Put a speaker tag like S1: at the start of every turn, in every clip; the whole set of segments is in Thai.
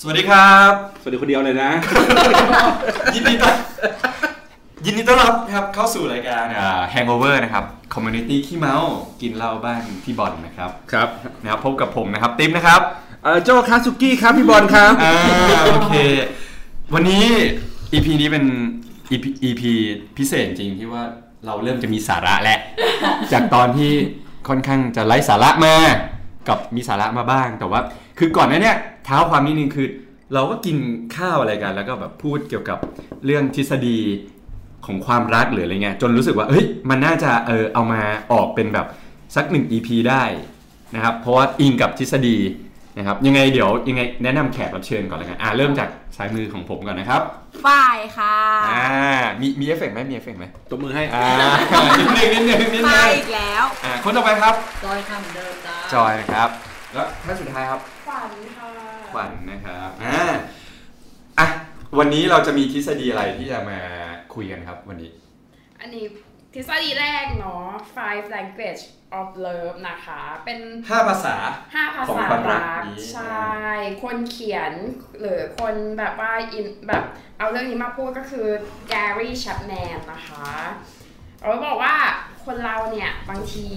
S1: สวัสดีครับ
S2: สวัสดีคนเดียวเลยนะ
S1: ยินดีต้อนยินดีต้อนรับครับเข้าสู่รายการอ่า Hangover นะครับ Community ขี้เมา กินเหล้าบ้านพี่บอลนะครับ
S2: ครับ
S1: นะครับ พบกับผมนะครับ ติ๊มนะครับ
S2: เอ่อโจคาสุกี้ครับพี่บอลครับ
S1: อ่าโอเค วันนี้ EP นี้เป็น EP, EP พิเศษจริงที่ว่าเราเริ่มจะมีสาระแล้ว จากตอนที่ค่อนข้างจะไร้สาระมา กับมีสาระมาบ้าง แต่ว่า คือก่อนหน้าเนี้ยเท้าความนิดนึงคือ เราก็กินข้าวอะไรกัน แล้วก็แบบพูดเกี่ยวกับเรื่องทฤษฎีของความรักหรืออะไรเงี้ยจนรู้สึกว่าเฮ้ยมันน่าจะเออเอามาออกเป็นแบบสักหนึ่ง EP ได้นะครับ เพราะว่าอิงกับทฤษฎีนะครับยังไงเดี๋ยวยังไงแนะนำแขกรับเชิญก่อนเลยกันอ่าเริ่มจากซ้ายมือของผมก่อนนะครับ
S3: ฝ่ายค่ะ
S1: อ่ามีมีเอฟเฟกต์ไหมมีเอฟเฟกต์ไหม
S2: ตบมือให้
S1: อ่านิดนึงนิดนึงนิดนึง
S3: มาอีกแล้ว
S1: อ่าคนต่อไปครับ
S3: จอยคำเดิมจ้า
S1: จอยนะครับ แล้วท่านสุดท้ายครับ
S3: ฝันค่ะ
S1: ขวัญนะครับอ่าอ่ะวันนี้เราจะมีทฤษฎีอะไรที่จะมาคุยกันครับวันนี้
S4: อันนี้ทฤษฎีแรกเนาะ five language of love นะคะ เป็น
S1: 5 ภาษา
S4: ห้าภา
S1: ของ
S4: ษา
S1: ความรั
S4: รั
S1: ก
S4: ก
S1: นี้
S4: ใช่ คนเขียนหรือคนแบบว่าอินแบบเอาเรื่องนี้มาพูดก็คือ Gary Chapman นะคะเราบอกว่าคนเราเนี่ย บางที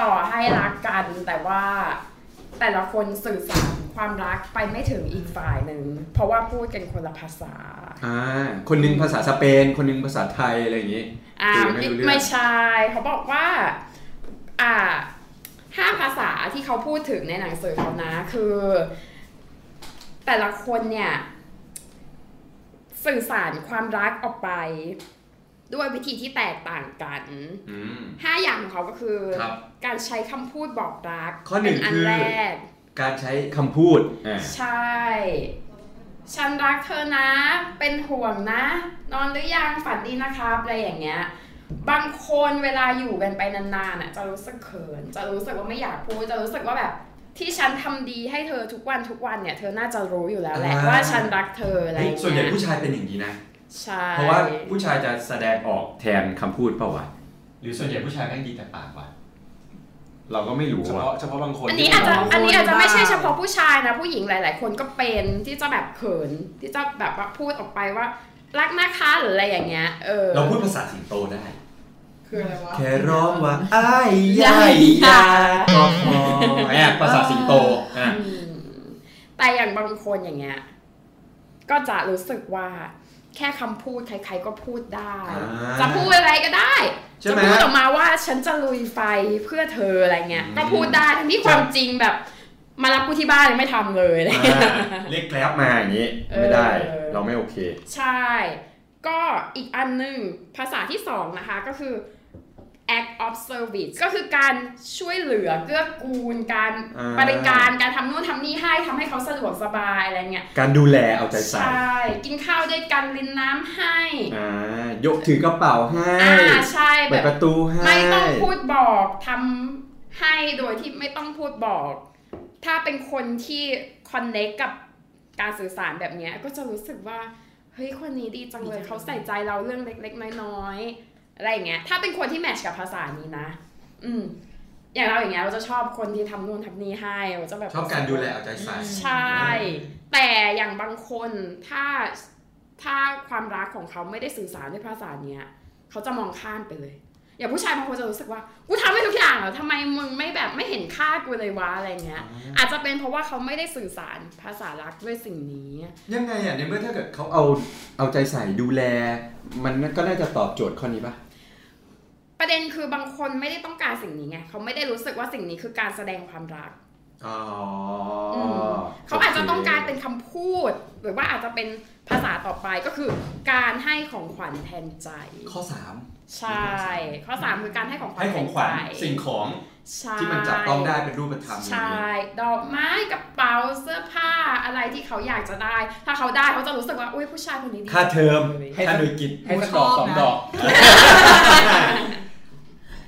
S4: ต่อให้รักกันแต่ว่า แต่ละคนสื่อสารความรักไปไม่ถึงอีกฝ่ายหนึ่ง เพราะว่าพูดกันคนละภาษา
S1: อ่าคนหนึงภาษาสเปน คนหนึงภาษาไทยอะไรอย่างงี้
S4: อ่า
S1: คุย
S4: ไม่
S1: ไม่รู้เรื่อง
S4: ไม่ใช่เขาบอกว่า อ่าห้าภาษาที่เขาพูดถึงในหนังสือเขานะคือ แต่ละคนเนี่ย สื่อสารความรักออกไป ด้วยวิธีที่แตกต่างกัน
S1: อืม
S4: ห้าอย่างของเขาก็คือ
S1: ครับ
S4: การใช้คำพูดบอกรัก
S1: ข้อหนึ่ง
S4: เป็อัน
S1: คือ
S4: แรก
S1: การใช้คำพูดอ่า
S4: ใช่ ฉันรักเธอนะ เป็นห่วงนะ นอนหรือยัง ฝันดีนะครับ อะไรอย่างเงี้ย บางคนเวลาอยู่กันไปนานๆน่ะ จะรู้สึกเขิน จะรู้สึกว่าไม่อยากพูด จะรู้สึกว่าแบบ ที่ฉันทำดีให้เธอทุกวันทุกวันเนี่ย เธอน่าจะรู้อยู่แล้วแหละว่าฉันรักเธออะไรอย่างเงี้ย
S1: ส่วนใหญ่ผู้ชายเป็นอย่างนี้นะ
S4: ใช่
S1: เพราะว่าผู้ชายจะแสดงออกแทนคำพูดเปล่าวะหรือส่วนใหญ่ผู้ชายแม่งดีแต่ปากวะเราก็ไม่รู้
S2: เฉ
S1: อะ
S2: พาะเฉพาะบางคน
S4: อันนี้อาจจะอันนี้อาจจะไม่ใช่เฉพาะผู้ชายนะ ผู้หญิงหลาย ๆ คนก็เป็นที่จะแบบเขิน ที่จะแบบว่าพูดออกไปว่า รักนะคะหรืออะไรอย่างเงี้ย เออ
S1: เราพูดภาษาสิงโตได้
S3: คืออะไรวะ
S1: แค่ร้องว่าอ้ายยายยาก็พอเนี่ยภาษาสิงโตอ่ะ
S4: อืมแต่อย่างบางคนอย่างเงี้ย ก็จะรู้สึกว่า แค่คำพูดใคร ๆ ก็พูดได้
S1: อ่า
S4: จะพูดอะไรก็ได้
S1: ใช่
S4: จะ
S1: ไหม
S4: พูดออกมาว่าฉันจะลุยไฟเพื่อเธออะไรเงี้ย
S1: อืม
S4: ก็พูดได้ทั้งที่ความจริงแบบ มารับกูที่บ้านยังไม่ทำเลยอะไรเงี้ย
S1: เรียกแกร็บมาอย่างนี้
S4: เออ
S1: ไม่ได้ เราไม่โอเค
S4: ใช่ ก็อีกอันหนึ่งภาษาที่สองนะคะก็คือ act of service ก็คือการช่วยเหลือเกื้อกูล การ
S1: อ่า
S4: บริการการทำนู่นทำนี่ให้ทำให้เขาสะดวกสบายอะไรเงี้ย
S1: การดูแลเอาใจ
S4: ใช
S1: ใส่
S4: ่ กินข้าวด้วยกันรินน้ำให้
S1: อ่ายกถือกระเป๋าให้
S4: อ่าใช่แบ
S1: เปิด
S4: บ
S1: ประตูให้
S4: ไม่ต้องพูดบอกทำให้โดยที่ไม่ต้องพูดบอก ถ้าเป็นคนที่ connect กับการสื่อสารแบบเนี้ยก็จะรู้สึกว่า เฮ้ย คนนี้ดีจังเลยเขาใส่ใจเราเรื่องเล็ก ๆ น้อยๆอะไรอย่างเงี้ย ถ้าเป็นคนที่แมทช์กับภาษานี้นะ อืม อย่างเราอย่างเงี้ยเราจะชอบคนที่ทำนู่นทำนี่ให้เราจะแบบ
S1: ชอบการดูแลเอาใจใส่
S4: ใช่ แต่อย่างบางคนถ้าถ้าความรักของเขาไม่ได้สื่อสารด้วยภาษาเนี้ยเขาจะมองข้ามไปเลย อย่างผู้ชายบางคนจะรู้สึกว่ากูทำให้ทุกอย่างเหรอทำไมมึงไม่แบบไม่เห็นค่ากูเลยวะอะไรอย่างเงี้ย อาจจะเป็นเพราะว่าเขาไม่ได้สื่อสารภาษารักด้วยสิ่งนี้
S1: ยังไงอ่ะในเมื่อถ้าเกิดเขาเอาเอาใจใส่ดูแล มันก็น่าจะตอบโจทย์ข้อนี้ป่ะ
S4: ประเด็นคือบางคนไม่ได้ต้องการสิ่งนี้ไงเขาไม่ได้รู้สึกว่าสิ่งนี้คือการแสดงความรัก
S1: อ๋ออ
S4: ม เขาอาจจะต้องการเป็นคำพูด หรือว่าอาจจะเป็นภาษาต่อไปก็คือ การให้ของขวัญแทนใจ
S1: ข้อสาม
S4: ใช่ ข้อสามคือการให้ของขวัญ
S1: ให้ของขวัญ
S4: แทนใจ
S1: สิ่งของ
S4: ใช่
S1: ที่มันจับต้องได้เป็นรูปธรรมอย่าง
S4: ใช่
S1: นี้
S4: ดอกไม้กระเป๋าเสื้อผ้าอะไรที่เขาอยากจะได้ ถ้าเขาได้เขาจะรู้สึกว่าอุ้ยผู้ชายคนนี้ดี
S1: ค่าเทอม
S4: ลย
S1: ค่าหน่วยกิจ
S3: ให้สักดอกสองดอก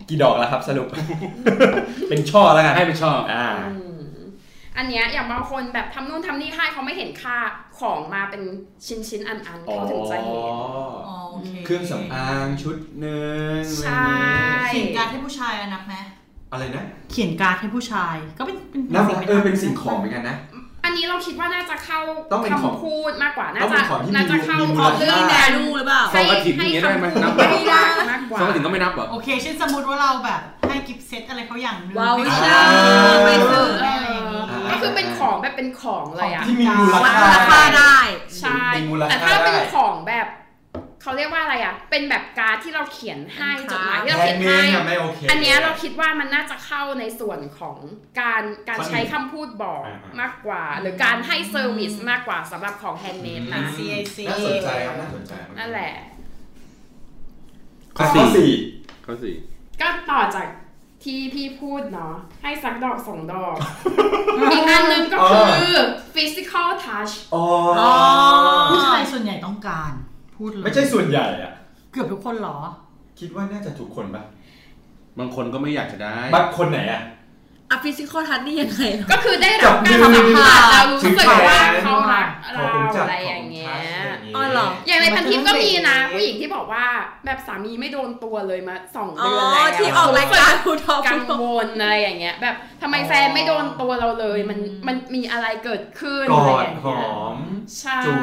S1: กี่ดอกแล้วครับสรุป เป็นช่อแล้วกัน
S2: ให้เป็นชอบ
S1: อ่า
S4: อืมอันเนี้ยอย่างบางคนแบบทำนู่นทำนี่ให้เขาไม่เห็นค่าของมาเป็นชิ้นชิ้นๆอันอันๆเขาถึงจะเห็น
S3: อ๋อโอเค
S1: เครื่องสำอางชุดหนึ่ง
S4: ใช่
S3: เขียนการ์ดให้ผู้ชายอะนับไหม
S1: อะไรนะ
S3: เขียนการ์ดให้ผู้ชาย ก็เป็นเป็น
S1: น่ารัก
S3: ป็
S1: เออเป็นสิ่งของเหมือนกันนะ
S4: อั อันนี้เราคิดว่าน่าจะเข้า
S2: ต้องเป็นของ
S4: คำพูดมากกว่าน่า
S2: ต้องเป็นของ
S4: จะ
S2: ที่มี
S4: น่าจะเข้า
S2: มีมู
S4: ข
S2: ล
S4: องเรื่อง
S2: ค่า
S4: แบ
S5: แม่
S4: บ
S5: ลูกหรือเปล่า
S2: ซองกระถิ่นอย่างเงี้ยได้ไหมนับ
S4: ไม่ได้มากกว่า
S2: สองถึงก็ไม่นับเหรอ
S3: โอเคเช่นสมมติว่าเราแบบให้กิฟต์เซตอะไรเขาอย่างหนึง
S5: ว้าว
S3: ไป
S2: ใช่
S3: ซื้อไปซื้อ
S4: เอ
S3: อะไรอย่างนี้
S4: อก็คือเป็นของแบบเป็นของเลยอ่ะ
S1: ที่มีมูล
S5: วัด
S1: ค่า
S5: มูลค่าได้
S4: ใช่
S1: มีมูลค่า
S4: แต่ถ้าเป็น
S1: ได้
S4: ของแบบเขาเรียกว่าอะไรอ่ะ เป็นแบบการ์ดที่เราเขียนให้
S5: เป็น
S4: จ
S5: การ์
S4: ด
S5: ด
S4: หมายที่เราเขียนให้
S1: แฮนด์เมดอะไม่โอเค
S4: อันเนี้ยเราคิดว่ามันน่าจะเข้าในส่วนของการการใช้คำพูดบอก
S1: อ่าม
S4: มากกว่า หรือการให้เซอร์วิสมากกว่าสำหรับของแฮนด์เมดนะ
S3: CIC
S1: น่าสนใจครับน่าสนใจมาก
S4: นั่นแหละ
S1: ข้อ
S2: ข้อสี่
S1: สี่
S2: ข้อสี่
S4: ก็ต่อจากที่พี่พูดเนาะให้สักดอกสองด อก อีกอันหนึงก็คือ physical touch
S1: อ๋อ
S5: อ๋อ
S3: ผู้ชายส่วนใหญ่ต้องการ พูดเลย
S1: ไม่ใช่ส่วนใหญ่อะ
S3: เกือบทุกคนเหรอ
S1: คิดว่าน่าจะถูกคนปะ
S2: บางคนก็ไม่อยากจะได้
S1: บางคนไหนอะ
S5: อะฟิสิกอลทัชนี่ยังไงเหรอ
S4: ก็คือได้รับการสัมผัสเรารู้สึกว่าเขารัก
S1: ข
S4: เรา
S1: อผมจับ
S4: อะไร
S1: ข
S4: อ
S1: อย่าง ผม
S4: เงี้ย
S1: ทัชอะไรอย่างเงี้ย
S5: อ๋อเหรอ
S4: อย่างในพันทิปก็มีนะ
S3: มันเป็นเรื่อง
S4: ผู้หญิงที่บอกว่าแบบสามีไม่โดนตัวเลยมาสอง
S5: อ๋อ
S4: เดือนแล้ว
S5: ที่ออกรายการคุณทอม
S4: กั
S5: คุณ
S4: ง
S5: ทอม
S4: วลอะไรอย่างเงี้ย แบบทำไม
S1: อ๋อ
S4: แฟนไม่โดนตัวเราเลย มันมันมีอะไรเกิดขึ้น
S1: ก
S4: อะไร
S1: อด
S4: อย่าง
S1: หอ
S4: เงี้ย
S1: ม
S4: ใช่
S1: จูบ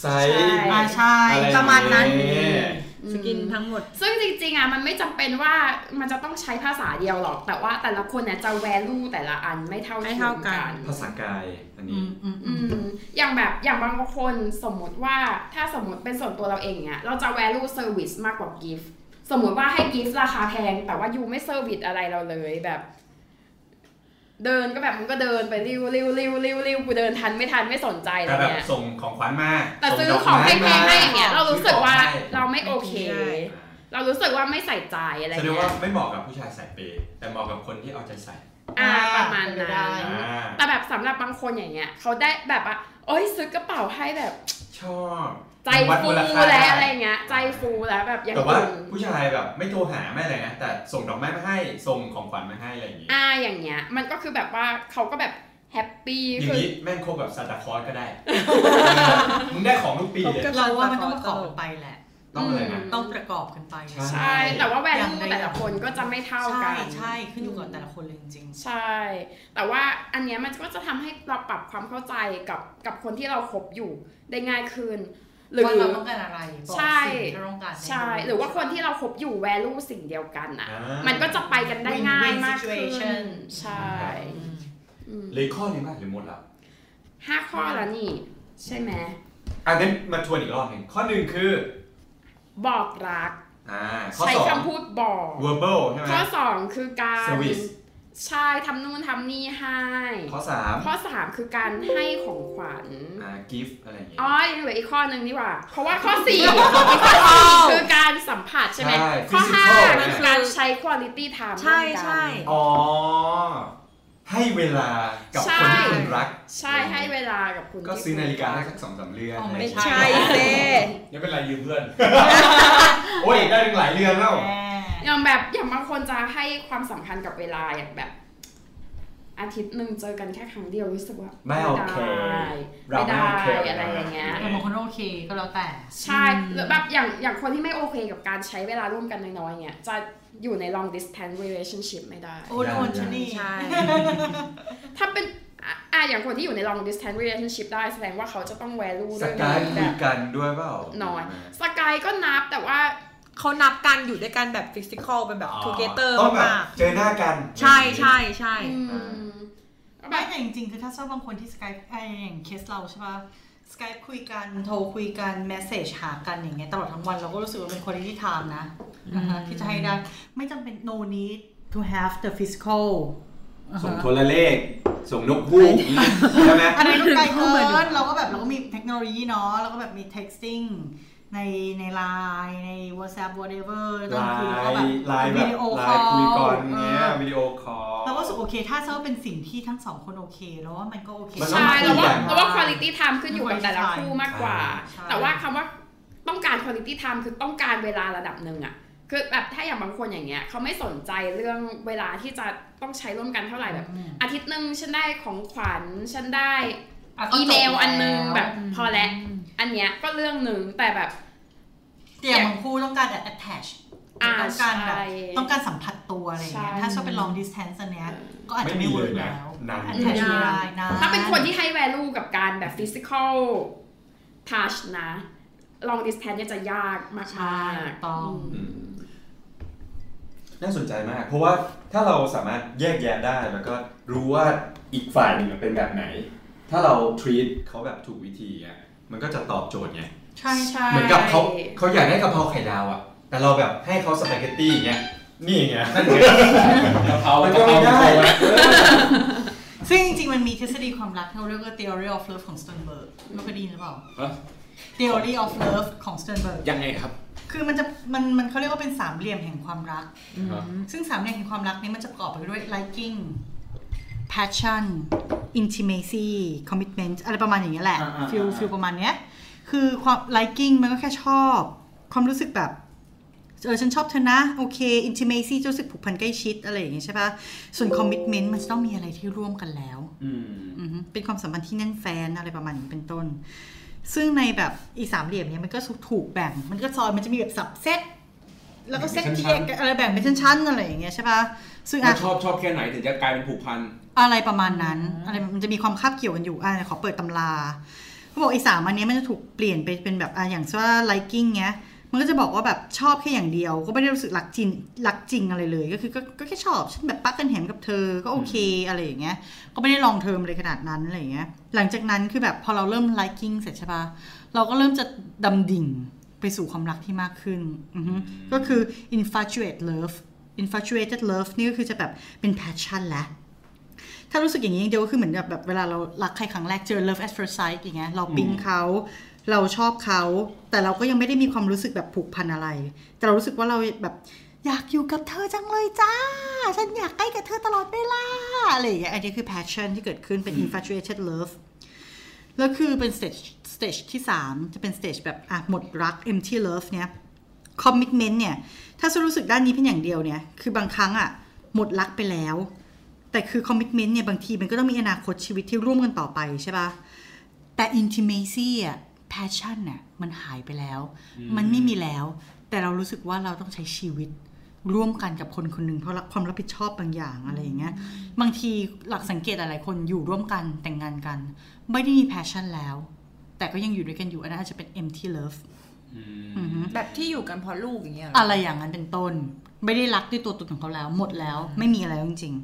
S1: ไซส์
S4: ใช่
S3: อ่าใช่
S1: อะไร
S3: ประมาณนั้น
S1: อย่างเงี้ย
S4: อืม
S5: สกินทั้งหมด
S4: ซึ่งจริงๆอ่ะมันไม่จำเป็นว่ามันจะต้องใช้ภาษาเดียวหรอก แต่ว่าแต่ละคนเนี่ยจะแวลูแต่ละอันไม่เท่า
S5: ไม่
S4: เทีย
S5: เท่าม กั
S4: กัน น
S1: ภาษากายอัน
S3: อื
S1: นี้
S3: มอืมอื
S4: อื
S3: ม
S4: มอย่างแบบอย่างบางคนสมมติว่าถ้าสมมติเป็นส่วนตัวเราเองเนี่ยเราจะ value service มากกว่า gift สมมติว่าให้ gift ราคาแพง แต่ว่ายูไม่ service อะไรเราเลยแบบ เดินก็แบบมันก็เดินไปริ้วริ้วริ้วริ้วริ้วกูเดินทันไม่ทันไม่สนใจอะไร
S1: แต่แบบ
S4: เงี้ย
S1: ส่งของขวัญมา
S4: แต่ซื้อ
S1: ส่ดก
S4: ของแพ
S1: ไม้
S4: งๆให้
S1: มา
S4: อย่างเงี้ยเรารู้สึกว่าเราไม่โอเค
S5: ไม่ได้
S4: เรารู้สึกว่าไม่ใส่ใจอะไร
S1: แสดง
S4: เงี้
S1: ว่าย ไม่เหมาะกับผู้ชายใส่เปย์แต่เหมาะกับคนที่เอาใจใส่
S4: อ่าประมาณนั้น
S3: ได้
S1: อ่า
S4: แต่แบบสำหรับบางคนอย่างเงี้ยเขาได้แบบอ่ะโอ้ยซื้อกระเป๋าให้แบบ
S1: ชอบ
S4: ใจ
S1: วัด
S4: ฟู
S1: มู
S4: แล้ว
S1: ค่าด้
S4: อะไรเงี้ย ใจฟูแล้วแบบอย่าง
S1: แต่ว่า
S4: อื่น
S1: ผู้ชายแบบไม่โทรหาไม่อะไรนะแต่ส่งดอกไม้มาให้ส่งของขวัญมาให้อะไรอย่างงี้
S4: อ่าอย่างเงี้ย มันก็คือแบบว่าเขาก็แบบแฮปปี้
S1: อย่าง
S4: คือ
S1: นี้แม่งคบกับซานตาคลอสก็ได้ มึงได้ของทุกปีเลย
S5: คบกับ
S3: เราว่ามันต้องประกอบกันไปแหละ
S1: ต้องอะไรนะ
S3: ต้องประกอบกันไป
S1: ใช่
S4: ใช่ แต่ว่าแว
S3: อย่า
S4: ลู
S3: งใด
S4: แต่ละคนก็จะไม่เท่ากั
S3: ใช่
S4: น
S3: ใช่ ขึ้นอยู่กับแต่ละคนเลยจริง
S4: ใช่ แต่ว่าอันเนี้ยมันก็จะทำให้เราปรับความเข้าใจกับกับคนที่เราคบอยู่ได้ง่ายขึ้น หรื
S3: ๆว่า
S4: อ
S3: เราต้องการอะไรบอก
S4: ใช่
S3: สิ่งที่เราต้องการน
S4: ใช่ หรือว่าคนที่เราคบอยู่แวลูสิ่งเดียวกันอ่ะ มันก็จะไปกันได้ง่ายมากขึ้นใช่
S3: อืม
S4: อืม
S1: หรือข้อหนึงป่ะหรือหมดแล้ว
S4: ห้าข้อแล้วนี่ ใช่ไหม
S1: อันนี้นมาทวนอีกรอบหนึ่งข้อหนึ่งคือ
S4: บอกรัก
S1: อ่าข้อ
S4: ใช้
S1: สอง
S4: คำพูดบอก
S1: verbal ใช่ไหม
S4: ข้อ 2 คือการ
S1: Service
S4: ใช่ทำนู่นทำนี่ให้
S1: ข้อสาม
S4: ข้อ 3 คือการให้ของขวัญ
S1: อ่า gift อะไรอย่างเงี้ย
S4: อ๋อยังเหลืออีกข้อหนึ่งนี่หว่า เพราะว่าข้อ 4 ข้อสี่คือการสัมผัสใช่ไหม
S1: ใช่
S4: ข้อ
S1: physical
S4: 5
S1: นะ
S4: คือการใช้คุณลิตี้ไทม์
S5: ใช่ใช่
S1: อ๋อ ให้เวลากับคนที่คุณรัก
S4: ใช่ให้เวลากับคุณ
S1: ก็ซื้อ
S4: ที่
S1: นาฬิกาให้
S4: คุณ
S1: สักสองสามเรือน
S3: อ๋อ
S1: อะไรอ
S3: ไม่
S1: ย่างเงี้ย
S3: ใช่
S5: เซ่
S1: เนี่ยังเป็นไรยืมเพื่อน โอ้ยได้ถึงหลายเรือนแล้ว
S3: แน่
S4: อย่างแบบอย่างบางคนจะให้ความสำคัญกับเวลาอย่างแบบ อาทิตย์หนึ่งเจอกันแค่ครั้งเดียวรู้สึกว่า
S1: ไม่โอเค
S4: ได้
S1: เราไม่
S4: ไม่ได้
S1: โอเค
S4: อะไรอย่างเงี้ย
S3: แต่บางคนโอเคก็แล้วแต่
S4: ใช่หรือแบบอย่างอย่างคนที่ไม่โอเคกับการใช้เวลาร่วมกันน้อยๆเนี่ยจะอยู่ใน long distance relationship ไม่ได้
S3: โอ้โดนชะนี
S5: ใช่
S4: ถ้าเป็นอ่ะอ่ะอย่างคนที่อยู่ใน long distance relationship ได้แสดงว่าเขาจะต้อง value
S1: ส
S4: เรื่อง
S1: กาย
S4: นี้
S1: คุ
S4: แบ
S1: ย
S4: บ
S1: กันด้วยเปล่า
S4: น้อยสกายก็นับแต่ว่า
S5: เขานับการอยู่ด้วยกันแบบฟิสิกอลเป็นแบบ
S1: อ๋อ
S5: ทูเกเตอร์
S1: ต้องแบบ
S5: มาก
S1: เจอหน้ากัน
S5: ๆใช่ใช่ใช่
S4: อืมแบ
S3: ไม่
S4: บ
S3: แต่จริงๆ คือถ้าชอบบางคนที่สกายไออย่างเคสเราใช่ป่ะสกายคุยกัน โทรคุยกันแมสเซจหากันอย่างเงี้ยตลอดทั้งวันเราก็รู้สึกว่าเป็นคนที่ไทม์นะนะคะที่จะให้ได้ ไม่จำเป็น no need to have the physical
S2: ส่งโทรเลข ส่งนกฮูกใช่ไหม
S3: อันนั้นก็ไกลเกิ
S5: เข้ามาดู
S3: น เราก็แบบเราก็มีเทคโนโลยีเนาะเราก็แบบมี texting ในในไลน์ใน WhatsApp whatever ตอนคุยแล้วก็แบบ
S1: ไลน์แบบ
S3: วิดีโอ
S1: ไล
S3: คอ
S1: น์
S3: ล
S1: คุยก่อนเงี้ย
S3: เออ
S1: วิดีโอคอล
S3: เราก็รู้สึกโอเค ถ้าเซอร์เป็นสิ่งที่ทั้งสองคนโอเคแล้วว่ามันก็โอเค
S1: มัน ต้
S4: ใช่
S1: อง
S4: แล้ว
S1: คุยกัน
S4: ว่าแล้วว่า quality time ขึ้นอยู่กับแต่ละคู่มากกว่า
S3: ใช่
S4: แต่ว่าคำว่าต้องการ quality time คือต้องการเวลาระดับหนึ่งอะคือแบบถ้าอย่างบางคนอย่างเงี้ยเขาไม่สนใจเรื่องเวลาที่จะต้องใช้ร่วมกันเท่าไหร่แบบ
S3: อืม
S4: อาทิตย์หนึ่งฉันได้ของขวัญฉันได้
S3: ะก็
S4: อี
S3: จบ
S4: เมลอันนึงแบบ
S3: ล้ว
S4: พอแล้ว อันเนี้ยก็เรื่องหนึ่งแต่แบบ
S3: เตียงของคู่ต้องการแต่ attach
S4: อ่า
S3: ต้อง
S4: ใช
S3: การแบบ
S4: ่
S3: ต้องการสัมผัสตัวอะไรอย่างเงี้ย
S4: ใช่
S3: ถ้าชอบเป็น long distance อันเนี้ยก็อาจจะ
S1: ไม่
S3: ไม่
S1: มี
S3: เวิร์ก
S1: เลยนะ
S3: แล้ว
S1: นาน
S3: อันแทนไม่ได้นะ
S4: ถ้าเป็นคนที่ให้ value กับการแบบ physical touch นะ long distance เนี่ยจะยากมากๆ
S3: ใช่ถูกต้อง
S4: ม
S1: อืมน่าสนใจมาก เพราะว่าถ้าเราสามารถแยกแยะได้แล้วก็รู้ว่าอีกฝ่ายหนึ่งมันเป็นแบบไหน ถ้าเรา treat เขาแบบถูกวิธีอ่ะมันก็จะตอบโจทย์ไง
S3: ใช่ใช่
S1: เหมือนกับเขาเขาอยากได้กะเพราไข่ดาวอ่ะ แต่เราแบบให้เขาสปาเกตตี้อย่างเงี้ย นี่ไงนั่นไง
S6: กะเพรา
S1: มั
S6: มัน น
S1: ก็
S6: ก็
S1: ไม่
S6: ไม่
S1: ได้
S6: ได้
S3: ซึ่งจริงๆ มันมีทฤษฎีความรักที่เราเรียกว่า theory of love ของ Sternberg ไม่เคยได้ยินหรือเปล่า
S7: ฮะ
S3: theory of love ของ Sternberg
S7: ยังไงครับ
S3: คือมันจะมันมันเขาเรียกว่าเป็นสามเหลี่ยมแห่งความรัก
S5: อืม
S3: ซึ่งสามเหลี่ยมแห่งความรักนี้มันจะประกอบไปด้วย liking passion intimacy commitment อะไรประมาณอย่างเงี้ยแหละ
S1: อ่าอ่า
S3: ฟิล
S1: อ่า
S3: ฟิลประมาณเนี้ย คือความ liking มันก็แค่ชอบ ความรู้สึกแบบ เออฉันชอบเธอนะ โอเค intimacy จะรู้สึกผูกพันใกล้ชิดอะไรอย่างเงี้ยใช่ปะส่วน commitment มันจะต้องมีอะไรที่ร่วมกันแล้ว
S1: อืม
S3: อือฮึเป็นความสัมพันธ์ที่แน่นแฟนอะไรประมาณนี้เป็นต้น ซึ่งในแบบอีสามเหลี่ยมเนี่ยมันก็ถูกแบ่ง มันก็ซอยมันจะมีแบบสับเซตแล้วก็เซตที่แยกกันอะไรแบ่งเป็นชั้นๆอะไรอย่างเงี้ยใช่ปะซึ่ง
S7: ว่า
S3: อะ
S7: ชอบชอบแค่ไหนถึงจะกลายเป็นผูกพัน
S3: อะไรประมาณนั้นอะไรมันจะมีความคาบเกี่ยวกันอยู่อ่ะขอเปิดตำราเขาบอกไอ้สามอันเนี้ยมันจะถูกเปลี่ยนไปเป็นแบบอ่ะอย่างเช่นว่า liking เงี้ยมันก็จะบอกว่าแบบชอบแค่อย่างเดียว ก็ไม่ได้รู้สึกรักจริงรักจริงอะไรเลยก็คือก็ก็แค่ชอบฉันแบบปักกันแหมกับเธอก็โอเคอะไรอย่างเงี้ย ก็ไม่ได้ลองเทอมเลยขนาดนั้นอะไรอย่างเงี้ย หลังจากนั้นคือแบบพอเราเริ่ม liking เสร็จใช่ปะเราก็เริ่มจะดำดิ่งไปสู่ความรักที่มากขึ้นอือฮึก็คือ infatuate love infatuated love นี่ก็คือจะแบบเป็น passion ละ ถ้ารู้สึกอย่างนี้อย่างเดียวก็คือเหมือนแบบแบบเวลาเรารักใครครั้งแรกเจอ love at first sight อย่างเงี้ยเราปิ๊งเขา เราชอบเขา แต่เราก็ยังไม่ได้มีความรู้สึกแบบผูกพันอะไร แต่เรารู้สึกว่าเราแบบอยากอยู่กับเธอจังเลยจ้า ฉันอยากใกล้กับเธอตลอดเวลาอะไรอย่างเงี้ยอันนี้คือ passion ที่เกิดขึ้นเป็น infatuated love แล้วคือเป็น stage stage ที่ 3 จะเป็น stage แบบอ่ะหมดรัก empty love เนี่ย commitment เนี่ย ถ้าฉันรู้สึกด้านนี้เพียงอย่างเดียวเนี่ย คือบางครั้งอ่ะหมดรักไปแล้ว แต่คือ commitment เนี่ย บางทีมันก็ต้องมีอนาคตชีวิตที่ร่วมกันต่อไปใช่ปะแต่ intimacy อ่ะ passion น่ะมันหายไปแล้ว มันไม่มีแล้ว แต่เรารู้สึกว่าเราต้องใช้ชีวิต ร่วมกันกับคนคนหนึ่งเพราะความรับผิดชอบบางอย่างอะไรอย่างเงี้ย บางทีหลักสังเกตหลายๆคนอยู่ร่วมกันแต่งงานกัน ไม่ได้มี passion แล้ว แต่ก็ยังอยู่ด้วยกันอยู่อันนั้นอาจจะเป็น empty love อือฮึ
S5: แบบที่อยู่กันเพอลูกอย่างเงี้ยเหรอ
S3: อะไรอย่างนั้นเป็นต้น ไม่ได้รักด้วยตัวตนของเขาแล้ว หมดแล้ว ไม่มีอะไรแล้วจริง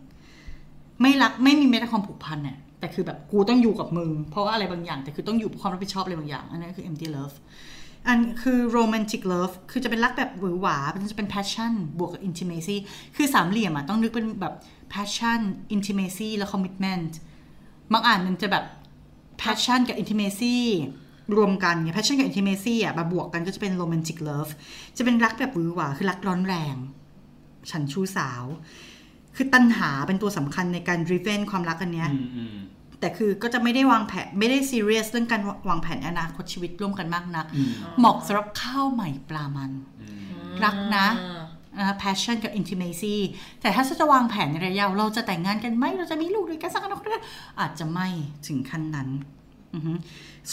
S3: ๆ ไม่รักไม่มีแม้แต่ความผูกพันเนี่ยแต่คือแบบกูต้องอยู่กับมึง เพราะว่าอะไรบางอย่าง แต่คือต้องอยู่เพราะความรับผิดชอบอะไรบางอย่าง อันนั้นคือ empty love อันคือ romantic love คือจะเป็นรักแบบหวือหวามันจะเป็น passion บวกกับ intimacy คือสามเหลี่ยมอะต้องนึกเป็นแบบ passion intimacy และ commitment บางอ่านมันจะแบบ passion กับ intimacy รวมกันเนี่ย passion กับ intimacy อ่ะมาบวกกันก็จะเป็น romantic love จะเป็นรักแบบหวือหวาคือรักร้อนแรง ฉันชู้สาว คือตัณหาเป็นตัวสำคัญในการ driven ความรักอันเนี้ย แต่คือก็จะไม่ได้วางแผนไม่ได้ซีเรียสเรื่องการวางแผนอนาคตชีวิตร่วมกันมากนัก เหมาะสำหรับข้าวใหม่ปลามัน รักนะ
S5: อ่า
S3: นะคะ passion กับ intimacy แต่ถ้าจะวางแผนในระยะยาวเราจะแต่งงานกันไหม เราจะมีลูกด้วยกันสักอนาคตด้วยกันอาจจะไม่ถึงขั้นนั้นอือฮึ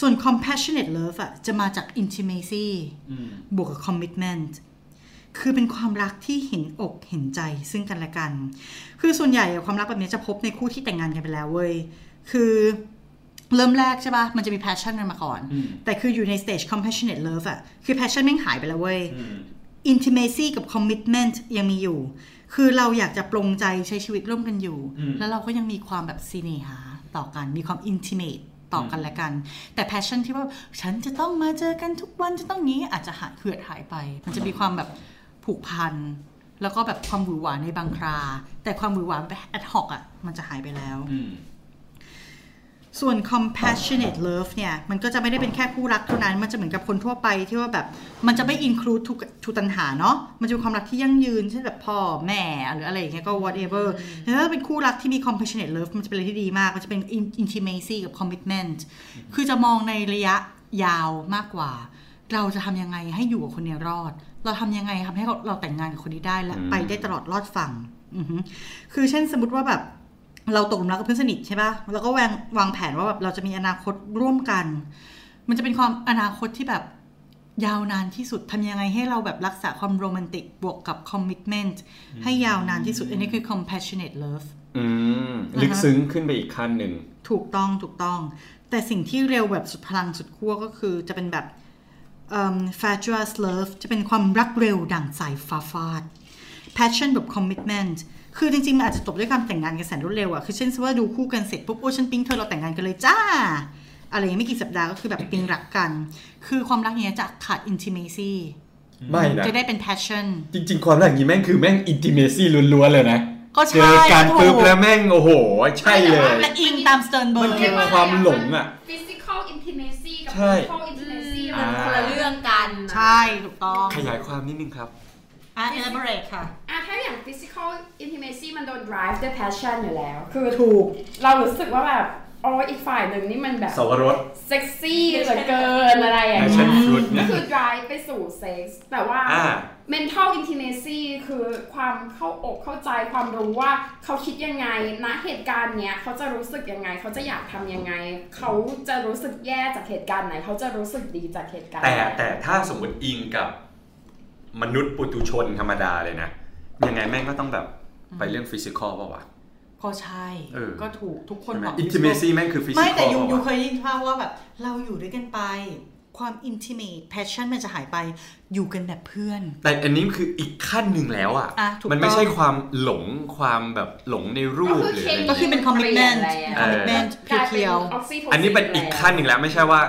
S3: ส่วน compassionate love อะจะมาจาก intimacy บวกกับ commitment คือเป็นความรักที่เห็นอกเห็นใจซึ่งกันและกัน คือส่วนใหญ่อะความรักแบบนี้จะพบในคู่ที่แต่งงานกันไปแล้วเว้ย คือเริ่มแรกใช่ปะมันจะมี passion กันมาก่อน แต่คืออยู่ใน stage compassionate love อะคือ passion แม่งหายไปแล้วเว้ย intimacy กับ commitment ยังมีอยู่ คือเราอยากจะปรงใจใช้ชีวิตร่วมกันอยู่ แล้วเราก็ยังมีความแบบซีเนหาต่อกัน มีความ intimate ต่อกันและกัน แต่ passion ที่ว่าฉันจะต้องมาเจอกันทุกวันจะต้องนี้อาจจะหายเหือดหายไป มันจะมีความแบบผูกพัน แล้วก็แบบความหวือหวาในบางครา แต่ความหวือหวาแบบ ad hoc อ่ะ มันจะหายไปแล้ว ส่วน compassionate love เนี่ย มันก็จะไม่ได้เป็นแค่คู่รักเท่านั้น มันจะเหมือนกับคนทั่วไปที่ว่าแบบ มันจะไม่ include ทุกทุกตันหาเนาะ มันจะเป็นความรักที่ยั่งยืน เช่นแบบพ่อแม่หรืออะไรอย่างเงี้ยก็ whatever แต่ถ้าเป็นคู่รักที่มี compassionate love มันจะเป็นอะไรที่ดีมาก มันจะเป็น in- intimacy กับ commitment คือจะมองในระยะยาวมากกว่า เราจะทำยังไงให้อยู่กับคนเนี้ยรอด เราทำยังไงทำให้เราเราแต่งงานกับคนนี้ได้และ
S6: อืม
S3: ไปได้ตลอดรอดฝั่งอือฮึคือเช่นสมมติว่าแบบ เราตกหลุมรักกับเพื่อนสนิทใช่ปะแล้วก็วางวางแผนว่าแบบเราจะมีอนาคตร่วมกัน มันจะเป็นความอนาคตที่แบบ ยาวนานที่สุดทำยังไงให้เราแบบรักษาความโรแมนติกบวกกับ commitment ให้ยาวนานที่สุด อันนี้คือ compassionate love
S6: อืมลึกซึ้งขึ้นไปอีกขั้นหนึ่ง
S3: ถูกต้องถูกต้อง แต่สิ่งที่เร็วแบบสุดพลังสุดขั้วก็คือจะเป็นแบบเอิ่ม fatuous love จะเป็นความรักเร็วดั่งสายฟ้าฟาด passion แบบ commitment คือจริงๆ มันอาจจะจบด้วยการแต่งงานกันแสนรวดเร็วอะคือเช่นว่าดูคู่กันเสร็จปุ๊บ โอ้ฉันปิ๊งเธอเราแต่งงานกันเลยจ้า อะไรอย่างไม่กี่สัปดาห์ก็คือแบบปิ๊งรักกัน คือความรักอย่างเนี้ยจะขาด intimacy
S6: ไม่นะ
S3: จะได้เป็น passion
S6: จริง ๆ ความรักอย่างนี้แม่งคือแม่งอินติเมซี่ล้วนๆเลยนะ
S3: ก็
S6: เจ
S3: ใช่
S6: อกัน
S3: ถู
S6: ปุ๊บแล้วแม่งโอ้โห ใช่เลย
S3: และอิงตาม Sternberg
S6: มันคือความหลงอ่ะ
S4: physical intimacy กับ
S6: ใช่
S4: physical intimacy มันคนละเรื่อง
S5: กัน
S3: ใช่ถูกต้อง
S6: ขยายความนิดนึงครับ
S3: อ่ะ elaborate ค่ะ
S4: อ่ะถ้าอย่าง physical intimacy มันโดน drive ด้วย passion อยู่แล้ว คือถูก เรารู้สึกว่าแบบโอ้อีกฝ่ายหนึ่งนี่มันแบบ
S1: สวรส
S4: เซ็กซี่เหลือเกินอะไรอย่างเงี้
S1: passion
S4: ย
S1: fruit
S4: ก็
S1: นะ
S4: คือ drive ไปสู่เซ็กส์แต่ว่า
S1: อ่า
S4: mental intimacy คือความเข้าอกเข้าใจความรู้ว่าเขาคิดยังไงณเหตุการณ์เนี้ยเขาจะรู้สึกยังไง เขาจะอยากทำยังไง เขาจะรู้สึกแย่จากเหตุการณ์ไหน เขาจะรู้สึกดีจากเหตุการณ์
S1: แต่
S4: ไหน
S1: แต่ถ้าสมมติอิงกับมนุษย์ปุถุชนธรรมดาเลยนะ ยังไงแม่งก็ต้องแบบไปเรื่องฟิสิกอลป่าวะ
S3: ก็ใช่
S1: เออ
S3: ก็ถูกทุกคน
S1: ใช่ไหม
S3: บอก
S1: อินทิเมซี่แม่งคือฟิสิกอล
S3: ไม่แต่ยูยู
S1: ป่าวะ
S3: เคยได้ยินภาพว่าแบบเราอยู่ด้วยกันไป ความ intimate passion มันจะหายไปอยู่กันแบบเพื่อน
S1: แต่อันนี้คืออีกขั้นหนึ่งแล้วอ่ะ
S3: อ่ะถูกต้อง
S1: มันไม่ใช่ความหลงความแบบหลงในรูป
S4: ก็คือ
S1: หรืออะไร
S4: เคมี
S3: ก็คือเป็น commitment
S4: มัปลี่ยน
S3: เออ
S4: แล้ว
S3: commitment
S4: กลายเป็
S3: เพี
S4: น
S3: ย
S4: อ
S3: ว
S4: อกซิโทซิ
S1: อันนี้เป็นอีกขั้นห
S4: แล้ว
S1: นึ่งแล้วไม่ใช่ว่า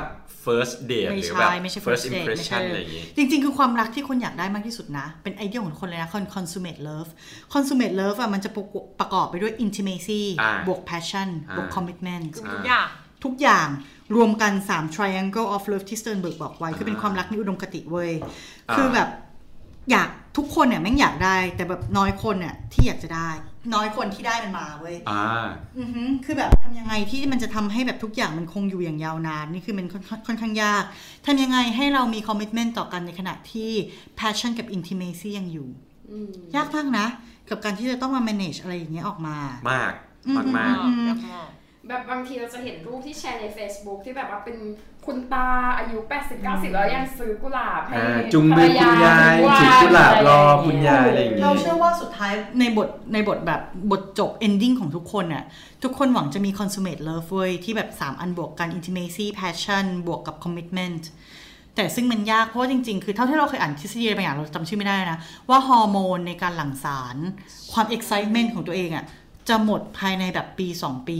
S1: first date
S3: ไม่
S1: หรือ
S3: ใช่
S1: แบบ
S3: ไม่ใช่
S1: first
S3: first date ไม่ใช่
S1: impression อะไรอย่างงี้
S3: จริงๆ คือความรักที่คนอยากได้มากที่สุดนะ เป็นไอเดียของคนเลยนะคน consummate love consummate love อ่ะมันจะประกอบประกอบไปด้วย intimacy
S1: อ่า
S3: บวก passion บวก
S1: อ่า
S3: commitment
S1: อ่า
S3: ทุกอย่างรวมกัน 3 triangle of love ที่สเต r ร์นเบิร์กบอกไว้ คือเป็นความรักในอุดมคติเว้ย
S1: อ่า
S3: คือแบบอยากทุกคนเนี่ยแม่งอยากได้ แต่แบบน้อยคนเนี่ยที่อยากจะได้ น้อยคนที่ได้มันมาเว้ย
S1: อ่า
S3: อือหือคือแบบทำยังไงที่มันจะทำให้แบบทุกอย่างมันคงอยู่อย่างยาวนาน นี่คือมันค่อนข้างค่อนข้างยากทำยังไงให้เรามีคอมมิชเมนต์ต่อกันในขณะที่ passion กับ intimacy ยังอยู่
S4: อืม
S3: ยากมากนะ กับการที่จะต้องมา manage อะไรอย่างเงี้ยออกมา
S1: มาก
S3: อืม
S1: มากมาก
S3: อืม
S4: แบบบางทีเราจะเห็นรูปที่แชร์ใน Facebook ที่แบบว่าเป็นคุณตาอายุ 80 90 แล้วยังซื้อกุหลาบให้
S1: อ่าจุงมือคุณยาย
S4: ภรร
S1: ถือกุหลาบรอคุณา
S4: ยาย
S1: ยอะไรอย่างงี้
S3: เราเชื่อว่าสุดท้ายในบทในบทแบบบทจบ ending ของทุกคนน่ะทุกคนหวังจะมี consummate love เว้ยที่แบบ 3 อันบวกกัน intimacy passion บวกกับ commitment แต่ซึ่งมันยากเพราะว่าจริง ๆ คือเท่าที่เราเคยอ่านทฤษฎีอะไรบางอย่างเราจำชื่อไม่ได้นะ ว่าฮอร์โมนในการหลั่งสาร ความ excitement ของตัวเองอะจะหมดภายในแบบปี 2 ปี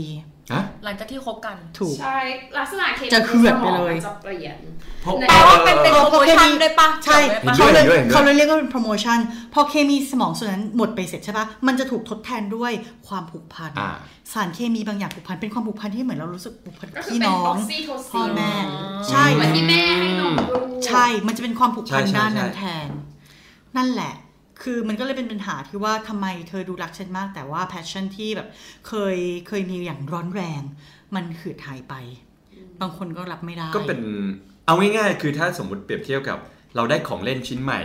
S1: ฮะ
S5: หลังจากที่คบกัน
S3: ถูก
S4: ใช่ลักษณะเคมี
S3: จะเหือดไปเลย
S4: สมองมันจะเปลี่ยน
S1: เพราะ
S4: ใน
S5: แปลว่าเป็นเป็นโปรโมชั่นด้วยปะ
S3: ใช่
S5: จำไว้ปะ
S1: เห็นด้วย
S3: เขาเลย
S1: เห็นด้วย
S3: เขาเลยเรียกว่าเป็น promotion พอเคมีสมองส่วนนั้นหมดไปเสร็จใช่ปะมันจะถูกทดแทนด้วยความผูกพัน
S1: อ่า
S3: สารเคมีบางอย่างผูกพันเป็นความผูกพันที่เหมือนเรารู้สึกผูกพันกั
S4: ก็
S3: บ
S4: คือ
S3: พี่
S4: เป็น
S3: น้อ
S4: อง อกซิโท
S3: พ่
S4: ซิ
S3: อน แม่
S5: อ
S3: ใช่
S4: เหมือนที่แม่ให้นมลูก
S3: ใช่ มันจะเป็นความผูกพัน
S1: ใช่ใช่
S3: ด้านนั้น
S1: ใช่
S3: แทน นั่นแหละ คือมันก็เลยเป็นปัญหาที่ว่าทำไมเธอดูรักฉันมาก แต่ว่าแพชชั่นที่แบบเคยเคยมีอย่างร้อนแรง มันขืดหายไป บางคนก็รับไม่ได้
S1: ก็เป็นเอาง่ายๆ คือถ้าสมมติเปรียบเทียบกับ เราได้ของเล่นชิ้นใหม่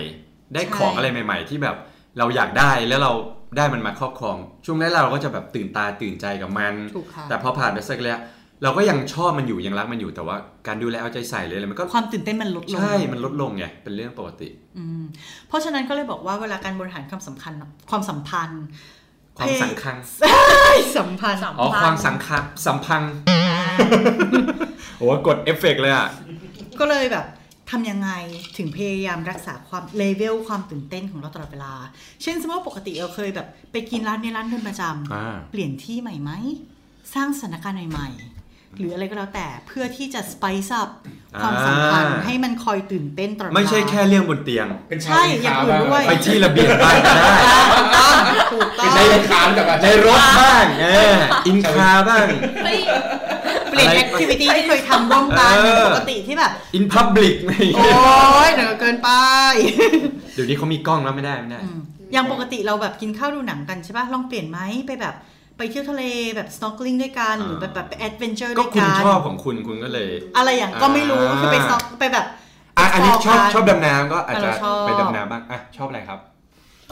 S1: ได้ของ
S3: ใช่
S1: อะไรใหม่ ๆ ที่แบบเราอยากได้แล้วเราได้มันมาครอบครอง ช่วงแรกเราก็จะแบบตื่นตาตื่นใจกับมัน
S3: ถูกค่ะ
S1: แต่พอผ่านไปสักระยะเราก็ยังชอบมันอยู่ยังรักมันอยู่แต่ว่าการดูแลเอาใจใส่เลยอะไรมันก็
S3: ความตื่นเต้นมันลดลง
S1: ใช่มันลดลงไงเป็นเรื่องปกติ
S3: อืมเพราะฉะนั้นก็เลยบอกว่าเวลาการบริหารความสำคัญความสัมพันธ์
S1: ความสังคัง
S3: ไอ้สัมพันธ์
S1: อ๋อความสังคังสัมพังโอ้โหกดเอฟเฟกต์เลยอ่ะ
S3: ก็เลยแบบทำยังไงถึงพยายามรักษาความเลเวลความตื่นเต้นของเราตลอดเวลา เช่นสมมติว่าปกติเราเคยแบบไปกินร้านในร้านเดิมประจ
S1: อ่า
S3: ำเปลี่ยนที่ใหม่ไหม สร้างสถานการณ์ใหม่ๆ หรืออะไรก็แล้วแต่เพื่อที่จะสไปซ์อัพความสัมพันธ์ให้มันคอยตื่นเต้นตลอดเวลา
S1: ไม่ใช่แค่เรื่องบนเตียง
S7: เป็นชาว
S3: ใช่อย่างอื่นด้วย
S1: ไปที่ระเบียงบ้านก็ได้
S3: ถูกต้อง
S7: ใช้ค้านกับ
S1: ในรถบ้างเอออินคาบ้าง
S5: เฮ้ย
S3: เปลี่ยน
S1: อะไร
S3: แอคทิวิตี้ที่เคยทำร่วมกัน
S1: เออ
S3: เหมือนปกติที่แบบ
S1: อินพับลิกไม่
S3: โอ๊ยเหนือเกินไป
S1: เดี๋ยวนี้เขามีกล้องแล้วไม่ได้ไม่ได้
S3: อืมอย่างปกติเราแบบกินข้าวดูหนังกันใช่ป่ะ ลองเปลี่ยนไหมไปแบบไปเที่ยวทะเลแบบ snorkeling ด้วยกัน
S1: อ่า
S3: หรือแบบแบบไป adventure
S1: ก็
S3: ด้วย
S1: คุณ
S3: กัน
S1: ชอบของคุณคุณก็เลย
S3: อะไรอย่างก็ไม่รู้
S1: อ่า
S3: คือไปซอกไปแบบ
S1: อ่ะอันนี้ชอบ
S3: ไปซกกั
S1: ชอบดำน้ำก็อาจจะ
S3: เราชอบ
S1: ไปดำน้ำบ้างอ่ะชอบอะไรครับ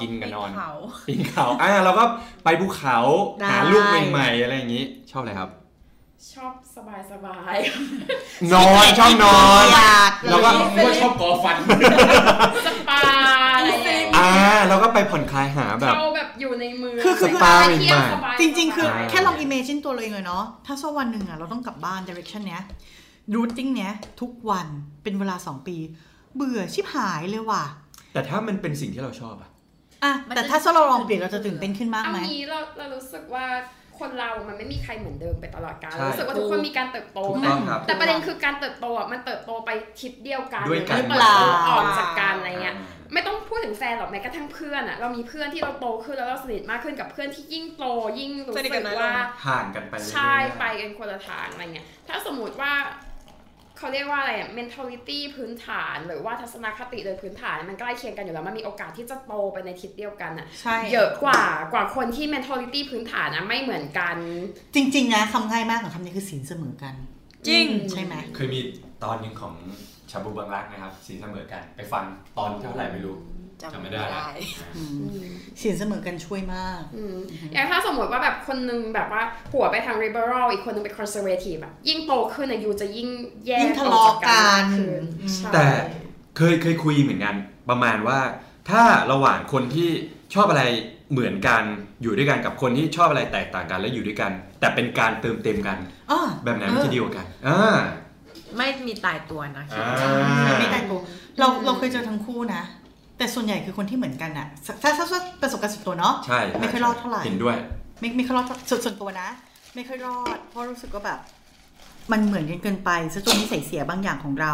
S1: กินกับนอน
S5: เขา
S1: ปีนเขาอ่ะเราก็ไปภูเขา
S3: ได้
S1: หาลูกใหม่ๆอะไรอย่างนี้ ชอบอะไรครับ
S4: ชอบสบายสบาย
S6: นอนชอบนอน
S3: อยาก
S6: แล้วก็
S7: ผมก็ชอบกอฟัน
S4: ๆสปาอะไรอย่างเงี้ย
S6: อ่าแล้วก็ไปผ่อนคลายหาแบบ
S4: เราแบบอยู่ในเมือง
S6: คือคือ
S4: ไปเที่ยวสบายๆ
S3: จริงๆ คือ
S6: ใช่
S3: แค่ลอง imagine ตัวเราเองเลยเนาะ ถ้าสักวันหนึ่งอะเราต้องกลับบ้าน direction เนี้ย routing เนี้ย ทุกวันเป็นเวลา 2 ปี เบื่อชิบหายเลยว่ะ
S6: แต่ถ้ามันเป็นสิ่งที่เราชอบอะ
S3: อะ
S5: มันจะ
S3: แต่ถ้าสักเราลองเปลี่ยนเราจะตื่นเต้นขึ้นมากไหม
S4: เอางี้เราเรารู้สึกว่าคนเรา มันไม่มีใครเหมือนเดิมไปตลอดกาล
S1: ใช่
S4: รู้สึกว่าทุกคนมีการเติบโต
S1: ถูก
S4: แต่
S1: ต้องครับ
S4: แต่ประเด็นคือการเติบโตอ่ะมันเติบโตไปทิศเดียวกัน
S1: ด้วยกัน
S4: มั
S3: หรือเปล่า
S4: ออกจากกันอะไรเงี้ย ไม่ต้องพูดถึงแฟนหรอกแม้กระทั่งเพื่อนอ่ะเรามีเพื่อนที่เราโตขึ้นแล้วเราสนิทมากขึ้นกับเพื่อนที่ยิ่งโตยิ่งรู้
S5: สนิ
S4: สึ
S5: ทกั
S4: ก
S5: นน้อยลง
S4: ว่า
S1: ห่างกันไปเรื่อยๆ
S4: ใช่ไปกันคนละทางอะไรเงี้ย ถ้าสมมติว่าเขาเรียกว่าอะไรอะ mentality พื้นฐานหรือว่าทัศนคติโดยพื้นฐาน มันใกล้เคียงกันอยู่แล้วมันมีโอกาสที่จะโตไปในทิศเดียวกันอ่ะ
S3: ใช่
S4: เยอะกว่ากว่าคนที่ mentality พื้นฐานนะไม่เหมือนกัน
S3: จริง ๆ นะคำง่ายมากของคำนี้คือศีลเสมอกัน
S5: จริง
S3: ใช่ไหม
S1: เคยมีตอนหนึ่งของชาบูบางรักนะครับสีเสมอกันไปฟังตอนเท่าไหร่ไม่รู้ จำไม่ได้ละ
S3: อืมศีลเสมอกันช่วยมาก
S4: อืมอย่างถ้าสมมติว่าแบบคนนึงแบบว่าหัวไปทาง liberal อีกคนนึงไป conservative อะยิ่งโตขึ้นอะยูจะยิ่งแย่
S3: ยิ่งทะเลาะกัน
S4: ต่อขึ้ใช่
S1: แต่เคยเคยคุยเหมือนกัน ประมาณว่า ถ้าระหว่างคนที่ชอบอะไรเหมือนกันอยู่ด้วยกันกับคนที่ชอบอะไรแตกต่างกันและอยู่ด้วยกัน แต่เป็นการเติมเต็มกัน
S3: อ้อ
S1: แบบไหน
S3: เอ
S1: มัน
S3: อ
S1: จะดีกว่ากันอ่า
S5: ไม่มีตายตัวนะคิด
S1: อ่า
S3: ไม่ตายตัวเรา
S4: อืม
S3: เราเคยเจอทั้งคู่นะ แต่ส่วนใหญ่คือคนที่เหมือนกันอะถ้าถ้าถ้าประสบการณ์ส่วนตัวเนาะ
S1: ใช่ใช่
S3: ไม่ค่อยรอดเท่าไหร่
S1: เห็นด้วย
S3: ไม่ไม่ค่อยรอดส่วนส่วนตัวนะ ไม่ค่อยรอด เพราะรู้สึกว่าแบบ มันเหมือนกันเกินไปซะจนนิสัยเสียบางอย่างของเรา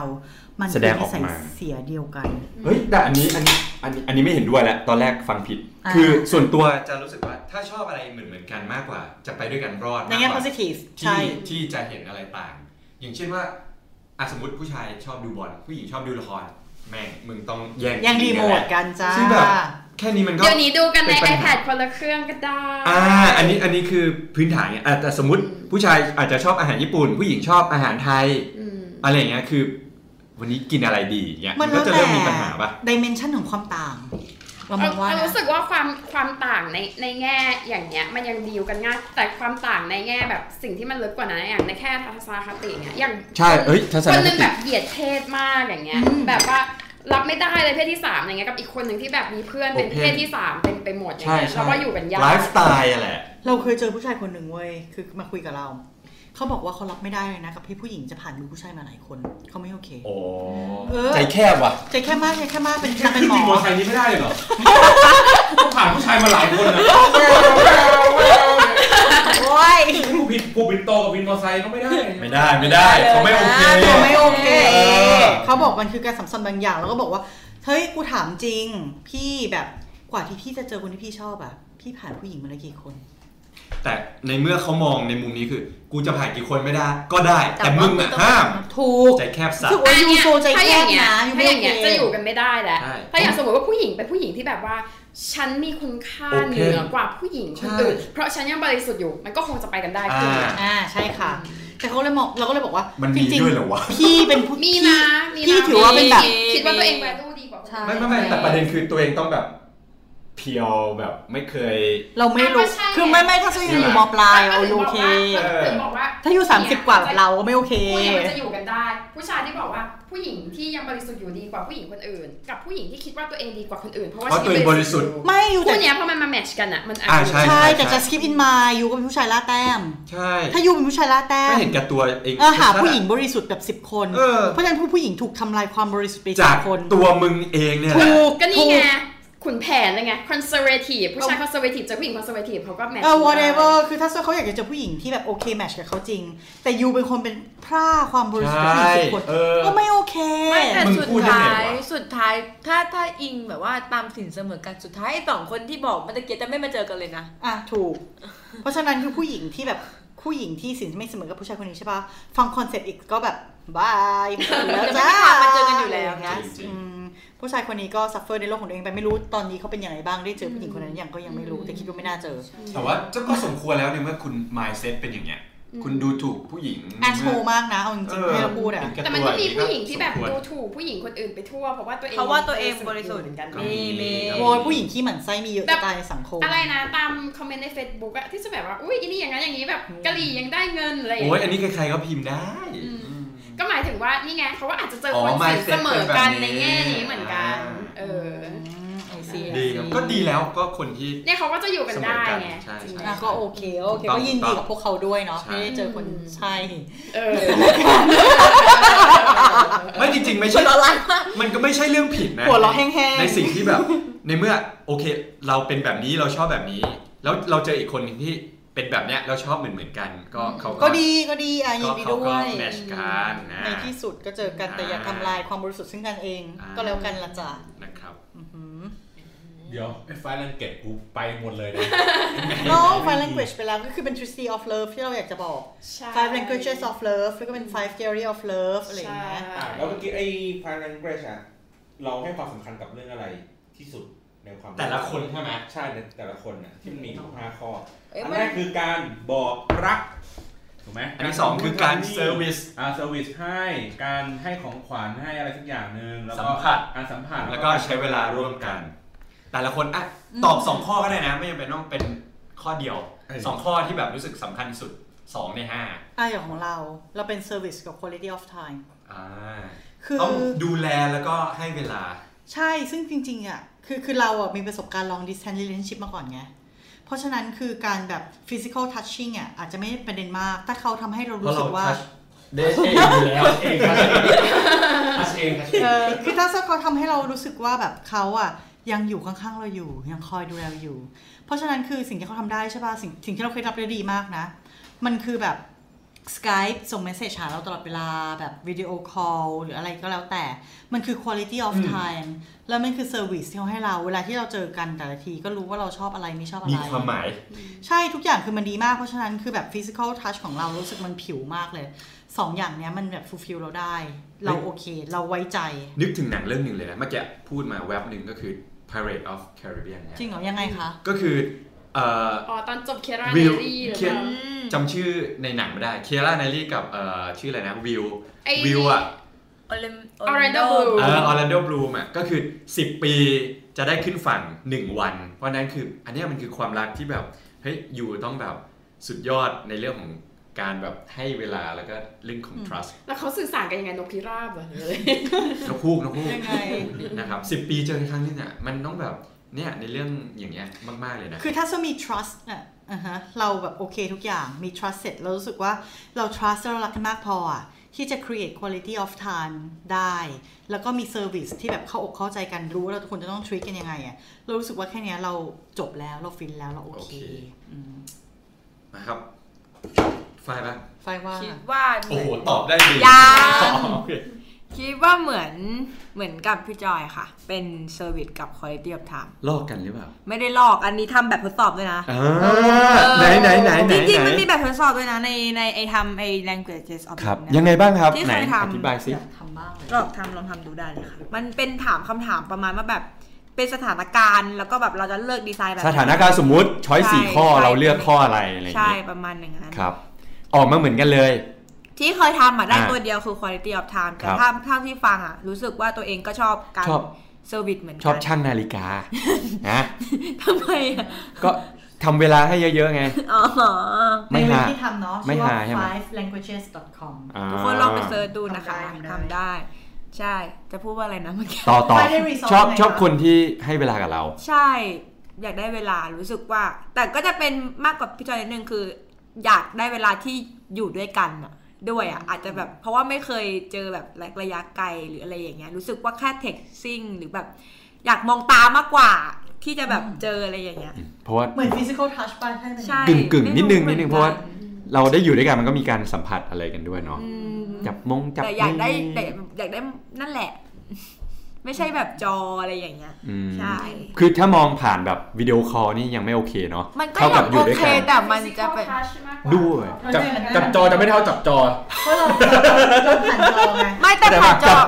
S3: มัน
S6: แสดงออก
S3: คืนิ
S6: มา
S3: สัยเสียเดียวกัน
S1: เฮ้ยแต่อันนี้อันนี้อันนี้อันนี้ไม่เห็นด้วยแหละตอนแรกฟังผิด
S3: อ่า
S1: คือส่วนตัวจะรู้สึกว่าถ้าชอบอะไรเหมือนเหมือนๆกันมากกว่า จะไปด้วยกันรอด
S3: ใน
S1: มากก
S3: แง่
S1: ว่า
S3: positive ใช่
S1: ที่ที่จะเห็นอะไรต่าง อย่างเช่นว่าอ่ะสมมติผู้ชายชอบดูบอลผู้หญิงชอบดูละคร แม่งมึงต้องแย่ง
S3: ยังรีโม
S1: กัน
S3: ท
S1: แหละ
S3: กันจ้า
S1: ซึ่งแบบ แค่นี้มันก็
S4: เดี๋ยวนี้ดูกันใน
S1: เป็นปัญหา
S4: iPad คนละเครื่องก็ได้
S1: อ่าอันนี้อันนี้คือพื้นฐานเนี่ยอ่ะแต่สมมติ
S4: อืม
S1: ผู้ชายอาจจะชอบอาหารญี่ปุ่น ผู้หญิงชอบอาหารไทย
S4: อืม
S1: อะไรอย่างเงี้ยคือ วันนี้กินอะไรดีอย่างเงี้ย
S3: มั
S1: มัน น
S3: แล้
S1: ก็
S3: ว
S1: จะ
S3: แต่
S1: เริ่มมีปัญหาป่ะ
S3: ดิเมนชันของความต่าง เรามองว่า
S4: เออ
S3: นะ
S4: รู้สึกว่าความความต่างในในแง่อย่างเงี้ยมันยังดีลกันง่ายแต่ความต่างในแง่แบบสิ่งที่มันลึกกว่านั้นอย่างในแค่ทัศนคติเนี้ยอย่าง
S6: ใช่เอ้ยทัศนคติ
S4: คนหนึงแบบเหยียดเพศมากอย่างเงี้ยแบบว่ารับไม่ได้เลยเพศที่สามอย่างเงี้ยกับอีกคนหนึ่งที่แบบมีเพื่อนเป็น
S1: โอเค
S4: เพศที่สามเป็นไปหมดอย่างเงี้ยแล้วก็อยู่กันยาก
S1: ไลฟ์สไตล์อะแหละ
S3: เราเคยเจอผู้ชายคนหนึ่งเว้ย คือมาคุยกับเรา เขาบอกว่าเขารับไม่ได้เลยนะกับที่ผู้หญิงจะผ่านมือผู้ชายมาหลายคน เขาไม่โอเค
S1: โอ้
S3: เออ
S6: ใจแคบว่ะ
S3: ใจแค่มากใจแค่มากเป็นนางเป็นหม
S7: ขี่มอเตอ
S3: อ
S7: ร์ไซค์นี้ไม่ได้เลยเหรอ ต้องผ่านผู้ชายมาหลายคนนะ
S5: โอ้ย
S7: ผู้ผิดผู้ผิดโตกับวินมอเตอร์ไซค์ก็ไม่ได้
S1: ไม่ได้ไม่ได้เขาไม่โอเค
S3: ตัวไม่โอเค
S1: เออ
S3: เขาบอกมันคือการสัมพันธ์บางอย่างแล้วก็บอกว่า เฮ้ย กูถามจริง พี่แบบกว่าที่พี่จะเจอคนที่พี่ชอบอะพี่ผ่านผู้หญิงมาแล้วกี่คน
S1: แต่ในเมื่อเขามองในมุมนี้คือ กูจะผ่านกี่คนไม่ได้ ก็ได้
S5: แต่
S1: แต่มึง
S5: ว่ามึง
S1: อะ
S5: ต้อง
S1: ห้าม
S3: ถูก
S1: ใจแคบสัต
S3: ถือ
S1: ว์
S3: ว่ายู
S4: เนี้
S3: โซใจ
S4: ถ้า
S3: แค
S4: อย่า
S3: บ
S4: งเงี้ย
S3: นะยู
S4: ถ้า
S3: ไม่
S4: อ
S3: โอย่าง เค
S4: เงี้ยจะอยู่กันไม่ได้แหละ
S1: ใช่
S4: ถ้าอย่างสมมติว่าผู้หญิงเป็นผู้หญิงที่แบบว่า ฉันมีคุณค่า
S1: โอ
S4: เห
S1: เค
S4: นือกว่าผู้หญิงคนอื่น
S1: ใช่
S4: เพราะฉันยังบริสุทธิ์อยู่มันก็คงจะไปกันได้คือ
S3: อ่าใช่ค่ะ แต่เขาเลยมองเราก็เลยบอกว่า
S1: มันมี
S3: จริง
S1: ด้วยเหรอวะ
S3: ๆพี่เป็นผู้
S4: มี
S3: พี่
S4: นะมีนะ
S3: พี่ถือว่าเป็นแบบ
S5: มี
S4: คิดว่าตัวเองแวลูดีกว่าคน
S5: ใช่
S4: อื่น
S1: ไม่ไม่ไม่แต่ประเด็นคือตัวเองต้องแบบ เพียวแบบไม่เคย
S3: เราไม่รู้
S4: อ่ะก็ใช่
S3: คือไม่ไม่ถ้าฉันอยู่มปลายเราโอเค
S4: ถึงบอกว่า
S3: ถ้าอยู่ 30 กว่าแบบเราก็ไม่โอเค
S4: ผู้หญิงมันจะอยู่กันได้ ผู้ชายที่บอกว่าผู้หญิงที่ยังบริสุทธิ์อยู่ดีกว่าผู้หญิงคนอื่น กับผู้หญิงที่คิดว่าตัวเองดีกว่าคนอื่น เพราะว่า
S1: เพราะตัวเองบริสุทธิ์
S3: ไม่อยู่
S4: คู่
S3: แต่
S4: เนี้ยพอมันมาแมทช์กันอ่ะมัน
S1: อ่า
S4: ะ
S1: ใช่
S3: ใช่แต่
S1: ใช่
S3: จะ skip in my ยูก็เป็นผู้ชายล่าแต้ม
S1: ใช่
S3: ถ้ายูเป็นผู้ชายล่าแต้
S1: ก็
S3: ม
S1: เห็นแกับตัวเอง
S3: เออหาผู้หญิงบริสุทธิ์แบบสิบ10 คน
S1: เออ
S3: เพราะฉะนั้นผู้ผู้หญิงถูกทำลายความบริสุทธิ์ไปสิ
S1: จา
S3: บ
S1: ก
S3: คน
S1: ตัวมึงเองเนี่ยแหละ
S3: ถูก
S4: ก็นี่
S3: ถู
S4: ไง
S3: ก
S4: ขุนแผนเลยไง conservative ผู้ชาย
S3: เอา
S4: conservative เจอผู้หญิง conservative เขาก็แมทช์
S3: เออ
S4: กัน
S3: whatever คือถ้าเขาอยากจะเจอผู้หญิงที่แบบโอเคแมทช์กับเขาจริง แต่ยูเป็นคนเป็นพร่าความบริสุทธิ์ไป
S1: ใช่
S3: สิบคน
S1: เออ
S3: ก็ไม่โอเค
S5: ไม่แต่
S1: มึง
S5: สุด
S1: พูดได้
S5: ท้า
S1: ไง
S5: ยว
S1: ะ
S5: สุดท้ายถ้าถ้าอิงแบบว่าตามสินเสมอกันสุดท้ายไอ้สองคนที่บอกเมันตะเกียจะไม่มาเจอกันเลยนะ
S3: อ่ะถูก เพราะฉะนั้นคือผู้หญิงที่แบบผู้หญิงที่สินไม่เสมอกับผู้ชายคนนี้ใช่ปะฟังคอนเซ็ปต์อีกก็แบบบายหมดแล้วจ้า
S5: จะไม่ได้พามาเจอกันอยู่แล้วนะ
S1: จริงๆ
S3: อืมผู้ชายคนนี้ก็ซัฟเฟอร์ในโลกของตัวเองไปไม่รู้ตอนนี้เขาเป็นอย่างไรบ้างได้เจอผู้หญิงคนนั้นยังก็ยังไม่รู้แต่คิดว่าไม่น่าเจอ
S1: แต่ว่าเจ้าก็สมควรแล้วในเมื่อคุณ mindset เป็นอย่างเงี้ย คุณดูถูกผู้หญิง
S3: แอชโชมากนะเอาจ
S1: เอ
S3: ริง
S1: อ
S3: ๆให้เราพูดอ่ะ
S4: แต่มันก็มีผู้หญิงที่แบบ
S1: สมควร
S4: ดูถูกผู้หญิงคนอื่นไปทั่ว เพราะว่าตัวเอง
S5: เพราะว่าตัวเองบริสุทธิ์
S4: เหมือนกัน
S1: ก็
S5: มีมี
S3: โอ้ยผู้หญิงขี้หมั่นไส้มีเยอะจะตายในสังคม
S4: อะไรนะ ตามคอมเมนต์ใน Facebook อะที่จะแบบว่า อุ้ยอีนี่อย่างนั้นอย่างนี้แบบกะหรี่ยังได้เงินอะไรอย่าง
S1: โอ้ย
S4: เงี้ย
S1: อันนี้ใครๆก็พิมพ์ได้
S4: อืม ก็หมายถึงว่านี่ไงเขาก็อาจจะเจออ
S1: อ
S4: คนสี
S1: mindset
S4: เสมอกัน
S1: เป็นแบบนี้
S4: ในแง่นี้เหมือนกัน
S1: อ่า
S4: เออ
S3: ไอซี
S1: ดีครับก็ดีแล้วก็คนที่
S4: เนี่ยเขาก็จะอยู่กันได้ไง
S1: เสมอกันใช่
S4: จริง
S1: ใช่
S4: ไหม
S3: อ่ะก็โอเคโอเคก็ยินดีกับพวกเขาด้วยเนาะ
S1: ใช่
S3: ไม่ได้เจอคนใช่
S4: เออ
S1: ไม่จริงๆ ไม่
S5: ค
S1: ใช่
S5: นออนไลน์มาก
S1: มันก็ไม่ใช่เรื่องผิดนะ
S3: หัวเราะแห้งๆ
S1: ในสิ่งที่แบบ ในเมื่อโอเค เราเป็นแบบนี้เราชอบแบบนี้ แล้วเราเจออีกคนหนึ่งที่เป็นแบบเนี้ยเราชอบเหมือนเหมือนๆกัน ก็เขา
S3: ก็ดีก็ดีอ่ะยินดี
S1: ก็เขา
S3: ด้
S1: ก็
S3: วย
S1: แมทช์กันนะ
S3: ในที่สุดก็เจอกันแต่อย่าทำลายความบริสุทธิ์ซึ่งกันเอง
S1: อ่า
S3: ก็แล้วกันละจ้ะ
S1: นะครับ
S3: อื้อหือ
S7: เดี๋ยวไอ้ไฟล์รังเก็ตกูไปหมดเลยนะ
S3: น้อง five language ไปแล้วก็คือเป็น three of love ที่เราอยากจะบอก five languages of love แล้วก็เป็น five theory of love อะไรอย่างเงี้ย
S7: อ่ะแล้วเมื่อกี้ไอ้พารันเกรชอะเราให้ความสำคัญกับเรื่องอะไรที่สุดในความ
S1: แต่ละคนใช่ไหม
S7: ใช่ในแต่ละคนนะที่มันมีอยู่ห้าข้อ
S5: เอ้ย
S7: อัน
S5: มัน
S7: แรกคือการบอกรักถูกไหม
S1: อันที่สองคือการเซอร์วิส
S7: อ่าเซอร์วิสให้การให้ของขวัญให้อะไรสักอย่างหนึ่งแล้วก็
S1: สัมผัส
S7: การสัมผัส
S1: แล้วก็ใช้เวลาร่วมกัน แต่ละคนอ่ะตอบสองข้อก็ได้นะ ไม่จำเป็นต้องเป็นข้อเดียวสองข้อที่แบบรู้สึกสำคัญที่สุดสองในห้า
S3: อ่ะอย่างของเราเราเป็น service กับ quality of time
S1: อ่า
S3: คือ
S1: ต้องดูแลแล้วก็ให้เวลา
S3: ใช่ ซึ่งจริงๆอ่ะ คือคือเราอ่ะมีประสบการณ์ long distance relationship มาก่อนไง เพราะฉะนั้นคือการแบบ physical touching อ่ะอาจจะไม่ได้ประเด็นมาก แต่เขาทำให้เรา
S1: เพ
S3: รู้
S1: ราะ
S3: สึ
S1: เรา
S3: กว่า
S1: ทัชเดทเองอยู่แล้ว
S7: เองทัชเองทัชเอง
S3: เออคือถ้าเขาทำให้เรารู้สึกว่าแบบเขาอ่ะยังอยู่ข้างๆเราอยู่ ยังคอยดูแลเราอยู่ เพราะฉะนั้นคือสิ่งที่เขาทำได้ใช่ป่ะ สิ่งสิ่งที่เราเคยรับได้ดีมากนะ มันคือแบบ Skype ส่งเมสเซจหาเราตลอดเวลาแบบวิดีโอคอลหรืออะไรก็แล้วแต่ มันคือ quality of
S1: อืม
S3: time แล้วมันคือ service ที่เขาให้เรา เวลาที่เราเจอกันแต่ละทีก็รู้ว่าเราชอบอะไรไม่ชอบอะไร
S1: มีความหมาย
S3: ใช่ทุกอย่างคือมันดีมาก เพราะฉะนั้นคือแบบ physical touch ของเรารู้สึกมันผิวมากเลยสองอย่างเนี้ยมันแบบ fulfill เราได้ เราโอเค เราไว้ใจ
S1: นึกถึงหนังเรื่องหนึ่งเลยนะเมื่อกี้พูดมาแว็บหนึ่งก็คือ Pirate of Caribbean นะ
S3: จริงเหรอ ยังไงคะ
S1: ก็คือเอ่อ
S4: อ๋อตอนจบเครา
S1: วิ
S4: เน
S1: ว
S4: ลี่หรือ
S1: เคีย
S4: เปล่า
S1: จำชื่อในหนังไม่ได้เคียร่าไนลี่กับเอ่อชื่ออะไรนะวิว
S4: ไอ้
S1: วิวอ่ะ
S5: ออเรน
S4: Orlando Bloom
S1: เออออร์แลนโดบลูมอ่ะก็คือ 10 ปีจะได้ขึ้นฝั่ง 1 วัน เพราะฉะนั้นคือ อันเนี้ยมันคือความรักที่แบบ เฮ้ย อยู่ต้องแบบสุดยอดในเรื่องของการแบบให้เวลาแล้วก็เรื่องของ trust
S4: แล้วเขาสื่อสารกันยังไงนกพิราบเหรอหรืออะไร
S1: นกพูกนกพูก
S3: ยังไง
S1: นะครับสิปีเจอกันครั้งนึงอ่ะมันต้องแบบเนี่ยในเรื่องอย่างเงี้ยมากๆเลยนะ
S3: คือถ้าสมมี trust อ่ะอ่าฮะเราแบบโอเคทุกอย่างมี trust เสร็จเรารู้สึกว่าเรา trust แล้วเรารักกันมากพออ่ะที่จะ create quality of time ได้ แล้วก็มี service ที่แบบเข้าอกเข้าใจกันรู้ว่าเราทุกคนจะต้อง treat กันยังไงอ่ะเรารู้สึกว่าแค่เนี้ยเราจบแล้วเราฟินแล้วเราโอ
S1: โอ
S3: เค
S1: เค
S3: อืม
S1: มาครับไฟล์ปะ
S3: ไฟว่า
S5: คิดว่าเห
S1: โอ้
S5: มื
S1: โห
S5: อน
S1: ตอบได้ดี
S5: ยัง
S1: อ๋อโอเค
S5: คิดว่าเหมือนเหมือนกับพี่จอยค่ะ เป็นเซอร์วิสกับ quality of time
S1: ลอกกันหรือเปล่า
S5: ไม่ได้ลอกอันนี้ทำแบบทดสอบด้วยนะ
S1: อ่า
S5: เออ
S1: ไหนไหนไหนไหน
S5: จริงๆ มัน
S1: ไห
S5: มีแบบทดสอบด้วยนะ ในในไอทำไอ languages of
S1: ครับ
S5: Love เนี่
S1: ยั
S5: ย
S1: งไงบ้างครับ
S5: ที่
S1: ไหน
S5: เคยทำ
S1: อธิบายสิ
S3: อยากทำบ้างเลย
S5: ลองทำลองทำดูได้เลยค่ะ มันเป็นถามคำถามประมาณว่าแบบเป็นสถานการณ์ แล้วก็แบบเราจะเลือกดีไซน์แบบ
S1: สถานการณ์สมมุติช้อย
S5: ใช่
S1: สี่ข้อ
S5: ใช่
S1: เราเลือกข้ออะไรอะไรอย่าง
S5: ใช่
S1: เงี้ย
S5: ประมาณหนึ่งอัน
S1: ครับ ออกมาเหมือนกันเลย
S5: ที่เคยทำอ่ะได้
S1: อ่า
S5: ตัวเดียวคือ quality of time แต่
S1: ครับ
S5: ถ้าถ้าที่ฟังอ่ะ รู้สึกว่าตัวเองก็ชอบการ
S1: ชอบ
S5: เซอร์วิสเหมือนกัน
S1: ชอบช่างนาฬิกา นะ
S5: ทำไมอ่ะ
S1: ก็ทำเวลาให้เยอะ ๆ ไง
S5: อ๋อ
S1: ไม่หา
S3: ที่ทำเนาะ
S1: ไม่
S3: ชื่อว่า
S1: หาใช่ไหม
S3: five languages dot com
S5: ทุกคนลองไปเซิร์ชดูนะคะ
S3: ทำได้
S5: ทำได้ ใช่ จะพูดว่าอะไรนะเมื่อกี้
S1: ต่อต่อ
S3: ไม่ได้ resolve
S1: ชอบ
S3: ไงคะ
S1: ชอบคนที่ให้เวลากับเรา
S5: ใช่ อยากได้เวลารู้สึกว่า แต่ก็จะเป็นมากกว่าพี่จอยนิดนึงคือ อยากได้เวลาที่อยู่ด้วยกันอะด้วยอะอาจจะแบบ เพราะว่าไม่เคยเจอแบบระยะไกลหรืออะไรอย่างเงี้ยรู้สึกว่าแค่เท็กซิ่งหรือแบบ อยากมองตามากกว่า ที่จะแบบเจออะไรอย่างเงี้ย
S1: เพราะว่า
S3: เหมือน physical touch ป่ะใช่ไหม
S5: ใช่
S1: กึ่งๆนิดนึงนิดนึงเพราะว่า
S5: ไม่หมือนกัน
S1: เราได้อยู่ด้วยกันมันก็มีการสัมผัสอะไรกันด้วยเนาะ
S5: อืม
S1: จับมงจับ
S5: แต่อยากได้
S1: มื
S5: แต่อยากได้นั่นแหละ ไม่ใช่แบบจออะไรอย่างเงี้ย
S1: อืม
S5: ใช่
S1: คือถ้ามองผ่านแบบวิดีโอคอลนี่ยังไม่โอเคเนาะ
S5: มันก็
S1: เท่า
S5: ยั
S1: กับอ
S5: งโอยู่
S1: ด้วย
S5: เค
S1: กัน
S5: แต่มันจะเป็น
S4: Physical touch มากกา
S1: ด้วย
S7: จับจับจอจะไม่เท่าจับจอ
S3: เพราะเราเราผ่านจอไง
S5: ไม่แต่
S7: แต่แบ
S5: ผ่าน
S7: บ
S5: จ
S7: จั
S5: อ
S7: บ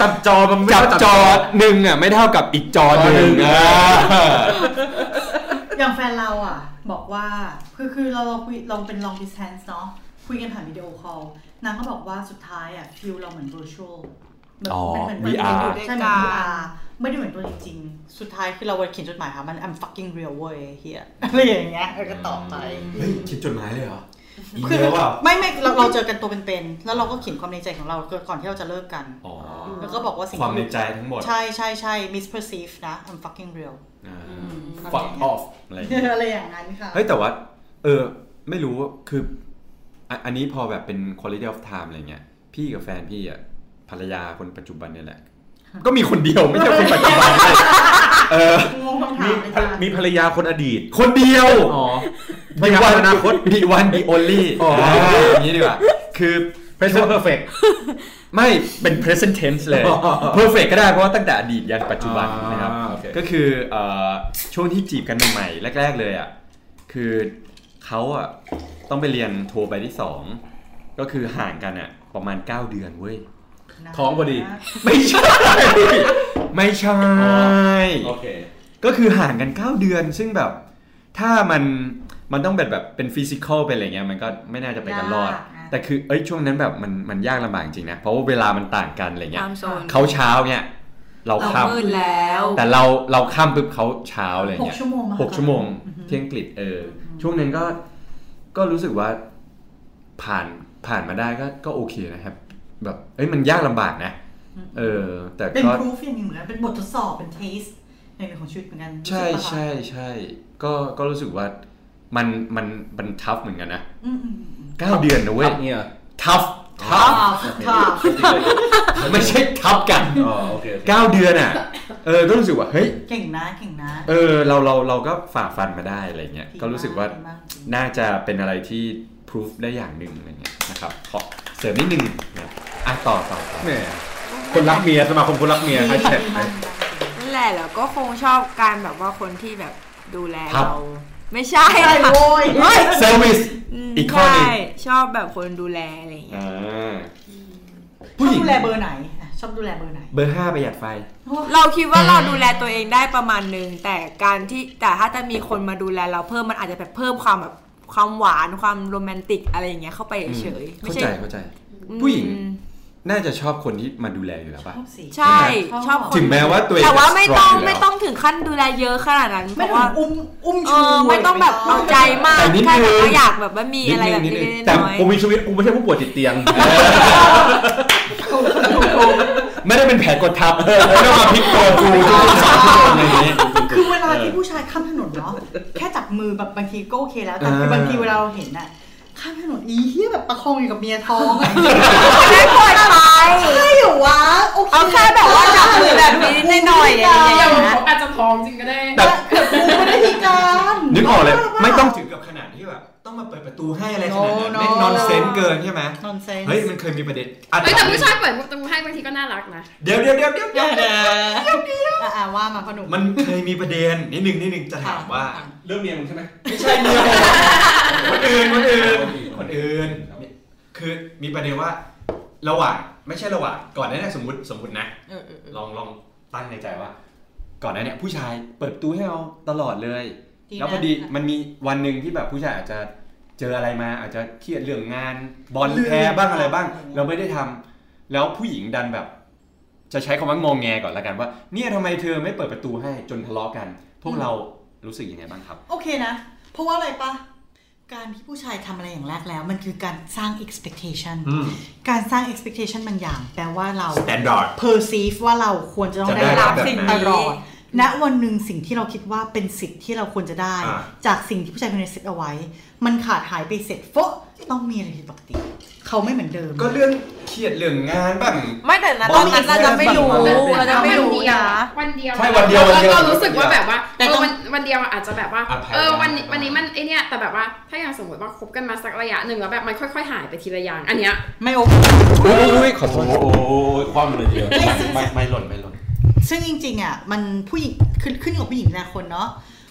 S7: จับจอมันไม่
S1: จับ
S7: เท่า
S1: จอหนึ่งอ่ะไม่เท่ากับอีกจอหนึ่งอ่ะ
S3: อย่างแฟนเราอ่ะ บอกว่า คือคือเราเราคุยเราเป็น long distance เนาะ คุยกันผ่านวิดีโอคอลนางก็บอกว่าสุดท้ายอ่ะฟิลเราเหมือน virtual เหมือน
S1: อ๋อ
S3: เหมือนเหมือน
S1: VR
S3: ใช่เหมือน VR ไม่ได้เหมือนตัวจริงๆสุดท้ายคือเราเขียนจดหมายค่ะมัน I'm fucking real เว้ยเฮียอะไรอย่างเงี้ยแล้วก็ตอบไป
S8: เฮ้ยเขียนจดหมายเลยเหรออี
S3: คื
S8: เมลเปล่า
S3: ไม่ไม่เราเราเจอกันตัวเป็นๆแล้วเราก็เขียนความในใจของเราก่อนที่เราจะเลิกกัน
S1: อ๋อ
S3: แล้วก็บอกว่าสิ่ง
S8: ความใน
S3: ที่
S8: ใจทั้งหมด
S3: ใช่ใช่ใช่ misperceive นะ I'm fucking real
S1: อ่า
S3: ฟั
S1: fuck off อะไรอย่างเงี้ย
S3: อะไรอย่างนั้นค่ะ
S1: เฮ้ย แต่ว่า เออ ไม่รู้ว่าคืออ่ะอันนี้พอแบบเป็น quality of time อะไรเงี้ย พี่กับแฟนพี่อ่ะ ภรรยาคนปัจจุบันเนี่ยแหละ ก็มีคนเดียวไม่ใช่คนปัจจุบันเลยเออ
S3: งงคำถามเลยจ้ะ
S2: มีภรรยาคนอดีต
S1: คนเดียว
S8: อ๋อ
S1: The
S2: ไม่
S1: one
S2: นับอนาคต
S1: The one the only
S8: อ๋ออ่
S1: าอย่างนี้ดีกว่า คือ
S2: present perfect
S1: ไม่เป็น present tense เลย perfect ก็ได้เพราะว่าตั้งแต่อดีตยันปัจจุบันนะครับ
S8: อ่าโอเค
S1: ก็คือเอ่อช่วงที่จีบกันใหม่ๆแรก ๆ เลยอ่ะคือเขาอ่ะต้องไปเรียนโทรไปที่สองก็คือห่างกันอ่ะประมาณ 9 เดือนเว้ย
S8: ท้องพอดี
S1: ไม่ใช่ ไม่ใช่
S2: โอเค
S1: ก็คือห่างกัน 9 เดือน ซึ่งแบบถ้ามันมันต้องแบบแบบเป็นฟิสิกอลเป็นอะไรเงี้ยมันก็ไม่น่าจะไปกันรอด
S3: ยากนะ
S1: แต่คือเอ้ยช่วงนั้นแบบมันมันยากลำบากจริงนะ เพราะว่าเวลามันต่างกันอะไรเงี้ย
S5: ตามโซน
S1: เขาเช้าเนี่ยเรา
S5: เรา
S1: ค่
S5: มืดแล้ว
S1: ำแต่เราเราค่ำปุ๊บเขาเช้าอะไร
S3: หก
S1: เงี้ย
S3: ชั่วโมงอะ
S1: หกชั่วโมง
S3: อือฮึ
S1: เที่ยงกฤษเอออช่วงนั้นก็ก็รู้สึกว่าผ่านผ่านมาได้ก็ก็โอเคนะครับ แบบเอ้ยมันยากลำบากนะ เออ แต่
S3: เป็น
S1: ก็
S3: พรูฟอย่างหนึ่งเหมือนกันเป็นบททดสอบเป็นเทสอย่างหนึ่งของชีวิตเหมือนกัน
S1: ใช่
S3: รู้สึกปะคะ
S1: ใช่ใช่ก็ก็รู้สึกว่ามันมันมันทัฟเหมือนกันนะ
S3: อืมอืมอืม
S1: เก้าเดือนนะเว้ย
S2: เนี่ย
S1: ทัฟ
S3: อ่า
S1: ทัฟ
S3: ค่ะ
S1: ไม่ใช่ทัฟกัน
S2: อ๋อโอเคโอเค
S1: เก้าเดือนอ่ะเออก็รู้สึกว่าเฮ้ย
S3: เก่งนะเก่งนะ
S1: เออเราเราเราก็ฝ่าฟันมาได้อะไรเงี้ย
S3: ดี
S1: ก็รู้สึกว่า
S3: ดีมจริง
S1: น่าจะเป็นอะไรที่พิสูจได้อย่างหนึ่งอะไรเงี้ยนะครับขอเสริมนิดนึงนะอ่ะต่อต่อต่อ
S2: แหมคนรักเมียสมาคมคนรักเมีย
S3: ดี
S2: ใช่
S3: มาก
S2: ใช่
S3: ดีมากจริง
S5: นั่นแหละแล้วก็คงชอบการแบบว่าคนที่แบบดูแล
S1: ทัฟ
S5: เรา ไม่ใช่
S3: ไม่ใช่
S5: ค่ะ
S3: โว้ย
S5: เฮ้ย
S1: เซอร์วิส
S5: ม
S1: อีกข้อหนึ่ง
S5: ใช่ชอบแบบคนดูแลอะไรอย่างเงี้ย
S1: อ่า
S3: ช
S1: ผู้
S3: อบ
S1: หญิง
S3: ดูแลเบอร์ไหนอ่ะชอบดูแลเบอร์ไหน
S1: เบอร์ห้าประหยัดไฟ
S5: เราคิดว่าเราดูแลตัวเองได้ประมาณหนึ่งแต่การที่แต่ถ้าจะมีคนมาดูแลเราเพิ่มมันอาจจะแบบเพิ่มความแบบความหวานความโรแมนติกอะไรอย่างเงี้ยเข้าไปเฉยๆไม่
S1: เข้า
S5: ช่
S1: ใจเข้าใจ
S5: อืม
S1: ผู้หญิง น่าจะชอบคนที่มาดูแลอยู่แล้วป่ะ
S3: ชอบสี
S5: ใช่ชอบคน
S1: ถึงแม้ว่าตัวเอง
S5: แต่ว่าไม่ต้อง
S1: จะ strong ยู่แล้ว
S5: ไม่ต้องถึงขั้นดูแลเยอะขนาดนั้นเพ
S3: ไม่ต้อ
S5: ราะว่า
S3: งอุ้มอุ้ม
S5: เอ
S3: ชู
S5: อไม่ต้องแบบเอาใจมาก
S1: แต่นิดนึง
S5: แค่แบบว่าอยากแบบว่ามีอะไรแบบ
S1: นิดนึ
S5: นี้
S1: งนิดนึง
S5: ๆ
S2: แต่
S5: น้อย
S2: กูมีชีวิตกูไม่ใช่ผู้ป่วยติดเตียง
S1: ไม่ได้เป็นแผลกดทับ ไม่ต้องมาพลิกตัวกูทุกคนสองคนอะไรอย่างนี้
S3: คือเวลาที่ผู้ชายข้ามถนนเนาะแค่จับมือแบบบางทีก็โอเคแล้วแต่คือ
S1: เออ
S3: บางทีเวลาเราเห็นอะข้ามถนนอีเหี้ยแบบประคองอยู่กับเมียท้องอะ
S5: ๆไม่ปวดไป
S3: ใช่เหรอวะโอเค
S5: เอาแค่แบบว่าจับมือแบบนี้นิดหน่อยอะไรอย่าง
S4: เดี๋ยว
S5: เงี้ย
S4: อาจจะท้องจริงก็ได้
S1: แต่
S3: กูไม่ได้มีการ
S1: นึกออกเลย ไม่ต้องถึ
S8: ถึ
S1: ง
S8: งกับขนาดที่แบบต้องมาเปิดประตูให้อะไรขนาดนั้นไม่
S1: no
S8: นอนเซนเกินใช่ไหม
S3: นอนเซน
S8: เฮ้ยมันเคยมีประเด็นอ่ะ
S4: เฮ้ยแต่ผู้ชายเปิดประตูให้บางทีก็น่ารักนะ
S8: เดี๋ยวเดี๋ยวเดี๋ยวเดี๋ยวเดี๋ยวเดี๋ยว
S3: อ่าว่ามาพอหนุ่ม
S8: มันเคยมีประเด็นนิดนึงนิดนึงจะถามว่า
S2: เรื่องเมียมึงใช่ไหม
S8: ไม่ใช่เมียผมคนอื่นคนอื่นคนอื่นคือมีประเด็นว่า ระหว่างไม่ใช่ระหว่างก่อนหน้านี้สมมติสมมตินะ
S3: เออเออเออ
S8: ลองลองตั้งในใจว่า ก่อนหน้าเนี้ผู้ชายเปิดประตูให้เราตลอดเลย
S3: นะ
S1: แล้วพอดีมันมีวันหนึ่งที่แบบผู้ชายอาจจะเจออะไรมาอาจจะเครียดเรื่องงานบอลแพ้บ้างอะไรบ้าง เราไม่ได้ทำแล้วผู้หญิงดันแบบ จะใช้คำว่างงแงก่อนละกันว่า เนี่ยทำไมเธอไม่เปิดประตูให้จนทะเลาะกัน พวกเรารู้สึกยังไงบ้างครับ
S3: โอเคนะ เพราะว่าอะไรปะการที่ผู้ชายทำอะไรอย่างแรกแล้ว มันคือการสร้าง expectation
S8: อืม
S3: การสร้าง expectation บางอย่าง แปลว่าเรา
S8: standard
S3: perceive ว่าเราควรจะต้อง
S8: จะได้
S3: ได้
S8: รั
S3: รั
S8: บบ แบบ
S3: สิ่ง
S8: ไหน
S3: ตลอดณวันหนึ่งสิ่งที่เราคิดว่าเป็นสิทธิ์ที่เราควรจะได้
S8: อ่า
S3: จากสิ่งที่ผู้ชายคนนี้เซตเอาไว้ มันขาดหายไปเสร็จโฟะต้องมีอะไรผิดปกติ เขาไม่เหมือนเดิม
S8: ก็เรื่องเครียดเรื่องงานบ้าง
S5: ไม่แต่นะตอนนั้นเราจะไม่รู้เราจะไม่รู้นะ
S4: วันเดียว
S8: ใช่วันเดียววันเดียว
S4: เรารู้สึกว่าแบบว่า
S3: แต่
S4: เอ
S3: ต้
S4: อ
S3: อง
S4: วันวันเดียวอาจจะแบบว่า
S8: อภัย
S4: เออวัน
S8: ได้
S4: วันนี้มันไอเนี้ยแต่แบบว่าถ้าอย่างสมมติว่าคบกันมาสักระยะหนึ่งแล้วแบบมันค่อย ๆ หายไปทีละอย่างอันเนี้ย
S3: ไม่โอเค
S1: อุ้ยขอโท
S2: โอ้
S1: ษ
S2: ยความเลยทีเดียว
S3: ไม่
S2: ไม่ไม่หล่นไม่หล่น
S3: ซึ่งจริงๆอ่ะมันผู้หญิงขึ้นขึ้นอยู่กับผู้หญิงแต่ละคนเนาะ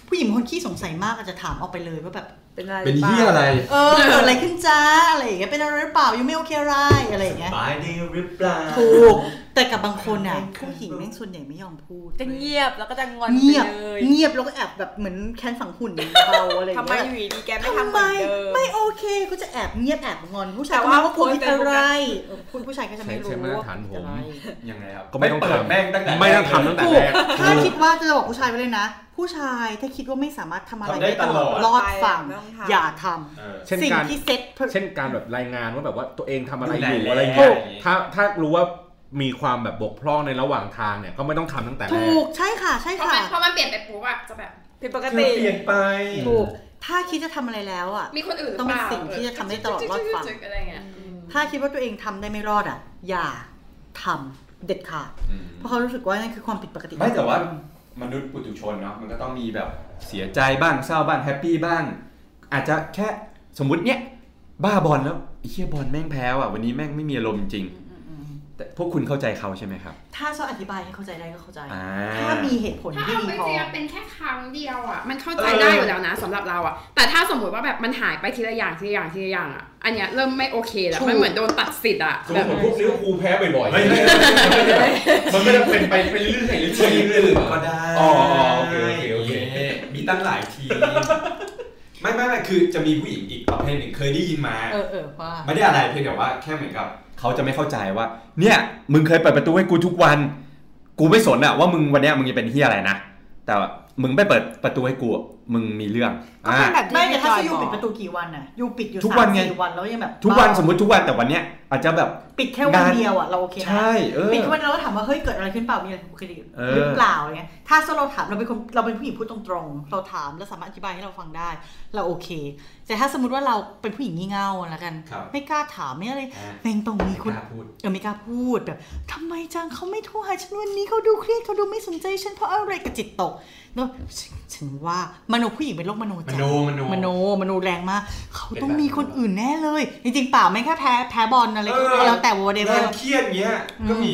S3: ผู้หญิงเป็นคนขี้สงสัยมากอาจจะถามออกไปเลยว่าแบบ
S5: เป็นอะไร
S8: เป็นเฮียอะไร
S3: เออเกิดอะไรขึ้นจ้าอะไรอย่างเงี้ยเป็นอะไรหรือเปล่ายังไม่โอเคอะไรอะไรอย่างเงี้ย
S8: บายดีหรือเปล่า
S3: ถูก แต่กับบางคนอ่ะผู้หญิงแม่งส่วนใหญ่ไม่ยอมพูด
S5: จะเงียบแล้วก็จะงอนไป
S3: เงียบ
S5: เลย
S3: เงียบแล้วก็แอบแบบเหมือนแค้นฝังหุ่นเบาอะไรอย่าง
S5: ทำไม
S3: เงี้ย
S5: อยู่ดีๆแกไม่
S3: ทำ
S5: ทำเห
S3: ไม
S5: มือนเดิม
S3: ไม่โอเคก็จะแอบเงียบแอบงอนผู้ชาย
S5: แต่
S3: ก็
S5: ว่า
S3: ไม่รู้ว่าผม
S5: โพสต์
S3: คิดอะไร
S5: เฟซบุ๊กอะ
S3: เออผู้ผู้ชายก็จะไม่รู้
S2: ใช้ใช้มาตรฐานผม
S3: อะไร
S1: ยังไงครับ
S2: ก็ไม่ต้อง
S1: เปิด
S2: ทำ
S1: แม่งตั้งแต่
S2: ไม่ต้องทำตั้งแต่
S3: ถู
S2: แร
S3: ก
S2: ก
S3: ถ้าคิดว่าจะบอกผู้ชายไปเลยนะ ผู้ชายถ้าคิดว่าไม่สามารถทำอะไรได้ตลอดรอดฝั่งอย่าทำ
S1: เออ
S2: เช่น
S3: สิ่ง
S2: การ
S3: ที่เซ็ต
S2: เช่นการแบบรายงานว่าแบบว่าตัวเองทำอะไรอ
S1: ดู
S2: ยู่
S1: แล
S2: อะไรเงี้ย
S1: ถูก
S2: ถ้าถ้ารู้ว่ามีความแบบบกพร่องในระหว่างทางเนี่ย ก็ไม่ต้องทำตั้งแต่แร
S3: ถู
S2: ก
S3: กใช่ค่ะใช่
S4: เพราะ
S3: ค่ะ
S4: มันเพราะมันเปลี่ยนไปปุ๊บอะจะแบบ
S5: ผิดปก
S1: เธอ
S5: ติ
S1: เปลี่ยนไป
S3: ถูก ถ้าคิดจะทำอะไรแล้วอ่ะ
S4: มีคนอื่นหรื
S3: ต้
S4: อ
S3: อ
S4: ง เป
S3: เป็น
S4: ล่า
S3: สิ่งที่จะทำให้ตลอดรอดฝั่ง
S4: จึ๊กๆๆๆอะไรเงี้ยอืม
S3: ถ้าคิดว่าตัวเองทำได้ไม่รอดอ่ะ อย่าทำเด็ดขาดเพราะเขารู้สึกว่านั่นคือความผิดปกติ
S1: ไม่แต่ว่ามนุษย์ปุถุชนเนาะมันก็ต้องมีแบบเสียใจบ้างเศร้าบ้างแฮปปี้บ้าง อาจจะแค่สมมติเนี้ยบ้าบอลแล้วไอ้เฮียบอลแม่งแพ้ว่ะวันนี้แม่งไม่มีอารมณ์จริง แต่พวกคุณเข้าใจเขาใช่ไหมครับ
S3: ถ้าเขาอธิบายให้เข้าใจได้ก็เข้าใจ
S1: อ่า
S3: ถ้ามีเหตุผล
S4: ถ้า
S3: ที่
S4: เอา
S3: ดี
S4: ไป
S3: พอ
S4: เจียเป็นแค่ครั้งเดียวอ่ะ มันเข้าใจ
S1: เออ
S4: ได้อยู่แล้วนะสำหรับเราอ่ะ แต่ถ้าสมมติว่าแบบมันหายไปทีละอย่างทีละอย่างทีละอย่างอ่ะ อันเนี้ยเริ่มไม่โอเคแล้ว
S3: ถูก
S4: มันเหมือนโดนตัดสิทธิ์อ่ะ
S7: สม
S4: แบ
S7: ม
S4: บ
S7: ติผมพวกลิเวอร์พูลแพ้บ่อยๆ
S1: เฮ้ยเฮ้ย
S7: มันไม่ได้เป็นไปไปเรื่อยๆหรือ
S1: ที
S7: เรื่อยๆห
S1: ม
S7: รือ
S1: อื่น
S7: เปล่า
S1: ก็ได้
S7: อ๋อโอเคโอเคโอเค
S1: มีตั้งหลายทีมไม่ไม่ไม่คือจะมีผู้หญิงอีกประเภทหนึ่งเคยได้ยินมา
S3: เออเออว่า
S1: ไม่ได้อะไรเพียงแต่ว่าแค่เหมือนกับเขาจะไม่เข้าใจว่า เนี่ยมึงเคยเปิดประตูให้กูทุกวัน กูไม่สนอะว่ามึงวันเนี้ยมึงจะเป็นที่อะไรนะแต่ว่ามึงไม่เปิดประตูให้กูอะมึงมีเรื่องอ่า
S5: เป็นแบบที่
S3: ไม่แต่ถ้า
S5: พี่จอย
S3: ยูปิด
S5: บอก
S3: ประตูกี่วันน่ะยูปิดอยู่
S1: ทุกวันไง
S3: สามสี่วันแล้วยังแบบ
S1: ทุกวัน
S3: บ้า
S1: สมมติทุกวันแต่วันเนี้ยอาจจะแบบ
S3: ปิดแค่วันเดียวอ่ะเราโอเคนะ
S1: ใช่เออ
S3: ปิดแค่วันเดียวแล้วถามว่าเฮ้ยเกิดอะไรขึ้นเปล่ามีอะไรผิดปกติ
S1: เออ
S3: หรือเปล่าอะไรเงี้ยถ้าสมมุติเราถามเราเป็นคนเราเป็นผู้หญิงพูดตรงๆเราถามแล้วสามารถอธิบายให้เราฟังได้ เราโอเค แต่ถ้าสมมติว่าเราเป็นผู้หญิงงี่เง่าแล้วกัน
S1: ครับ
S3: ไม่กล้าถามไม่อะไร
S1: อ่า
S3: เม่งต้องมี
S1: ไม่
S3: ค
S1: ก
S3: น
S1: ล้าพูด
S3: เออไม่กล้าพูดแบบทำไมจังเขาไม่โทรหาฉันวันนี้เขาดูเครียดเขาดูไม่สนใจฉันเพราะอะไรกับจิตตกเนอะฉนฉันว่ามโนผู้หญิงเป็นโรคมโนจัด
S1: มโนมโน
S3: มโนมโนแรงมาก เขา
S1: เป็น
S3: ต้อง
S1: แบบ
S3: มีคนอื่นแน่เลย จริงๆเปล่าไม่แค่แพ้แพ้บอลอะไรก็
S1: เออ
S3: แล้วแต่วอเดเวอ
S1: เริ่ม
S3: ร์
S1: เครียดเงี้ยก็มี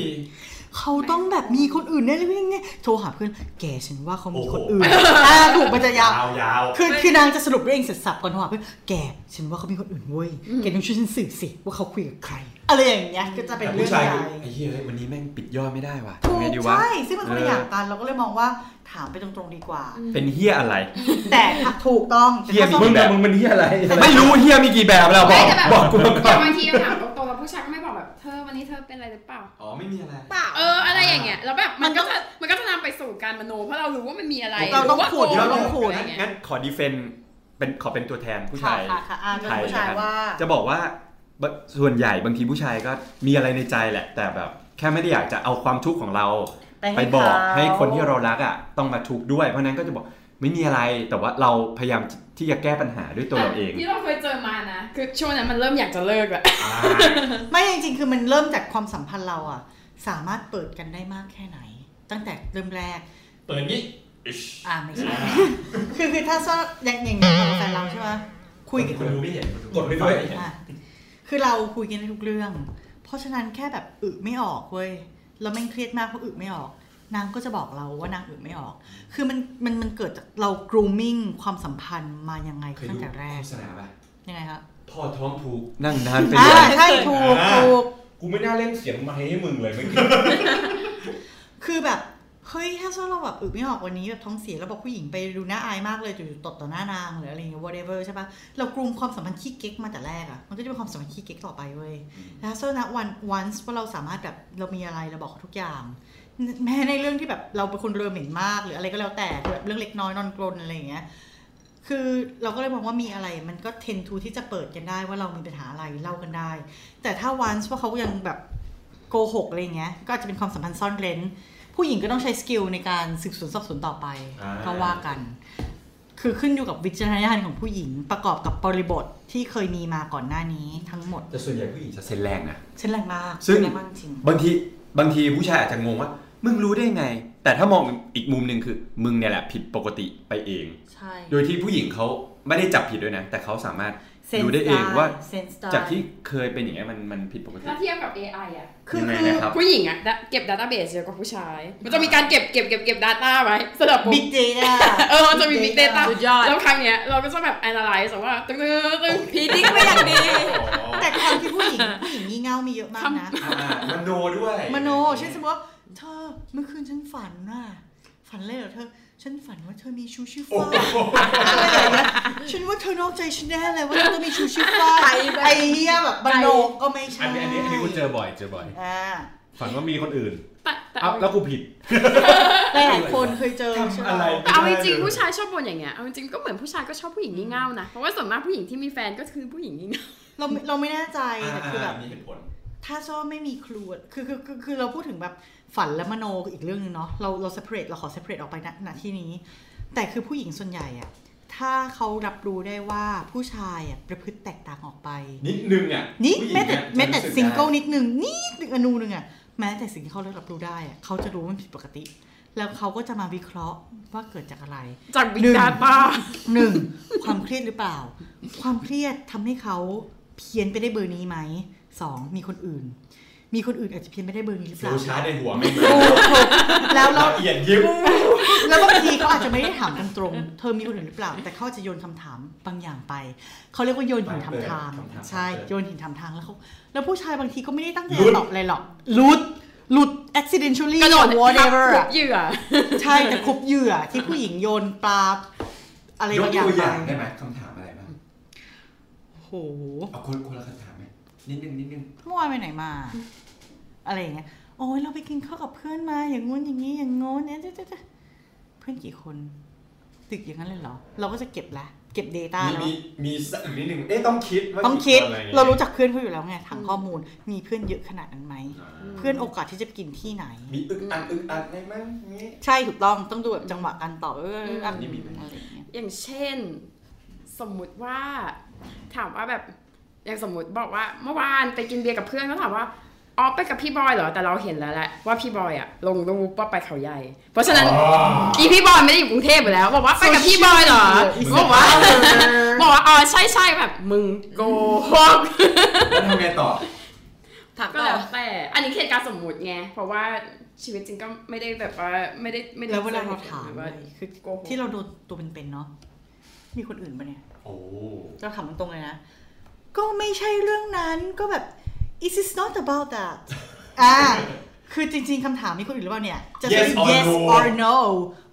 S3: เขาต้องแบบมีคนอื่นแน่เลยยังไงโทรหาเพื่อนแกฉันว่าเขามี
S1: โอ้โห
S3: คนอื่นอ่าถูกมันจะ ยาว
S1: ยาวยาว
S3: คือคือนางจะสรุปเรื่องเสร็จสับก่อนโทรหาเพื่อนแกฉันว่าเขามีคนอื่นเว้ยแกต้องช่วยฉันสืบสิว่าเขาคุยกับใครอะไรอย่างเงี้ยก็จะเป็น
S1: แต่
S3: เรื่อ
S1: ผู้
S3: ง
S1: ชาย
S3: ใหญ่
S1: คือไอ้เหี้ยเฮ้ยวันนี้แม่งปิดยอดไม่ได้ว่ะ
S3: ถูก
S1: ทำไงดีวะ
S3: ใช่ ซึ่งมันคนละอย่างกันเราก็เลยมองว่าถามไปตรงๆดีกว่า
S1: เป็นเหี้ยอะไร
S3: แต่ถ้าถูกต้องแต่
S1: เหี้ย
S3: ถ้า
S1: มี
S3: ต้อง
S1: กี่แบบ
S2: มึงมันเฮียอะไร
S1: ไม่รู้เหี้ยมีกี่แบบแล้วบอ
S4: ไม่
S1: ก
S4: แต่แบบ
S1: บอกกูมาก่อ
S4: แต่
S1: น
S4: บางทีถามตรงๆแล้วผู้ชายก็ไม่บอกแบบเธอวันนี้เธอเป็นอะไรหรือเปล่า
S1: อ๋อไม่มีอะไร
S4: เอออะไรอย่างเงี้ย แล้วแบบมันก็จะมันก็จะนำไปสู่การมโนเพราะเรารู้ว่ามันมีอะไร
S3: เราต้อง
S4: ว่
S3: ขูด
S4: โกหก
S3: เราต้องขูด
S4: ะไรเงี้ย
S1: งั้นขอดีเฟนเป็นขอเป็นตัวแทนผู้
S3: ค่ะ
S1: ชาย
S3: ค่ะค่ะอ่าเรื่องผู้ชาย
S1: นะครับ
S3: ว่า
S1: จะบอกว่าบส่วนใหญ่บางทีผู้ชายก็มีอะไรในใจแหละ แต่แบบแค่ไม่ได้อยากจะเอาความทุกข์ของเรา
S3: ไปให้
S1: ไปบอก
S3: เขา
S1: ให้คนที่เรารักอ่ะต้องมาทุกข์ด้วย เพราะฉะนั้นก็จะบอกไม่มีอะไรแต่ว่าเราพยายามที่จะแก้ปัญหาด้วยตัวเราเอง
S4: ที่เราเคยเจอมานะ คือช่วงนั้นมันเริ่มอยากจะเลิกแหละ
S1: อ่า
S3: ไม่จริงๆ คือมันเริ่มจากความสัมพันธ์เราอะสามารถเปิดกันได้มากแค่ไหน ตั้งแต่เริ่มแรก
S1: เปิดนี้
S3: อ่าไม่ ใช่ คือคือถ้าซ่อนอย่างอย่างเราแฟนเราใช่ไหมคุยกัน
S1: คุณดูไม่เห็นคุณ
S7: กดไปด้วย
S1: ม่เห็น
S3: อ่ะคือเราคุยกันได้ทุกเรื่อง เพราะฉะนั้นแค่แบบอึไม่ออกเว้ย แล้วแม่งเครียดมากเพราะอึไม่ออก นางก็จะบอกเราว่านางอึไม่ออก คือมันมันมันเกิดจากเรา grooming ความสัมพันธ์มายังไง
S1: เคย
S3: ตั้
S1: ดู
S3: งแต่แรก
S1: โฆษณาป่ะ
S3: ยังไงครับ
S1: พ่อท้องผูกนั่งนานไป
S3: อ่า
S1: ใหญ่
S3: ใช่ถูกถูก
S7: กูไม่น่าเล่นเสียงไม้ให้มึงเลยเมื่อกี้
S3: คือแบบเฮ้ยถ้าเราแบบอึไม่ออกวันนี้แบบท้องเสียแล้วบอกผู้หญิงไปดูน่าอายมากเลยจู่ๆตดต่อหน้านางหรืออะไรอย่างเงี้ย whatever ใช่ปะเรากลุ่มความสัมพันธ์ขี้เก๊กมาแต่แรกอะมันก็จะเป็นความสัมพันธ์ขี้เก๊กต่อไปเว้ยแล้วโซนะวัน once ว่าเราสามารถแบบเรามีอะไรเราบอกเขาทุกอย่าง แม้ในเรื่องที่แบบเราเป็นคนเรือเหม็นมาก หรืออะไรก็แล้วแต่แบบเรื่องเล็กน้อยนอนกรนอะไรอย่างเงี้ยคือเราก็เลยมองว่ามีอะไรมันก็เทนทูที่จะเปิดกันได้ว่าเรามีปัญหาอะไรเล่ากันได้ แต่ถ้าวันว่าเขายังแบบโกหกอะไรอย่างเงี้ยก็อาจจะเป็นความสัมพันธ์ซ่อนเร้น ผู้หญิงก็ต้องใช้สกิลในการสืบสวนสอบสวนต่อไป
S1: อ่า
S3: ก็ว่ากัน คือขึ้นอยู่กับวิจารณญาณของผู้หญิงประกอบกับบริบทที่เคยมีมาก่อนหน้านี้ทั้งหมด
S1: แต่ส่วนใหญ่ผู้หญิงจะเซ็นแรงนะ
S3: เช่นแรงมาก
S1: ซึ่ง
S3: แรงมากจริง
S1: บางทีบางทีผู้ชายอาจจะงงว่า มึงรู้ได้ไง แต่ถ้ามองอีกมุมหนึ่งคือ มึงเนี่ยแหละผิดปกติไปเอง
S3: ใช่
S1: โดยที่ผู้หญิงเขาไม่ได้จับผิดด้วยนะ แต่เขาสามารถรู้ได้เองว่า จากที่เคยเป็นอย่างนี้ยมันมันผิดปกติ
S4: ถ้าเทียบกับ AI อ่ะ
S3: คือ
S1: ยังไง
S3: คือ
S1: นะครับ
S4: ผู้หญิงอ่ะเก็บดัตต้าเบสเยอะกว่าผู้ชาย มันจะมีการเก็บเก็บเก็บเก็บดัตต้าไว้สำหรับปุ๊บ
S3: Big Data
S4: เออมันจะมี Big Data
S5: สุดยอด
S4: แล้วครั้งเนี้ยเราก็จะแบบ analyze ว่าตึ้งตึ้งตึ้ง
S5: พีดิ้งไปอย่างดี
S3: แต่ความที่ผู้หญิงผู้หญิงงี่ งี่เง่ามีเยอะมากนะ
S1: อ่ามโนด้วย
S3: มโนเช่นสมมติว่าเธอเมื่อคืนฉันฝันน่ะฝันเลยเหรอเธอ ฉันฝันว่าเธอมีชูชีฟ้าอะไรอย่างเงี้ยฉันว่าเธอนอกใจฉันแน่เลยว่าเธอต้องมีชูชีฟ้า
S5: ไปแบบ
S3: ไอ้เหี้ยแบบมโนก็ไม่
S2: อั
S3: ใช่
S2: นนี้อันนี้อันนี้กูเจอบ่อยเจอบ่อย
S3: อ่า
S2: ฝันว่ามีคนอื่น
S4: แต่แต่
S2: อ้าวแล้วกูผิด
S3: หลายๆคนเคยเจอใช่
S1: ทำอะ
S3: ไหม
S1: ไร
S4: แต่เอาจ
S1: ไม่ได้
S4: ริง
S1: ลย
S4: ๆผู้ชายชอบบ่นอย่างเงี้ยเอาจริงๆก็เหมือนผู้ชายก็ชอบผู้หญิงงี่เง่านะเพราะว่าส่วนมากผู้หญิงที่มีแฟนก็คือผู้หญิงงี่เง่า
S3: เราไม่เราไม่แน่ใจแต่คือแบบ
S1: มีเหตุผล
S3: ถ้าโซ่ไม่มีครูอะคือคือคือคือเราพูดถึงแบบฝันและมโนคืออีกเรื่องหนึงเนาะ เราเรา separate เราขอ separate ออกไปนะณที่นี้ แต่คือผู้หญิงส่วนใหญ่อะถ้าเขารับรู้ได้ว่าผู้ชายอะประพฤติแตกต่างออกไป
S1: นิดนึงอ่ะ
S3: นี่
S1: ผู้หญิง
S3: แม้แต่
S1: อะ
S3: แม้แต่
S1: จะรู้
S3: ซิ
S1: ก
S3: ง
S1: ได้
S3: เกิลนิดนึงนิดนึงอนูนึงอะแม้แต่สิ่งที่เขาเลือกรับรู้ได้อะเขาจะรู้ว่ามันผิดปกติ แล้วเขาก็จะมาวิเคราะห์ว่าเกิดจากอะไร
S4: จากบิ๊
S3: ห
S4: ก
S3: นึ่ง
S4: ดาต้า
S3: หนึ่ง ความเครียดหรือเปล่า ความเครียดทำให้เขาเพี้ยนไปได้เบอร์นี้ไหมสองมีคนอื่น มีคนอื่นอาจจะเพี้ยนไปได้เบอร์นี้หรือเป ล่า
S1: รู้ช้าในหัวไม่เหมื
S3: ถู
S1: อน
S3: กถูกแล้วแล้ว
S1: ละเอียดยิบ
S3: แล้วบางทีเขาอาจจะไม่ได้ถามตรงๆเธอมีคนอื่นหรือเปล่า แต่เขาอาจจะโยนคำถามบางอย่างไป เขาเรียกว่าโยนหินทำทาง ใช่โยนหินทำทางแล้วเขาแล้วผู้ชายบางทีก็ไม่ได้ตั้งใจตอบอะไรหรอกลุดหลุด accidentally
S4: กระโดด
S3: whatever
S4: ทั
S3: อะ
S4: บเหยื่อ
S3: ใช่แต่คบเหยื่อที่ผู้หญิงโยนปลาอะไร
S1: ยก
S3: บางอย่าง
S1: ตัวอ
S3: ไป
S1: ย่างได้ไหมคำถามอะไรบ้าง
S3: โอ้โห
S1: เอาคนคนละคำถามไหมนิดนึงนิดนึง
S3: เมื่อวานไปไหนมา อะไรอย่างเงี้ยโอ้ยเราไปกินข้าวกับเพื่อนมาอย่างงู้นอย่างนี้อย่างโน้นเนี่ยเจ๊เจ๊เจ๊เพื่อนกี่คน ตึกอย่างนั้นเลยเหรอ เราก็จะเก็บละเก็บ Data แล้ว
S1: มีมีสักนิดนึงเอ๊ะต้องคิดว่า
S3: ต้องคิด
S1: ะไไ
S3: เรารู้จักเพื่อนเขาอยู่แล้วไงทางข้อมูล มีเพื่อนเยอะขนาดนั้นไหม เพื่อนโอกาสที่จะไปกินที่ไหน
S1: มีอึกอักอึกอักไหมมั้งนี้
S3: ใช่ถูกต้องต้องดูแบบจังหวะการตอบเออ
S4: อืม
S3: อัน
S1: นี่มีไหม
S3: อะไรอย่างเงี้ย
S4: อย่างเช่น สมมุติว่า ถามว่าแบบอย่างสมมติบอกว่าเมื่อวานไปกินเบียร์กับเพื่อนก็ถามว่าอ๋อไปกับพี่บอยเหรอแต่เราเห็นแล้วแหละว่าพี่บอยอะลงรูปว่าไปเขาใหญ่ เพราะฉะนั้นอีพี่บอยไม่ได้อยู่กรุงเทพอยู่แล้วบอกว่าไปกับพี่บอยเหรอบอกว่าบอกว่าอ๋อใช่ใช่แบบมึงโกหก
S1: แล้วทำไงต่อ
S5: ถาม
S4: ก็
S5: ต่
S4: แล้ว
S5: อ
S4: แต่ อันนี้เหตุการณ์สมมุติไงเพราะว่าชีวิตจริงก็ไม่ได้แบบว่าไม่ได้ไม่ได้
S3: แล้วเวลาเราถาม
S4: หรือ
S3: เล
S4: ว่าย
S3: คือ
S4: โกหก
S3: ที่เราโดนตัวเป็นๆเนาะมีคนอื่นปะเนี่ย
S1: โอ้
S3: เราถามตรงๆเลยนะ ก็ไม่ใช่เรื่องนั้นก็แบบ it is not about that อ่า คือจริงๆคำถามมีคนอื่นหรือเปล่าเนี่ย จะเป็น
S1: Yes or
S3: yes
S1: no
S3: or no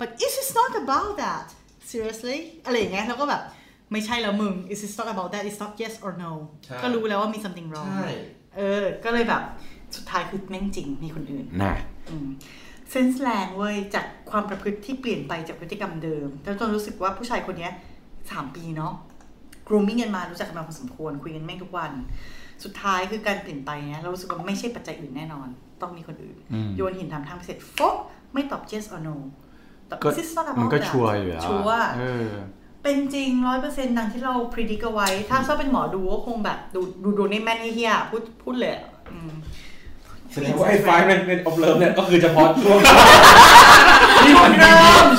S3: but it is not about that seriously อะไรอย่างเงี้ยแล้วก็แบบ ไม่ใช่แล้วมึง it is not about that it's not yes or no
S1: ใช่
S3: ก็รู้แล้วว่ามี something
S1: ใช
S3: wrong
S1: ่
S3: เออ ก็เลยแบบ สุดท้ายคือแม่งจริง มีคนอื่น
S6: น่ะ
S3: เซนส์แรงเว้ย จากความประพฤติที่เปลี่ยนไปจากพฤติกรรมเดิม แล้วจนรู้สึกว่าผู้ชายคนเนี้ยสามปีเนาะ grooming กันมารู้จักกันมาพอสมควร คุยกันแม่งทุกวัน สุดท้ายคือการเปลี่ยนไปเนี้ยเรารู้สึกว่าไม่ใช่ปัจจัยอื่นแน่นอน ต้องมีคนอื่น
S6: อืม
S3: โยนหินทำทางไปเสร็จฟกไม่ตอบ yes or no ตอบ
S6: ก็
S3: this is not about
S6: มันก็
S3: that
S6: ชัวร์อยู่แล้วอะ
S3: ชัวร์
S6: เออ
S3: เป็นจริงร้อยเปอร์เซ็นต์ดังที่เราพิจิตรไว้ ถ้าชอบเป็นหมอดูก็คงแบบดูดูดูในแม่นไอ้เฮียพูดพูดเลยอะอืม
S7: แสดงว่าไอ้ไฟล์มันเป็นอบเลิฟเนี่ยก็คือเฉ พาะช่วง
S2: ที่มันดี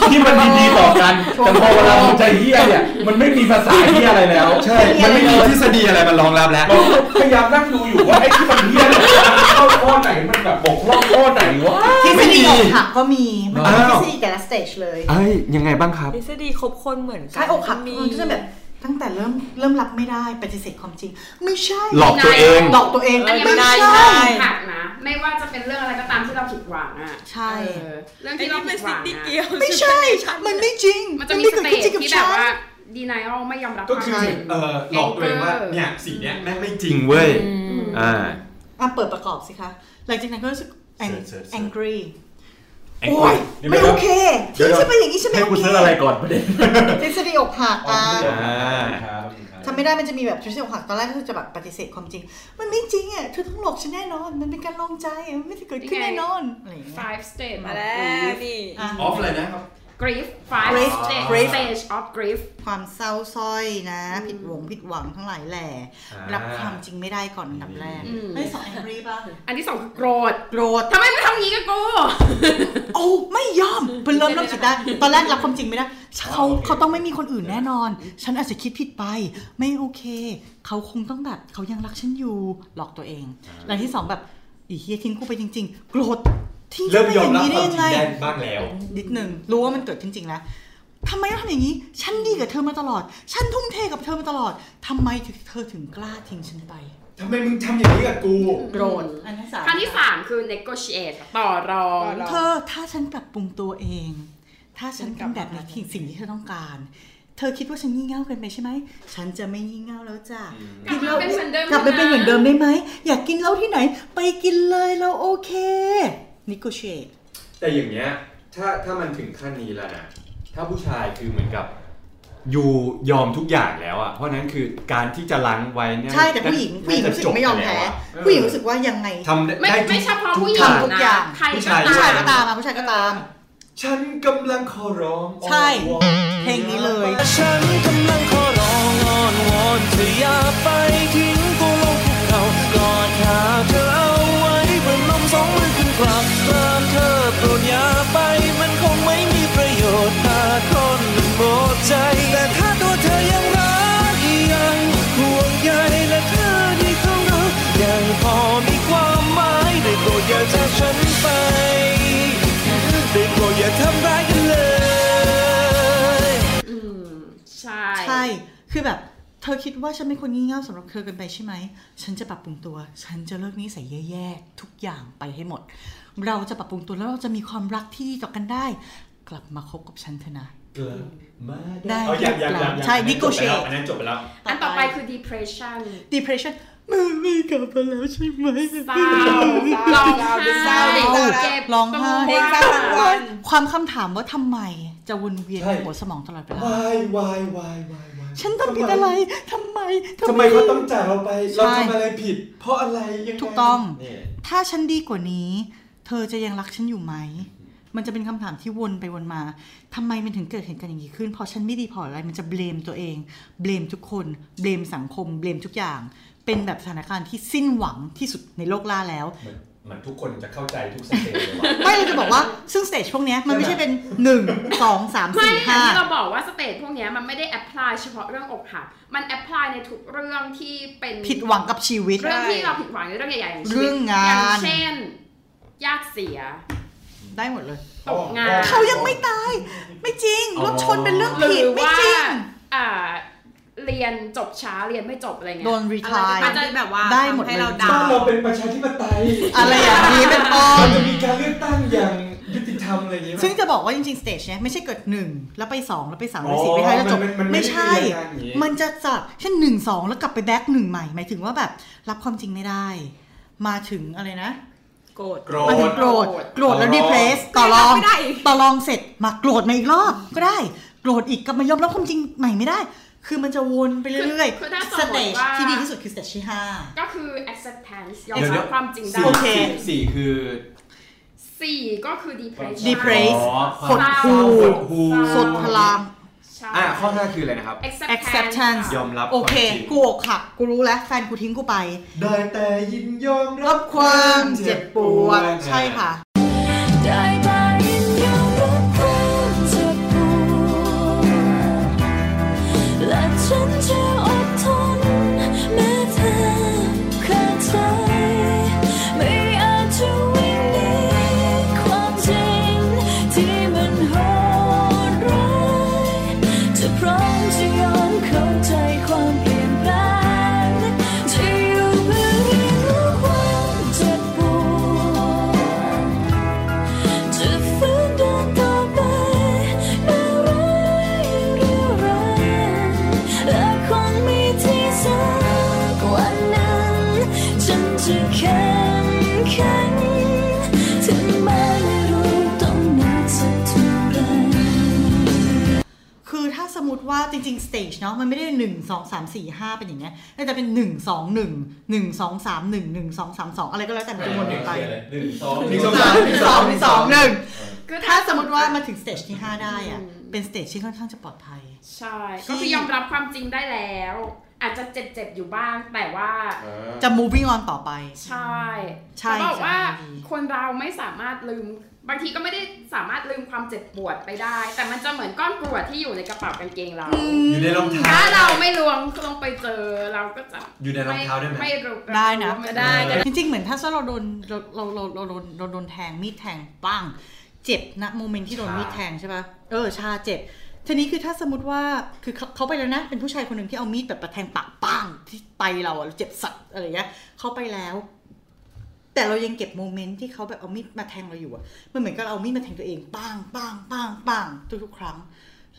S2: ที่มันดีๆต่อ กันแต่พอเวลามันใจเฮี้ยเนี่ยมันไม่มีภาษาเฮี้ยอะไรแล้ว
S1: ใช่ มันไม่มีทฤษฎีอะไรมันรองรับแล้ว
S7: เราพยายามนั่งดูอยู่ว่าไอ้ที่มันเฮี้ยเนี่ยมันเข้าข้อไหนมันแบบบกพร่องข้อไหนวะ
S3: ทฤษฎีอกหักก็มี มันเป็น
S6: อ้าว
S3: ทฤษฎีแต่ละสเตจเลย
S6: เอ้ยยังไงบ้างครับ
S5: ทฤษฎีคบคนเหมือนกัน
S3: ใช่อกหัก
S5: มี
S3: มันก็จะแบบตั้งแต่เริ่มเริ่มรับไม่ได้ปฏิเสธความจริง ไม่ใช่
S6: หลอกตัวเอง
S3: หลอกตัวเอง
S4: อันนี้
S3: ไม่
S4: มัน
S3: ใช่
S4: ไม่ได้หักนะ ไม่ว่าจะเป็นเรื่องอะไรก็ตามที่เราผิดหวังอ่ะ
S3: ใช่
S4: เออเรื่องที่เราผิดหวังอะ
S3: ไม่ใช่ มันไม่จริง
S4: มันจะมี
S3: ไ
S4: สเตจ
S3: ขึ้น
S4: ที่แบ
S3: จริง
S4: บ
S3: ฉัน
S4: ว่า denial ไม่ยอมรับ
S1: ก็คือ
S4: วามจริง
S1: เออหลอกตัวเองว่า เนี่ย สิ่งเนี้ยแม่งไม่จริง
S6: เว้
S1: เว้ย
S6: ย
S4: ม
S6: อ่า
S3: อ่ะเปิดประกอบสิคะ หลังจากนั้นก็รู้สึก ang-
S1: เสิร์ชเสิร์ช
S3: angry
S2: แองกี้
S3: โอ้ย
S2: เดี๋ยว
S3: ไม่
S2: เดี๋ยว
S3: โอเคที่ฉันเป็นอย่างนี้ฉันไม่
S2: ให้
S3: โอ
S2: กู
S3: เค
S2: ซื้ออะไรก่อนประเด็น
S3: ทฤษฎีอกหักอ่ะ
S7: ครับ
S3: ทำไม่ได้มันจะมีแบบทฤษฎีอกหักตอนแรกก็คือจะแบบปฏิเสธความจริง มันไม่จริงอ่ะเธอต้องหลอกฉันแน่นอน มันเป็นการลองใจอะมันไม่ได้เกิดขึ้นแน่นอนอะไรอย่างเงี้ย
S4: five stage
S5: มาแล้วนี่
S3: อ่ะ
S1: ออฟเลยนะครับ
S4: grief five
S3: Grief
S4: stage
S3: Grief
S4: stage of grief
S3: ความเศร้าส้อยนะ ผิดหวงผิดหวังทั้งหลายแหล่
S1: อ่า
S3: รับความจริงไม่ได้ก่อนอันดับแรก
S4: อืม
S3: เฮ้ยสองแองกี้ป่ะ
S4: อันที่สองคือโกรธ
S3: โกรธ
S4: ทำไมไม่ทำอย่างนี้กับกู
S3: โอ้ไม่ยอมเป็นเริ่มเริ่มจิตได้ตอนแรกรับความจริงไม่ได้เขาเขาต้องไม่มีคนอื่นแน่นอน ฉันอาจจะคิดผิดไป ไม่โอเค เขาคงต้องแบบเขายังรักฉันอยู่หลอกตัวเองหลังที่สองแบบอีเฮียทิ้งกูไปจริง ๆ โกรธทิ้งกู
S1: เริ่ม
S3: ไป
S1: ย
S3: อ
S1: อม
S3: ย่าง
S1: รับ
S3: นี้
S1: ค
S3: ได้
S1: วามจริง
S3: ยังไง
S1: ได้บ้างแล้ว
S3: นิดหนึ่งรู้ว่ามันเกิดขึ้นจริงแล้ว ทำไมต้องทำอย่างนี้ ฉันดีกับเธอมาตลอด ฉันทุ่มเทกับเธอมาตลอดทำไมถึงเธอถึงกล้าทิ้งฉันไป
S1: ทำไมมึงทำอย่างนี้กับกู
S3: โกรธอันที่สาม
S4: ขั้นที่สามคือ negotiate ต่อรอง
S9: ต่อรอง
S3: เธอถ้าฉันปรับปรุงตัวเอง ถ้าฉันทำแบบนี้สิ่งที่เธอต้องการ เธอคิดว่าฉันงี่เง่าเกินไปใช่ไหมฉันจะไม่งี่เง่าแล้วจ้ะ
S4: กลับมาเป็นเหมือนเดิม
S3: กลับไปเป็น
S4: นะ
S3: เหมือนเดิมได้ไหมอยากกินเหล้าที่ไหน ไปกินเลยเราโอเค negotiate
S1: แต่อย่างเงี้ย ถ้าถ้ามันถึงขั้นนี้แล้วนะ ถ้าผู้ชายคือเหมือนกับ อยู่ยอมทุกอย่างแล้วอ่ะ เพราะฉะนั้นคือการที่จะล้างไว้เนี่ย
S3: ใช่แต่ผู้หญิงผู้หญิง
S1: น่าจะ
S3: รู้สึ
S1: จ
S3: ก
S1: บ
S3: ไม่ยอม
S1: ป
S3: แพ้
S1: แล้วะ
S3: ผู้หญิงรู้สึกว่ายังไง
S1: ทำด้
S4: ไม่
S1: ด้ทุก
S4: ไม่เฉพาะ
S1: ทุก
S4: ผู้หญิง
S1: ทาง
S3: ทุกอย่า
S4: นะ
S3: ง
S4: ใคร
S1: ผู้
S4: ก็
S1: ชาย
S4: ตาม
S3: ผู้ชายก็ตามอะผู้ชายก็ตาม
S1: ฉันกำลังขอร้อง
S3: ใช่
S1: อ้อนวอน
S3: เพลงนี้เลย
S10: ฉันกำลังขอร้องอ้อนวอนเธออย่าไปทิ้งกูลงคุกเขากอดขาเธอเอาไว้เพื่อลมสองมือขึ้นกลับกราบเธอโปรดอย่าไป มันคงไม่มีประโยชน์ถ้าคนมันหมดใจ แต่ถ้าตัวเธอยังรักยังห่วงใยและเธอที่เขารักยังพอมีความหมายได้โปรดอย่าจากฉันไป ได้โปรดอย่าทำร้ายกันเลย
S4: อืม ใช่
S3: ใช่ คือแบบ เธอคิดว่าฉันเป็นคนงี่เง่าสำหรับเธอเกินไปใช่ไหม ฉันจะปรับปรุงตัว ฉันจะเลิกนิสัยแย่ๆ ทุกอย่างไปให้หมด เราจะปรับปรุงตัวแล้วเราจะมีความรักที่ดีต่อกันได้ กลับมาคบกับฉันเถอะนะ
S1: เกิดมา
S3: ได้
S1: เอาอย่างอย่างอย่าง
S3: ใช่ negotiate
S1: อันนั้นจบไปแล้ว
S4: อันต่อไปคือ depression
S3: depression มึงไม่กลับมาแล้วใช่ไหม
S4: เศร้าร้องไห้
S3: เศร้า
S4: เจ็บ
S3: ร้องไห้
S4: ตัว
S9: เศร้าทั้งวัน
S3: ความคำถามว่าทำไมจะวนเวียน
S1: ใช่
S3: ในหัวสมองตลอดเวลา
S1: วายวายวายวายวาย
S3: ฉันทำผิดอะไรทำไม
S1: ทำไมเขาต้องจากเราไป เรา
S3: ใช่
S1: ทำอะไรผิด เพราะอะไรยังไง
S3: ถูกต้อง
S1: เนี่ย
S3: ถ้าฉันดีกว่านี้ เธอจะยังรักฉันอยู่ไหม มันจะเป็นคำถามที่วนไปวนมา ทำไมมันถึงเกิดเหตุการณ์อย่างนี้ขึ้น เพราะฉันไม่ดีพออะไร มันจะเบลมตัวเอง เบลมทุกคน เบลมสังคม เบลมทุกอย่าง เป็นแบบสถานการณ์ที่สิ้นหวังที่สุดในโลกล่าแล้ว
S1: เหมือนเหมือนทุกคนจะเข้าใจทุกสเตจเลยว่ะ
S3: ไม่เราจะบอกว่า ซึ่งสเตจพวกเนี้ยมันไม่ใช่เป็นหนึ่งสองสาม
S4: ไม่
S3: สี่
S4: อย่าง
S3: ห้า
S4: ที่เราบอกว่าสเตจพวกเนี้ยมันไม่ได้แอพพลายเฉพาะเรื่องอกหัก มันแอพพลายในทุกเรื่องที่เป็น
S3: ผิดหวังกับชีวิต
S4: เรื่องที่เราผิดหวังในเรื่องใหญ่ๆอย่างชีวิต
S3: เรื่องงาน
S4: อย่างเช่น ญาติเสีย
S3: ได้หมดเลย
S4: ตกงาน
S3: เขายังไม่ตาย ไม่จริง รถชนเป็นเรื่อง
S4: หรื
S3: ผิด
S4: อ
S3: ไม่
S4: ว่า
S3: จริง
S4: อ่าเรียนจบช้าเรียนไม่จบอะไรเงี้ย
S3: โดนรีทาย
S5: อาจจะแบบว่า
S3: ได้หมดเลย
S5: ทำให้เรา
S1: บ้า
S5: ดานว
S1: เราเป็นประชาธิปไตย
S3: อะไรอย่างนี้เป็นต้น
S1: เราจะมีการเลือกตั้งอย่างยุติธรรมอะไรอย่างเงี้ย
S3: ซึ่งจะบอกว่าจริงๆ สเตจเนี้ยไม่ใช่เกิดหนึ่งแล้วไปสองแล้วไปสามแล้วไป
S1: อ๋
S3: สี่
S1: อ
S3: ไปห้าแล้วจบ
S1: มันมันมันไม่
S3: ไม่ใช่
S1: ได้เป็นอย่างนี้
S3: มันจะจับเช่นหนึ่งสองแล้วกลับไปแบ็คหนึ่งใหม่หมายถึงว่าแบบรับความจริงไม่ได้ มาถึงอะไรนะ
S5: โกรธ
S1: โกร
S3: มาถึง
S1: ธ
S3: โกรธโกรธแล้ว
S1: ต่อรอง
S3: ดีเพรสต่อรอง
S5: ไม่ได้อีก
S3: ต่อรองเสร็จมาโกรธมาอีกรอบก็ได้โกรธอีกกลับมายอมรับความจริงใหม่ไม่ได้ คือมันจะวนไปเรื่อย
S4: คือถ้าส
S3: ส
S4: มม
S3: เต
S4: ติ
S3: จ
S4: ว่า
S3: ที่ดีที่สุดคือสเตจที่ห้า
S4: ก็คือ acceptance ยอม
S1: เดี๋ยว
S4: รั
S1: เดี๋ย
S4: บ
S1: ว
S4: ความจริงได้
S1: สี่
S3: โอเค
S1: สี่คือ
S4: สี่ก็คือ depression
S3: depress
S1: อ๋อ
S3: หดหู่
S1: หดหู่
S3: สดพลัง
S4: ใช่
S1: อ่ะข้อห้าคืออะไรนะครับ
S3: acceptance
S1: ยอมรับ
S3: โอเค
S1: ความจริง
S3: กูอกหักกูรู้แล้วแฟนกูทิ้งกูไป
S1: ได้แต่ยินยอม
S3: รับความเจ็บปวดใช่ค่ะ
S11: ได้ไปยอมรับความเจ็บปวดและฉันจะอดทนแม้เธอขาดใจ ไม่อาจจะวิ่งหนีความจริงที่มันโหดร้ายจะพร้อมจะยอมเข้าใจความเปลี่ยนแปลงจะอยู่เพื่อเรียนรู้ความเจ็บปวด จะฝืนเดินต่อไปแม้ร้ายหรือร้ายและคงมีที่สักวันนั้น ฉันจะแข็งแกร่งถึงแม้ไม่รู้ต้องหนักสักเท่าไหร่
S3: คือถ้าสมมติว่าจริงๆ สเตจเนาะมันไม่ได้ 1 2 3 4 5 เป็นอย่างเงี้ยแต่จะเป็น 1 2 1 1 2 3 1 1 2 3 2 อะไรก็แล้วแต่มันจะวนไป
S7: หนึ่งสอง
S1: หนึ่งสองสา
S3: สา
S1: ม ม
S3: หนึ่งสองหนึ่งสองหนึ่ง
S4: คือ
S3: ถ้าสมมติว่ามาถึงสเตจที่ 5 ได้อะ
S4: อืม
S3: เป็นสเตจที่ค่อนข้างจะปลอดภัย
S4: ใช่ ก็คือยอมรับความจริงได้แล้ว อาจจะเจ็บๆอยู่บ้างแต่ว่า
S3: จะ moving on ต่อไป
S4: ใช่
S3: ใช่
S4: เขาบอกว่า
S3: ใช่
S4: คนเราไม่สามารถลืม บางทีก็ไม่ได้สามารถลืมความเจ็บปวดไปได้ แต่มันจะเหมือนก้อนกรวดที่อยู่ในกระเป๋ากางเกงเรา
S1: อยู่ในรองเท้า
S4: ถ้าเราไม่ลวงลงไปเจอเราก็จะ
S1: อยู่ในรองเท้าได้ไหม
S4: ไม่รู้
S3: ได้นะ
S4: ไม่ได้ก็ได้
S3: จริงๆ เหมือนถ้าเราโดนเราเราเราเราโดนเราโดนแทงมีดแทงปั้งเจ็บนะโมเมนต์ที่โดนมีดแทงใช่ป่ะเออชาเจ็บ ทีนี้คือถ้าสมมติว่าคือเขาเขาไปแล้วนะ เป็นผู้ชายคนหนึ่งที่เอามีดแบบประแทงปากป้างที่ไตเราอะเจ็บสัตว์อะไรเงี้ยเขาไปแล้ว แต่เรายังเก็บโมเมนต์ที่เขาแบบเอามีดมาแทงเราอยู่อะมันเหมือนกับเราเอามีดมาแทงตัวเองป้างป้างป้างป้างทุกๆครั้ง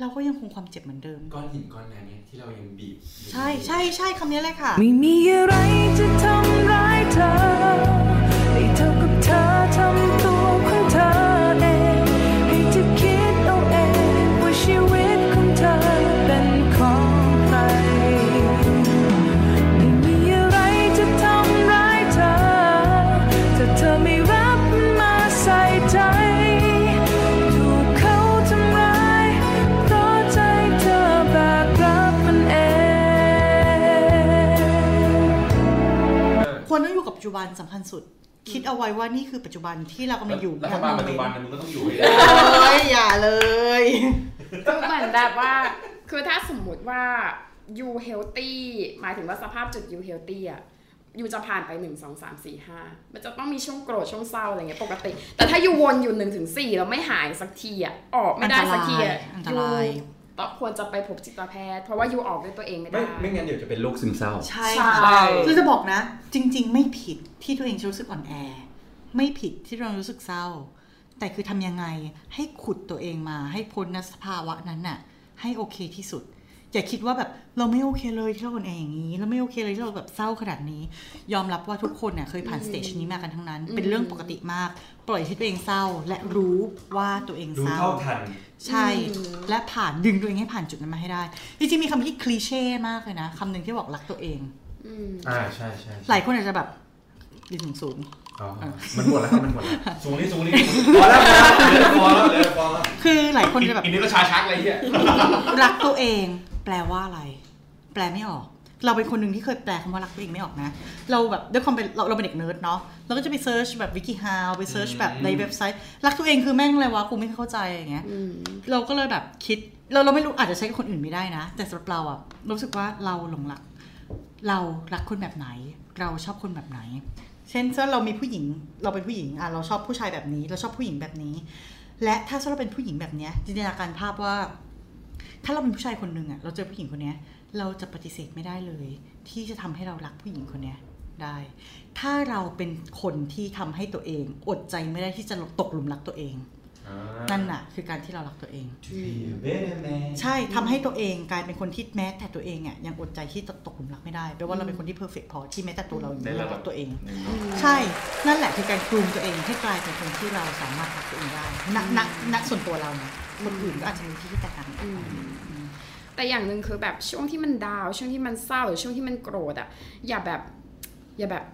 S3: เราก็ยังคงความเจ็บเหมือนเดิม
S6: ก้อนหินก้อนนั้นเนี่ยที่เรายังบีบ
S3: ใช่ใช่ใช่คำนี้เลยค่ะ
S10: ไม่มีอะไรจะทำร้ายเธอไม่เท่ากับเธอทำตัวของเธอเองให้เธอคิดเอาเองว่าชีวิตของเธอเป็นของใคร ไม่มีอะไรจะทำร้ายเธอแต่เธอไม่รับมาใส่ใจ ถูกเขาทำร้ายเพราะใจเธอแบกรับมันเอง
S3: ควรต้องอยู่กับปัจจุบันสำคัญสุด คิดเอาไว้ว่านี่คือปัจจุบันที่เรากำลังอยู่
S7: รัฐบาลปัจจุบันน่ะมึงก็ต้องอยู่ให้ได้
S3: เอ้ยอย่าเลย
S4: ก็เหมือนแบบว่า คือถ้าสมมุติว่า you healthy หมายถึงว่าสภาพจุด you healthy อ่ะ อยู่จะผ่านไป 1 2 3 4 5 มันจะต้องมีช่วงโกรธช่วงเศร้าอะไรเงี้ยปกติ แต่ถ้าอยู่วนอยู่1นถึงสแล้วไม่หายสักทีอ่ะ ออกไม่ได้สักทีอ่ะ
S3: อันตราย
S4: ยูต้องควรจะไปพบจิตแพทย์ เพราะว่าอยู่ออกด้วยตัวเองไม่
S6: ไม่
S4: ได้
S6: ไม่งั้นเดี๋ยวจะเป็นโรคซึมเศร้า
S3: ใช่
S4: ใช่
S3: ค่ะคือจะบอกนะ จริง ๆ ไม่ผิดที่ตัวเองจะรู้สึกอ่อนแอ ไม่ผิดที่เรารู้สึกเศร้า แต่คือทำยังไงให้ขุดตัวเองมาให้พ้นณสภาวะนั้นน่ะ ให้โอเคที่สุด อย่าคิดว่าแบบเราไม่โอเคเลยที่เราอ่อนแออย่างนี้เราไม่โอเคเลยที่เราแบบเศร้าขนาดนี้ ยอมรับว่าทุกคนเนี่ยเคยผ่านสเตจนี้มากันทั้งนั้น เป็นเรื่องปกติมาก ปล่อยให้ตัวเองเศร้า และรู้ว่าตัวเอง
S1: รู้
S3: เศร้า
S1: เท่าทัน
S3: ใช่ และผ่านดึงตัวเองให้ผ่านจุดนั้นมาให้ได้ จริงๆมีคำที่คลีเช่มากเลยนะคำหนึ่งที่บอกรักตัวเอง
S4: อืม
S2: อ่าใช่ใช่
S3: หลายคนอาจจะแบบยืนสูง
S2: อ๋อมันหมดแล้วครับมันหมดแล้ว
S7: สูงนี่ สูงนี่พอแล้วพอแล้วพอแล้วพอแล้ว
S3: ๆคือหลายคน จะแบบ
S7: อีกนิดก็ชาชักเลยเฮีย
S3: รักตัวเองแปลว่าอะไร แปลไม่ออก เราเป็นคนหนึ่งที่เคยแปลคำว่ารักตัวเองไม่ออกนะ เราแบบด้วยความเป็นเราเราเป็นเด็กเนิร์ดเนาะเราก็จะไปเซิร์ชแบบวิกิฮาวไปเซิร์ชแบบในเว็บไซต์ รักตัวเองคือแม่งเลยวะกูไม่เข้าใจอย่างเงี้ย
S4: อืม
S3: เราก็เลยแบบคิดเราเราไม่รู้อาจจะใช้กับคนอื่นไม่ได้นะ แต่สำหรับเราอะรู้สึกว่าเราหลงรัก เรารักคนแบบไหน เราชอบคนแบบไหน เช่นถ้าเรามีผู้หญิงเราเป็นผู้หญิงอ่ะเราชอบผู้ชายแบบนี้ เราชอบผู้หญิงแบบนี้ และถ้าเราเป็นผู้หญิงแบบเนี้ยจินตนาการภาพว่า ถ้าเราเป็นผู้ชายคนหนึ่งอะเราเจอผู้หญิงคนเนี้ย เราจะปฏิเสธไม่ได้เลย ที่จะทำให้เรารักผู้หญิงคนเนี้ยได้ ถ้าเราเป็นคนที่ทำให้ตัวเอง อดใจไม่ได้ที่จะตกหลุมรักตัวเอง นั่นน่ะ คือการที่เรารักตัวเอง ใช่ทำให้ตัวเองกลายเป็นคนที่แม้แต่ตัวเองอ่ะยังอดใจที่จะตกหลุมรักไม่ได้แปลว่าเราเป็นคนที่เพอร์เฟกพอที่แม้แต่ตัวเรายัง
S1: ใน
S3: ไม่
S1: ระดั
S3: รับ กตัวเอง ใช่ นั่นแหละคือการกลุ่มตัวเองให้กลายเป็นคนที่เราสามารถรักตัวเองได้ณณณส่วนตัวเรานะคนอื่นก็อาจจะมีที่ที่แตกต่างกัน
S4: อืม แต่อย่างหนึ่งคือแบบช่วงที่มันดาวน์ช่วงที่มันเศร้าหรือช่วงที่มันโกรธอะอย่าแบบ อย่าแบบ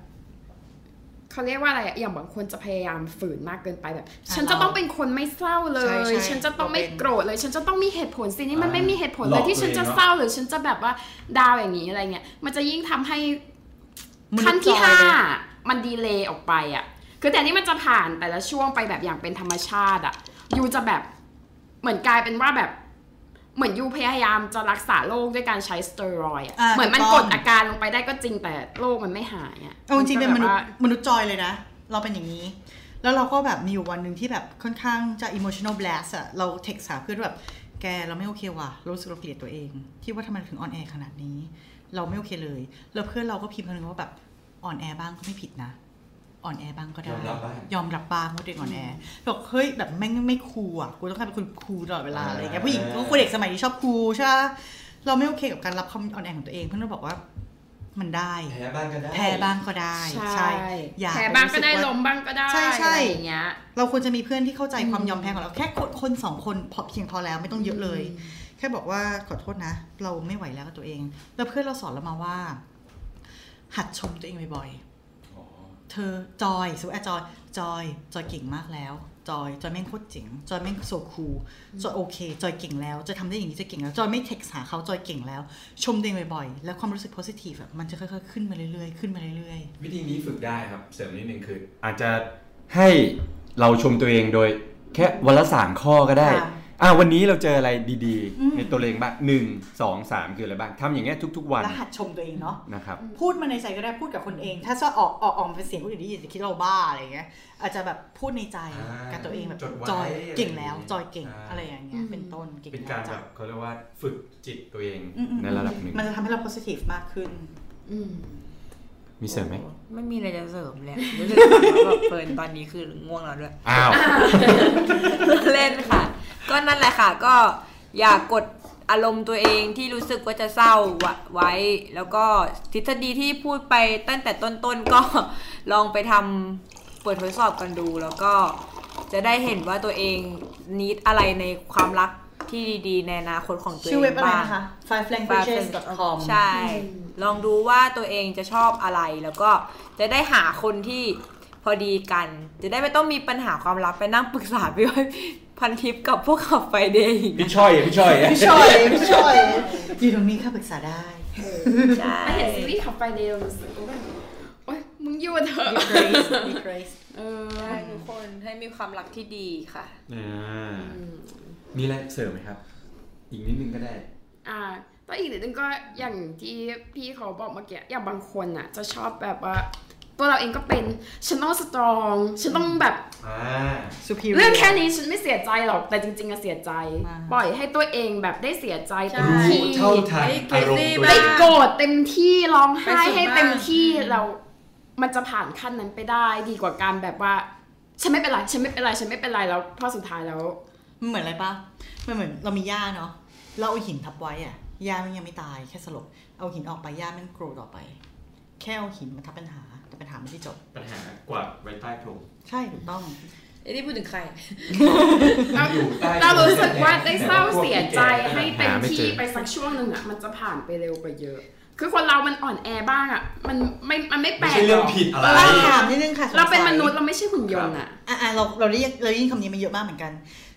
S4: เขาเรียกว่าอะไรอะอย่างบางคนจะพยายามฝืนมากเกินไปแบบ ฉันจะต้องเป็นคนไม่เศร้าเล
S3: ใช่
S4: ย
S3: ใช่
S4: ฉันจะต้องไม่โกรธเลย ฉันจะต้องมีเหตุผลสินี่มัน
S1: อ่า
S4: ไม่มีเหตุผล
S1: หล
S4: เล
S1: อย ก
S4: ที่ฉันจะ
S1: ตัวเองเนอะ
S4: เศร้าหรือฉันจะแบบว่าดาวอย่างนี้อะไรเงี้ยมันจะยิ่งทำให้
S3: มนุษย์
S4: ขั้นที่
S3: จอย
S4: ห้า
S3: เลย
S4: มันดีเลย์ออกไปอะคือแต่นี่มันจะผ่านแต่ละช่วงไปแบบอย่างเป็นธรรมชาติอะยูจะแบบเหมือนกลายเป็นว่าแบบ เหมือนยูพยายามจะรักษาโรคด้วยการใช้สเตียรอยด์อะ
S3: อ่า
S4: เหมือนมันก
S3: ถูกต้อ
S4: ด
S3: ง
S4: อาการลงไปได้ก็จริงแต่โรคมันไม่หายอะ
S3: เอาจริงๆเป็นมนุษ
S4: ก็แบบ
S3: ย์
S4: ว่าม
S3: นุษย์จอยเลยนะ เราเป็นอย่างนี้ แล้วเราก็แบบมีอยู่วันหนึ่งที่แบบค่อนข้างจะ emotional blast อะเราเทคสาเพื่อนว่าแบบแกเราไม่โอเคว่ะเรารู้สึกเราเกลียดตัวเอง ที่ว่าทำไมเราถึงอ่อนแอขนาดนี้ เราไม่โอเคเลย แล้วเพื่อนเราก็พิมพ์คำนึงว่าแบบอ่อนแอบ้างก็ไม่ผิดนะ อ่อนแอบ้างก็ได้
S1: ยอมรับบ้าง
S3: ยอมรับบ้างว่าตัวเองอ่อนแอบอกเฮ้ยแบบแม่งไม่คูลอ่ะกูต้องการเป็นคนคูลตลอดเวลาอะไรอย่างเงี้ยผู้หญิงก็คนเด็กสมัยนี้ชอบคูลใช่ปะเราไม่โอเคกับการรับคำอ่อนแอของตัวเองเพื่อนเราบอกว่ามันได้
S1: แพ้บ้างก็ได้
S3: แพ้บ้างก็ได้
S4: ใช่
S3: อย่า
S4: แผลบ้างก็ได้
S3: รู้
S4: ล
S3: สึว่
S4: มบ้างก็ได้
S3: ใช่ใช่
S4: อะไรอย่างเงี้ย
S3: เราควรจะมีเพื่อนที่เข้าใจความยอมแพ้ของเราแค่คนคนสองคนพอเพียงพอแล้วไม่ต้องเยอะเลย แค่บอกว่าขอโทษนะ เราไม่ไหวแล้วกับตัวเอง แล้วเพื่อนเราสอนเรามาว่า หัดชมตัวเองบ่อยๆเธอจอยสมมติอ่ะจอยจอยจอยเก่งมากแล้ว จอยจอยแม่งโคตรเจ๋งจอยแม่งโซคูลจอยโอเค จอยเก่งแล้วจอยทำได้อย่างนี้จอยเก่งแล้วจอยไม่เทคหาเขาจอยเก่งแล้ว ชมตัวเองบ่อยๆแล้วความรู้สึกโพสิทีฟมันจะค่อยๆขึ้นมาเรื่อยๆขึ้นมาเรื่อย
S1: วิธีนี้ฝึกได้ครับ เสริมนิดนึงคือ อาจจะให้เราชมตัวเองโดย แค่วันละสามข้อก็
S3: ๆ
S1: ได้
S3: ค่ะ
S6: อ่ะวันนี้เราเจออะไรดีๆ ในตัวเองบ้างหนึ่งสองสามคืออะไรบ้างทำอย่างเงี้ยทุก ๆ วัน
S3: รหัสชมตัวเองเนาะ
S6: นะครับ
S3: พูดมาในใจก็ได้พูดกับคนเอง ถ้าจะออกออกออกมาเป็นเสียงคนอื่นได้ยินจะคิดเราบ้าอะไรอย่างเงี้ยอาจจะแบบพูดในใจ
S1: อ่า
S3: กับตัวเองแบบ
S1: จดไว้
S3: จอย
S1: อะไรอย่างเงี้ย
S3: เก่งแล้วจอยเก่ง
S1: อ่า
S3: อะไรอย่างเงี้ยเป็นต้นเก่ง
S1: เป็น
S3: แล้ว
S1: การแบ
S3: จ้ะ
S1: บเขาเรียกว่าฝึกจิตตัวเอง
S3: อืมอืม
S6: ในระดับหนึ่ง
S3: มันจะทำให้เรา positive มากขึ้น
S4: อืม
S6: มีเสริมไหม
S5: ไม่มีอะไรจะเสริมเลยรู้สึกว่าแบบเฟิร์นตอนนี้คือง่วงแล้วด้วย
S6: อ้าว
S5: เล่นค่ะ ก็นั่นแหละค่ะ ก็อย่ากกดอารมณ์ตัวเองที่รู้สึกว่าจะเศร้าไว้ แล้วก็ทฤษฎีที่พูดไปตั้งแต่ต้นๆก็ ลองไปทำเปิดทดสอบกันดู แล้วก็จะได้เห็นว่าตัวเองนิดอะไรในความรักที่ดีๆ ในอนาคตของตัวเอง
S3: ชื่อเว็บอะไร
S5: บ้าง
S3: นะคะ fivelanguages.com
S5: ใช่ ลองดูว่าตัวเองจะชอบอะไร แล้วก็จะได้หาคนที่พอดีกัน จะได้ไม่ต้องมีปัญหาความลับไปนั่งปรึกษาพี่อ้อยพันทิปกับพวกขับไฟเดย์อีก
S2: พี่ช่อยพี่ช่อย
S3: พี่ชอยพี่ชอยอยู่ตรงนี้ค่ะปรึกษา ได้
S5: ใช่
S4: ถ้าเห็นซีรีส์ขับไปเดียวรู้สึกว่าแบบโอ๊ยมึงอยู่เถอะ
S3: Be grace Be grace
S4: เออ
S5: ให้ทุกคนให้มีความรักที่ดีค่ะ
S6: อ่ามีอะไรเสริมไหมครับ อีกนิดนึงก็ได้
S4: อ่าแต่อีกนิดนึงก็อย่างที่พี่เขาบอกเมื่อกี้อย่างบางคนอ่ะ จะชอบแบบว่า ตัวเราเองก็เป็นฉันต้องสตรองฉันต้องแบบ
S1: อ่า
S3: superior
S4: เรื่องแค่นี้ฉันไม่เสียใจหรอกแต่จริงๆอะเสียใจ
S3: มาก
S4: ปล่อยให้ตัวเองแบบได้เสียใจ
S5: ใช่
S4: เต็มที่
S1: รู้เท่าทันอารมณ์ตัว
S4: ได้
S1: เอง
S4: โกรธเต็มที่ร้องไห้
S5: ไปสุด
S4: ให้เต็ม
S5: มาก
S4: ที่เรา มันจะผ่านขั้นนั้นไปได้ ดีกว่าการแบบว่า ฉันไม่เป็นไรฉันไม่เป็นไรฉันไม่เป็นไรแล้วพอสุดท้ายแล้ว
S3: มันเหมือนอะไรปะมันเหมือนเรามีหญ้าเนาะ เราเอาหินทับไว้อะหญ้ามันยังไม่ตายแค่สลบ เอาหินออกไปหญ้ามันโกรธต่อไป แค่เอาหินมาทับปัญหา แต่ปัญหาไม่ได้จบ
S1: ปัญหากวาดไว้ใต้พรม
S3: ใช่ถูกต้อง
S5: ไอ้นี่พูดถึงใคร
S4: เรา
S1: อยู่ใต้
S4: เรารู้สึกว่าได้เศร้า
S1: แต่ว่าพวก
S4: เสียใจให้เต็ม
S6: หาไม่เจ
S4: ที่
S6: อ
S4: ไปสักช่วงหนึ่งอ่ะ มันจะผ่านไปเร็วกว่าเยอะ คือคนเรามันอ่อนแอบ้างอ่ะ มันไม่มันไม่แปล
S1: ไม่
S4: ก
S1: ใช่เรื่อง
S4: หก
S1: ผิดอะไร
S4: เ
S3: ถามนิดนึงค่ะสงสัย
S4: เราเป็นมนุษย์เราไม่ใช่หุ่นยนต์อ่ะ
S3: อ่ะอ่ะเราเราได้ยินเราได้ยินคำนี้มาเยอะมากเหมือนกัน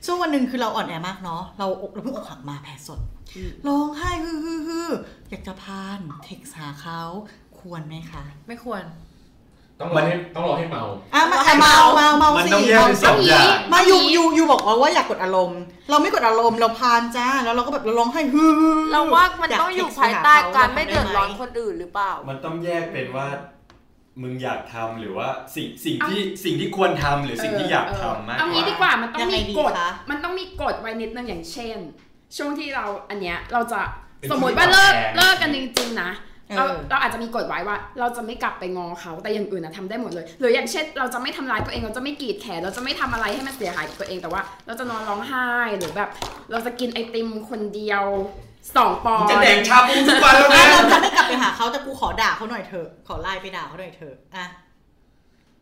S3: ช่วงวันหนึ่งคือเราอ่อนแอมากเนาะ เราอกเราเพิ่งอกหักมาแผลสด ร้องไห้ฮือฮือฮืออยากจะพานเทคหาเขาควรไหมคะ
S5: ไม่ควร
S2: ต้องรอให้ต้องรอให้เมา
S3: อ่ะมาอ่ะเมาเมาเมา
S1: มัน
S3: สิ
S1: ต้องแยกเป็นสองอย่าง
S3: มาอยู่อยู่อยู่บอกว่าว่าอยากกดอารมณ์ เราไม่กดอารมณ์เราพานจ้า แล้วเราก็แบบเราร้องไห้ฮือฮือ
S5: เราว่ามันต้องอยู่ภายใต้การไม่เดือดร้อน
S3: ค
S5: คน นอื่นหรือเปล่า
S1: มันต้องแยกเป็นว่า มึงอยากทำหรือว่าสิ่งสิ่งที่สิ่งที่ควรทำหรือสิ่งที่อยากทำมากก
S4: เอางี้ดีกว่ามันต้อ
S3: ยัง งไง
S4: มี
S3: ดี
S4: กฎ
S3: คะ
S4: มันต้องมีกฎไว้นิดนึงอย่างเช่น ช่วงที่เราอันเนี้ยเราจะ
S1: เป็น
S4: สมมติ
S1: ที่
S4: ว่าเลิก
S1: แพง
S4: เลิกกันจริงๆนะ
S3: เออ
S4: เราเราอาจจะมีกฎไว้ว่า เราจะไม่กลับไปงอเขาแต่อย่างอื่นนะทำได้หมดเลย หรืออย่างเช่น เราจะไม่ทำร้ายตัวเองเราจะไม่กรีดแขนเราจะไม่ทำอะไรให้มันเสียหายกับตัวเองแต่ว่า เราจะนอนร้องไห้หรือแบบ เราจะกินไอติมคนเดียวสองปอน
S1: มึง
S4: ด์
S1: จะแดงชาบูทุกวันแล้วนะ
S3: เราจะไม่กลับไปหาเขาแต่กูขอด่าเขาหน่อยเถอะขอไลน์ไปด่าเขาหน่อยเถอะอ่ะ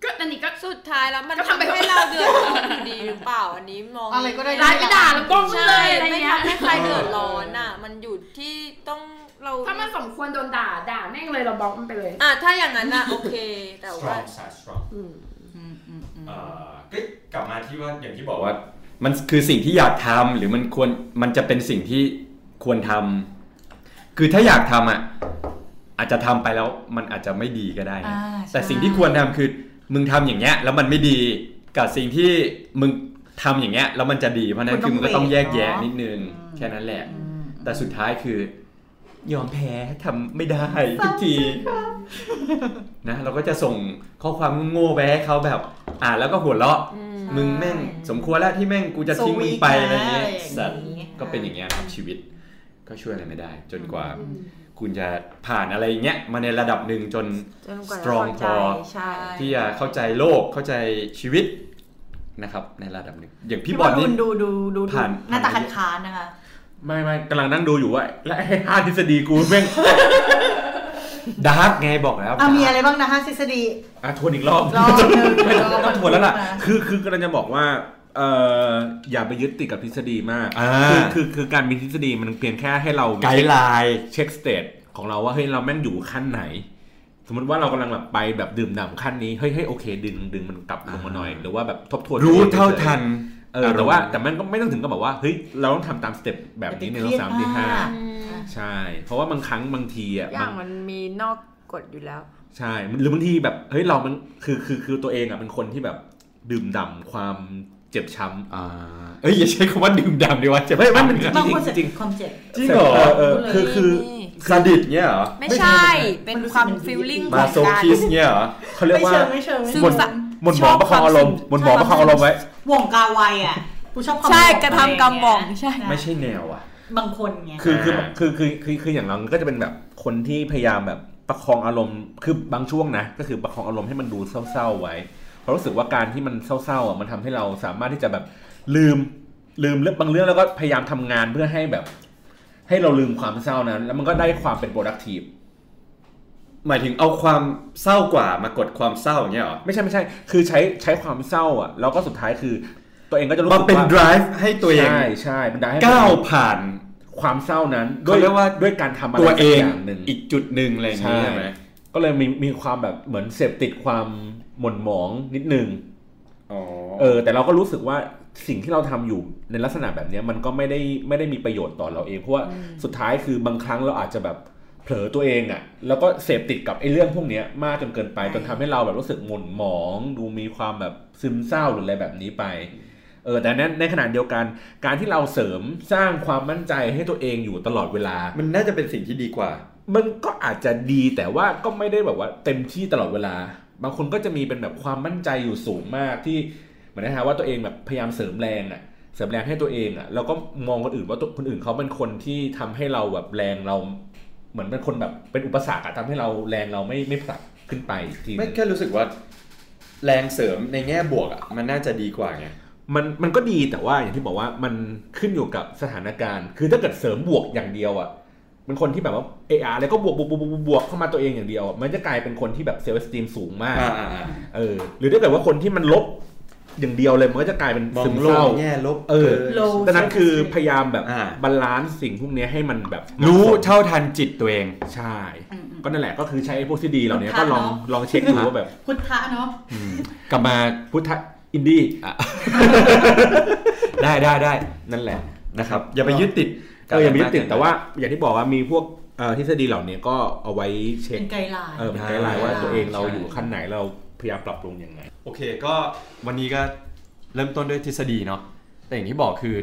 S4: ก็อันนี้ก็
S5: สุดท้ายแล้วมัน
S4: ก็ทำไป
S5: ทำให้เราเดือดร้อนอยู่ดีหรือเปล่าอันนี้มอง
S3: อะไรก็ได้
S4: ร้ายไปด่าแล้วบ้องเล
S5: ใช่
S4: ยอะไร
S5: ไม่
S4: เงี้ย
S5: ทำให้ใครเดือดร้อนอ่ะ มันอยู่ที่ต้องเรา
S4: ถ้ามันสมควรโดนด่าด่าแม่งเลยเราบล็อกมันไปเลย
S5: อ่ะถ้าอย่างนั้นอ่ะ โอเค แต่
S1: สตร
S5: ว่า
S1: องสาสตรอง
S4: อืม
S3: อืมอืมอืม
S1: เอ่อก็กลับมาที่ว่าอย่างที่บอกว่า มันคือสิ่งที่อยากทำหรือมันควรมันจะเป็นสิ่งที่ควรทำคือถ้าอยากทำอ่ะอาจจะทำไปแล้วมันอาจจะไม่ดีก็ได้นะ
S3: อ่าใช่
S1: แต่สิ่งที่ควรทำคือมึงทำอย่างเงี้ยแล้วมันไม่ดีกับสิ่งที่มึงทำอย่างเงี้ยแล้วมันจะดีเพราะฉะนั้นคือมึงก็ต้องแยกแยะนิดนึงแค่นั้นแหละ แต่สุดท้ายคือ ยอมแพ้ทำไม่ได้ทุกทีนะเราก็จะส่งข้อความโง่ๆไปให้เขาแบบ อ่านแล้วก็หัวเราะ มึงแม่งสมควรแล้วที่แม่งกูจะทิ้งมึงไปอะไรเงี้ย
S3: สวีทนะ
S1: สัตว์ก็เป็นอย่างเงี้ยครับชีวิต ก็ช่วยอะไรไม่ได้ จนกว่า คุณจะผ่านอะไรอย่างเงี้ยมาในระดับหนึ่งจน
S5: จนกว่าจะ
S1: strong พ
S5: เข้าใจ
S1: อ
S5: ใช่
S1: ที่จะเข้าใจโลกเข้าใจชีวิตนะครับ ในระดับหนึ่งอย่างพี่บอล
S3: ดู
S1: นี่
S3: ดูดูดู
S1: ผ่าน
S3: หน้าตาคันคานๆนะคะ
S2: ไม่ไม่กำลังนั่งดูอยู่ว่า และไอ้ห้าทฤษฎีกูแม่ง
S1: ดาร์กไงบอกแล้ว
S3: อ่ะมีอะไรบ้างนะคะทฤษฎี
S2: อ่ะทวนอีกรอบ
S3: รอบหนึ่ง
S2: ไม่ ต้อง
S3: รอบ
S2: ต้องทวนแล้วล่ะ
S3: มา
S2: คือคือกำลังจะบอกว่าเอออย่าไปยึดติดกับทฤษฎีมาก
S6: อ่า
S2: คือคือคือการมีทฤษฎีมันเพียงแค่ให้เรา
S6: ไกด์ไลน์
S2: เช็คสเตตของเราว่าเฮ้ยเราแม่งอยู่ขั้นไหน สมมติว่าเรากำลังแบบไปแบบดื่มด่ำขั้นนี้เฮ้ยเฮ้ยโอเค ดึงดึงมันกลับลงมาหน่อย หรือว่าแบบทบทวน
S6: รู้
S2: ตัวอง
S6: เท่า
S2: ฉยๆ
S6: ทัน
S2: เออแต่ว่าแต่มันก็ไม่ต้องถึงกับแบบว่าเฮ้ยเราต้องทำตามสเต็ปแบบนี้ในรอบสามที่ห้า
S3: อ่ะ
S2: ใช่ เพราะว่าบางครั้งบางทีอ่ะ
S5: อย่า
S2: บาง ง
S5: มันมีนอกกฎอยู่แล้ว
S2: ใช่หรือบางทีแบบเฮ้ยเรามันคือคือคือตัวเองอ่ะเป็นคนที่แบบดื่มด่ำความ เจ็บช้
S1: อ่าเอ้ยอย่าใช้คำว่าดื่มด่ำดีวะเจ็บ
S2: ำไม่ไม่มันจ
S3: บาง
S2: ริง
S3: คน
S2: จ
S3: เจ็
S2: ริ
S3: บ
S2: ง
S3: ความเจ็บ
S1: จริงเหรอ
S2: เออ
S1: คือคือซาดิสเนี่ยเหรอ
S5: ไม่ใช่เป็นความฟิลลิ่งข
S1: มา
S5: อง
S1: โซ
S5: การ
S1: คิสเนี่ยเหรอ
S2: เขาเรียกว่า
S3: ไม่เชิงไม่เชิงไม่
S5: ซึ
S3: เชิ
S5: ม
S3: ง
S5: ซับ
S2: หมนหมอประคองอารมณ์หมนหมอประคองอารมณ์ไว้
S3: หว่องกาไวอ่ะกูชอบความ
S5: ใช่
S3: หว่อง
S5: กระทำกำบ่องใช่
S2: ไม่ใช่แนวอ่ะ
S3: บางคนไง
S2: คือคือ
S1: อ่า
S2: คือคือคือคืออย่างเราก็จะเป็นแบบคนที่พยายามแบบประคองอารมณ์คือบางช่วงนะก็คือประคองอารมณ์ให้มันดูเศร้าๆไว้เพราะรู้สึกว่าการที่มันเศร้าๆอ่ะมันทำให้เราสามารถที่จะแบบลืมลืมเรื่องบางเรื่องแล้วก็พยายามทำงานเพื่อให้แบบ ให้เราลืมความเศร้านั้น แล้วมันก็ได้ความเป็น productive
S1: หมายถึงเอาความเศร้ากว่ามากดความเศร้าอย่างเงี้ยเหรอ
S2: ไม่ใช่ไม่ใช่ คือใช้ใช้ความเศร้าอ่ะแล้วก็สุดท้ายคือ ตัวเองก็จะรู้
S1: มา
S2: สึก
S1: เป็น
S2: ว่า
S1: drive ให้ตัวเอง
S2: ใช่ใช่มันได้ให้
S1: ก้าวผ่าน
S2: ความเศร้านั้นด้ว
S1: เขา
S2: ย
S1: เรียกว่า
S2: ด้วยการทำอะไร
S1: ตัวเอง
S2: สักอย่างหนึ่ง
S1: อีกจุดหนึ่งอะไรอย่างเงี้ยใช่ไหม
S2: ก็เลยมีมีความแบบเหมือนเสพติดความหม่นหมองนิดนึง
S1: อ๋อ
S2: เออ แต่เราก็รู้สึกว่าสิ่งที่เราทำอยู่ในลักษณะแบบเนี้ยมันก็ไม่ได้ไม่ได้มีประโยชน์ต่อเราเอง เพราะว่าสุดท้ายคือบางครั้งเราอาจจะแบบเผลอตัวเองอะ่ะ แล้วก็เสพติดกับไอ้เรื่องพวกเนี้ยมากจนเกินไป
S3: ใช่
S2: จนทำให้เราแบบรู้สึกหม่นหมอง ดูมีความแบบซึมเศร้าหรืออะไรแบบนี้ไป เออ แต่นั้นในขณะเดียวกัน การที่เราเสริมสร้างความมั่นใจให้ตัวเองอยู่ตลอดเวลา
S1: มันน่าจะเป็นสิ่งที่ดีกว่า
S2: มันก็อาจจะดีแต่ว่าก็ไม่ได้แบบว่าเต็มที่ตลอดเวลา บางคนก็จะมีเป็นแบบความมั่นใจอยู่สูงมากที่เหมือนนะฮะว่าตัวเองแบบพยายามเสริมแรงอะเสริมแรงให้ตัวเองอะแล้วก็มองคนอื่นว่าตัวคนอื่นเขาเป็นคนที่ทำให้เราแบบแรงเรา เหมือนเป็นคนแบบเป็นอุปสรรคอะทำให้เราแรงเราไม่ไม่ผลักขึ้นไปอีกที
S1: ไม่แค่รู้สึกว่า แรงเสริมในแง่บวกอ่ะมันน่าจะดีกว่าไง
S2: มันมันก็ดีแต่ว่าอย่างที่บอกว่ามันขึ้นอยู่กับสถานการณ์ คือถ้าเกิดเสริมบวกอย่างเดียวอะเป็นคนที่แบบว่าเออาร์แล้วก็บวกบวกบวกบวกบวกเข้ามาตัวเองอย่างเดียวอะมันจะกลายเป็นคนที่แบบเซลล์สตีมสูงมาก
S1: อ่าอ่าอ่า
S2: เออหรือถ้าเกิดว่าคนที่มันลบอย่างเดียวเลยมันก็จะกลายเป็น
S1: มอง
S2: ซึม
S1: โล
S2: เศ
S1: ก
S2: ร้า
S1: ในแง่ลบ
S2: เออ
S3: low
S2: ดังนั้นคือพยายามแบบ
S1: อ่า
S2: บาลานซ์สิ่งพวกเนี้ยให้มันแบบ
S1: รู้
S2: เหมาะสม
S1: เท่าทันจิตตัวเอง
S2: ใช่ ก็นั่นแหละก็คือใช้ไอ้พวกที่ดีเหล่านี้
S3: ค่ะ
S2: ก็ลอง
S3: เนอะ
S2: ลองเช็คดูว่าแบบ
S3: พุทธะเนาะ
S1: กลับมา
S2: พุทธอินดี้
S1: ได้ได้ได้
S2: นั่นแหละ
S1: นะครับ อย่าไปยึดติด
S2: เอออย่าไปยึดติดแต่ว่าอย่างที่บอกว่ามีพวกเอ่อทฤษฎีเหล่านี้ก็เอาไว้เช็ค
S3: เป็นไกด์ไลน์
S2: เออเป็นไกด์ไลน์ว่าตัวเองเราอยู่ขั้นไหนเราพยายามปรับปรุงยังไง
S1: โอเคก็วันนี้ก็เริ่มต้นด้วยทฤษฎีเนาะแต่อย่างที่บอกคือ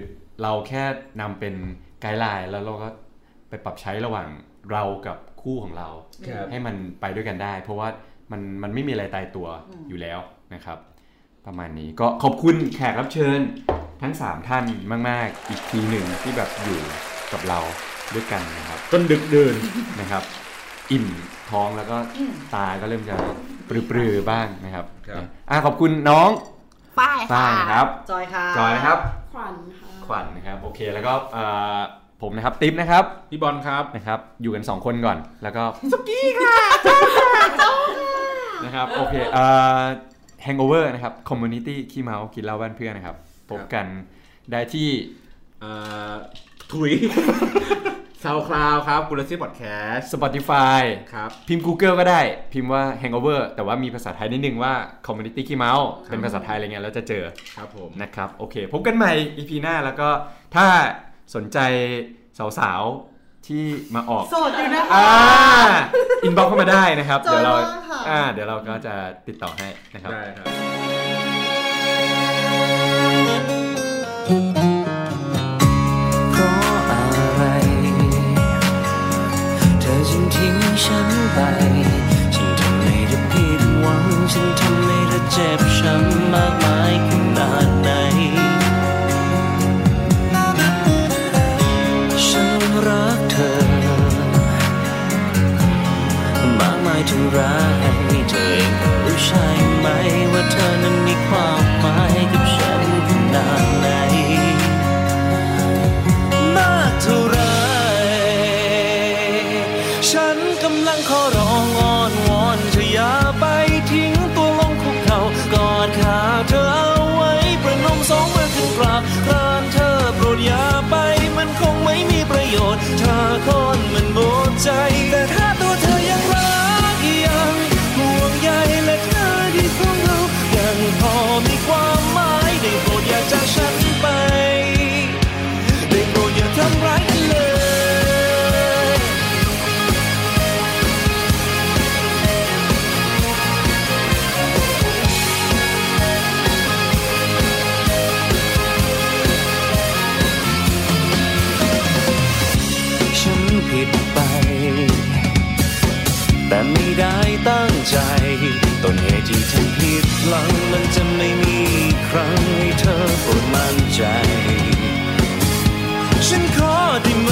S1: เราแค่นำเป็นไกด์ไลน์แล้วเราก็ไปปรับใช้ระหว่างเรากับคู่ของเรา
S2: ครับ
S1: ให้มันไปด้วยกันได้ เพราะว่ามันมันไม่มีอะไรตายตัวอยู่แล้วนะครับ ประมาณนี้ก็ขอบคุณแขกรับเชิญทั้ง 3 ท่านมาก ๆ อีกทีหนึ่งที่แบบอยู่กับเราด้วยกันนะครับ
S2: จนดึกดื่น
S1: นะครับ อิ่มท้องแล้วก็ตาก็เริ่มจะปรือ ๆ บ้างนะครับ
S2: ครับ
S1: อ่ะขอบคุณน้อง
S5: ป้าย
S1: ฝ้า
S5: ค่ะ
S1: ยนะครับ
S3: จอยค่ะ
S1: จอยนะครับ
S4: ขวัญค่ะ
S1: ขวัญนะครับ โอเคแล้วก็เอ่อผมนะครับติ๊บนะครับ
S2: พี่บอลครับ
S1: นะครับ อยู่กัน 2 คนก่อนแล้วก็สกี้ค่ะจ้าค่ะนะครับโอเคเอ่อ hangover นะครับ community ขี้เมากินเหล้าบ้านเพื่อนนะครับพบกันได้ที่
S2: เอ่อถุย ซาวคลาวครับกุลซี่พอดแคสต์
S1: Spotify
S2: ครับ
S1: พิมพ์ Google ก็ได้พิมพ์ว่า hangover แต่ว่ามีภาษาไทยนิดนึงว่า community ขี้เมาเป็นภาษาไทยอะไรเงี้ยแล้วจะเจอ
S2: ครับผม
S1: นะครับโอเคพบกันใหม่ EP หน้าแล้วก็ถ้าสนใจสาวๆ ที่มาออก
S3: โสดอยู่นะ
S1: อ่า
S3: คะ
S1: อินบ็อกเข้ามาได้นะครับ
S3: จอย
S1: เดี๋ยวเรา
S3: ว่างค่ะ
S1: อ่าเดี๋ยวเราก็จะติดต่อให้นะครับ
S2: ได้ครับ
S10: เพราะอะไร เธอจึงทิ้งฉันไป ฉันทำให้เธอผิดหวัง ฉันทำให้เธอเจ็บช้ำมากมายขนาดไหน ฉันรักเธอ มากมายถึงร้ายเธอเองก็รู้ใช่ไหม ว่าเธอนั้นมีความหมายกับฉันขนาดไหน มากเท่าไร ฉันกำลังขอร้องอ้อนวอนเธออย่าไปทิ้งตัวลงคุกเขากอดขาเธอเอาไว้ประนมสองมือขึ้นกราบกรานเธอโปรดอย่าไป มันคงไม่มีประโยชน์ เธอคนมันโบดใจ แต่ถ้าตัวเธอยังรักยังห่วงใยและเธอที่ของเรายังพอมีความหมายได้โปรดอย่าจากฉันไป ได้โปรดอย่าทำร้ายกันเลย
S12: เ
S10: ที่ตั้งใจ ต้นเหตุที่ทำผิดหลังมันจะไม่มีอีกครั้งให้เธอโปรดมั่นใจ ฉันขอได้ไหม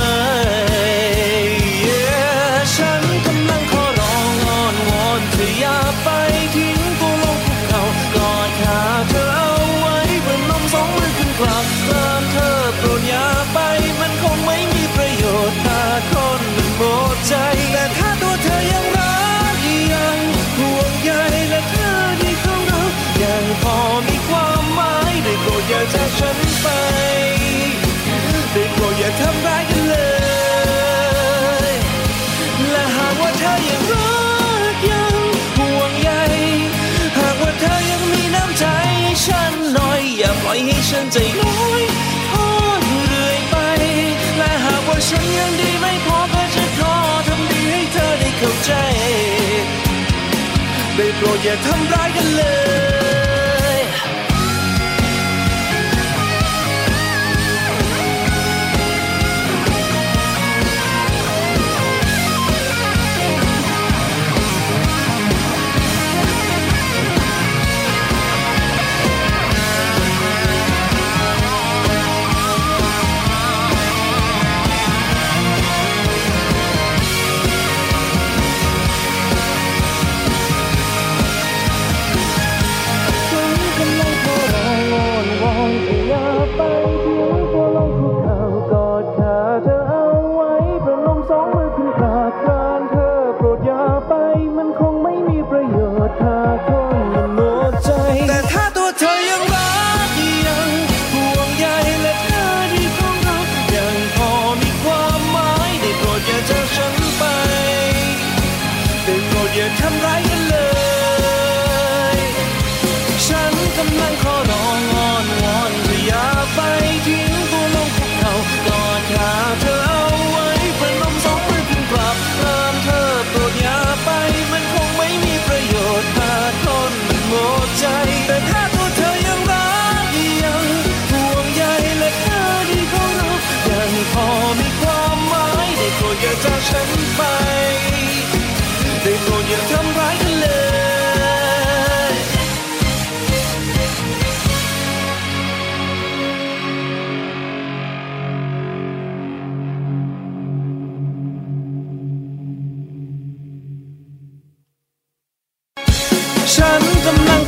S10: Yeah ฉันกำลังขอร้องอ้อนวอนเธออย่าไปทิ้งตัวลงภูเขากอดขาเธอเอาไว้เพื่อน้อมสองมือขึ้นกลับตามเธอโปรดอย่าไป มันคงไม่มีประโยชน์ถ้าคนมันหมดใจ แต่ถ้าตัวเธอยังรักยังห่วงใยและเธอที่เขารักยังพอมีความหมายได้โปรดอย่าจากฉันไป ได้โปรดอย่าทำร้ายกันเลย และหากว่าเธอยังรักยังห่วงใย หากว่าเธอยังมีน้ำใจให้ฉันหน่อย อย่าปล่อยให้ฉันใจลอยทอดเรื่อยไป และหากว่าฉันยังดีไม่พอก็จะขอทำดีให้เธอได้เข้าใจ ได้โปรดอย่าทำร้ายกันเลย ฉันกำลังขอร้องอ้อนวอนเธออย่าไปเถียงตัวลงคุกเข่ากอดขาเธอเอาไว้ประนมสองมือขึ้นกราบกรานเธอโปรดอย่าไป มันคงไม่มีประโยชน์ถ้าคนมันหมดใจ แต่ถ้าตัวเธอยังรักยังห่วงใยและเธอที่ของเรายังพอมีความหมายได้โปรดอย่าจากฉันไป ได้โปรดอย่าทำร้ายกันเลย ฉันกำลังขอร้องอ้อนวอนเธออย่าไปทิ้งตัวลงภูเขากอดขาเธอเอาไว้ประนมสองมือขึ้นกลับตามเธอโปรดอย่าไป มันคงไม่มีประโยชน์ถ้าทนมันหมดใจ แต่ถ้าตัวเธอยังรักยังห่วงใยและเธอที่เขารักยังพอมีความหมายได้โปรดอย่าจากฉันไป ได้โปรดอย่าทำร้ายกันเลย ฉันกำลัง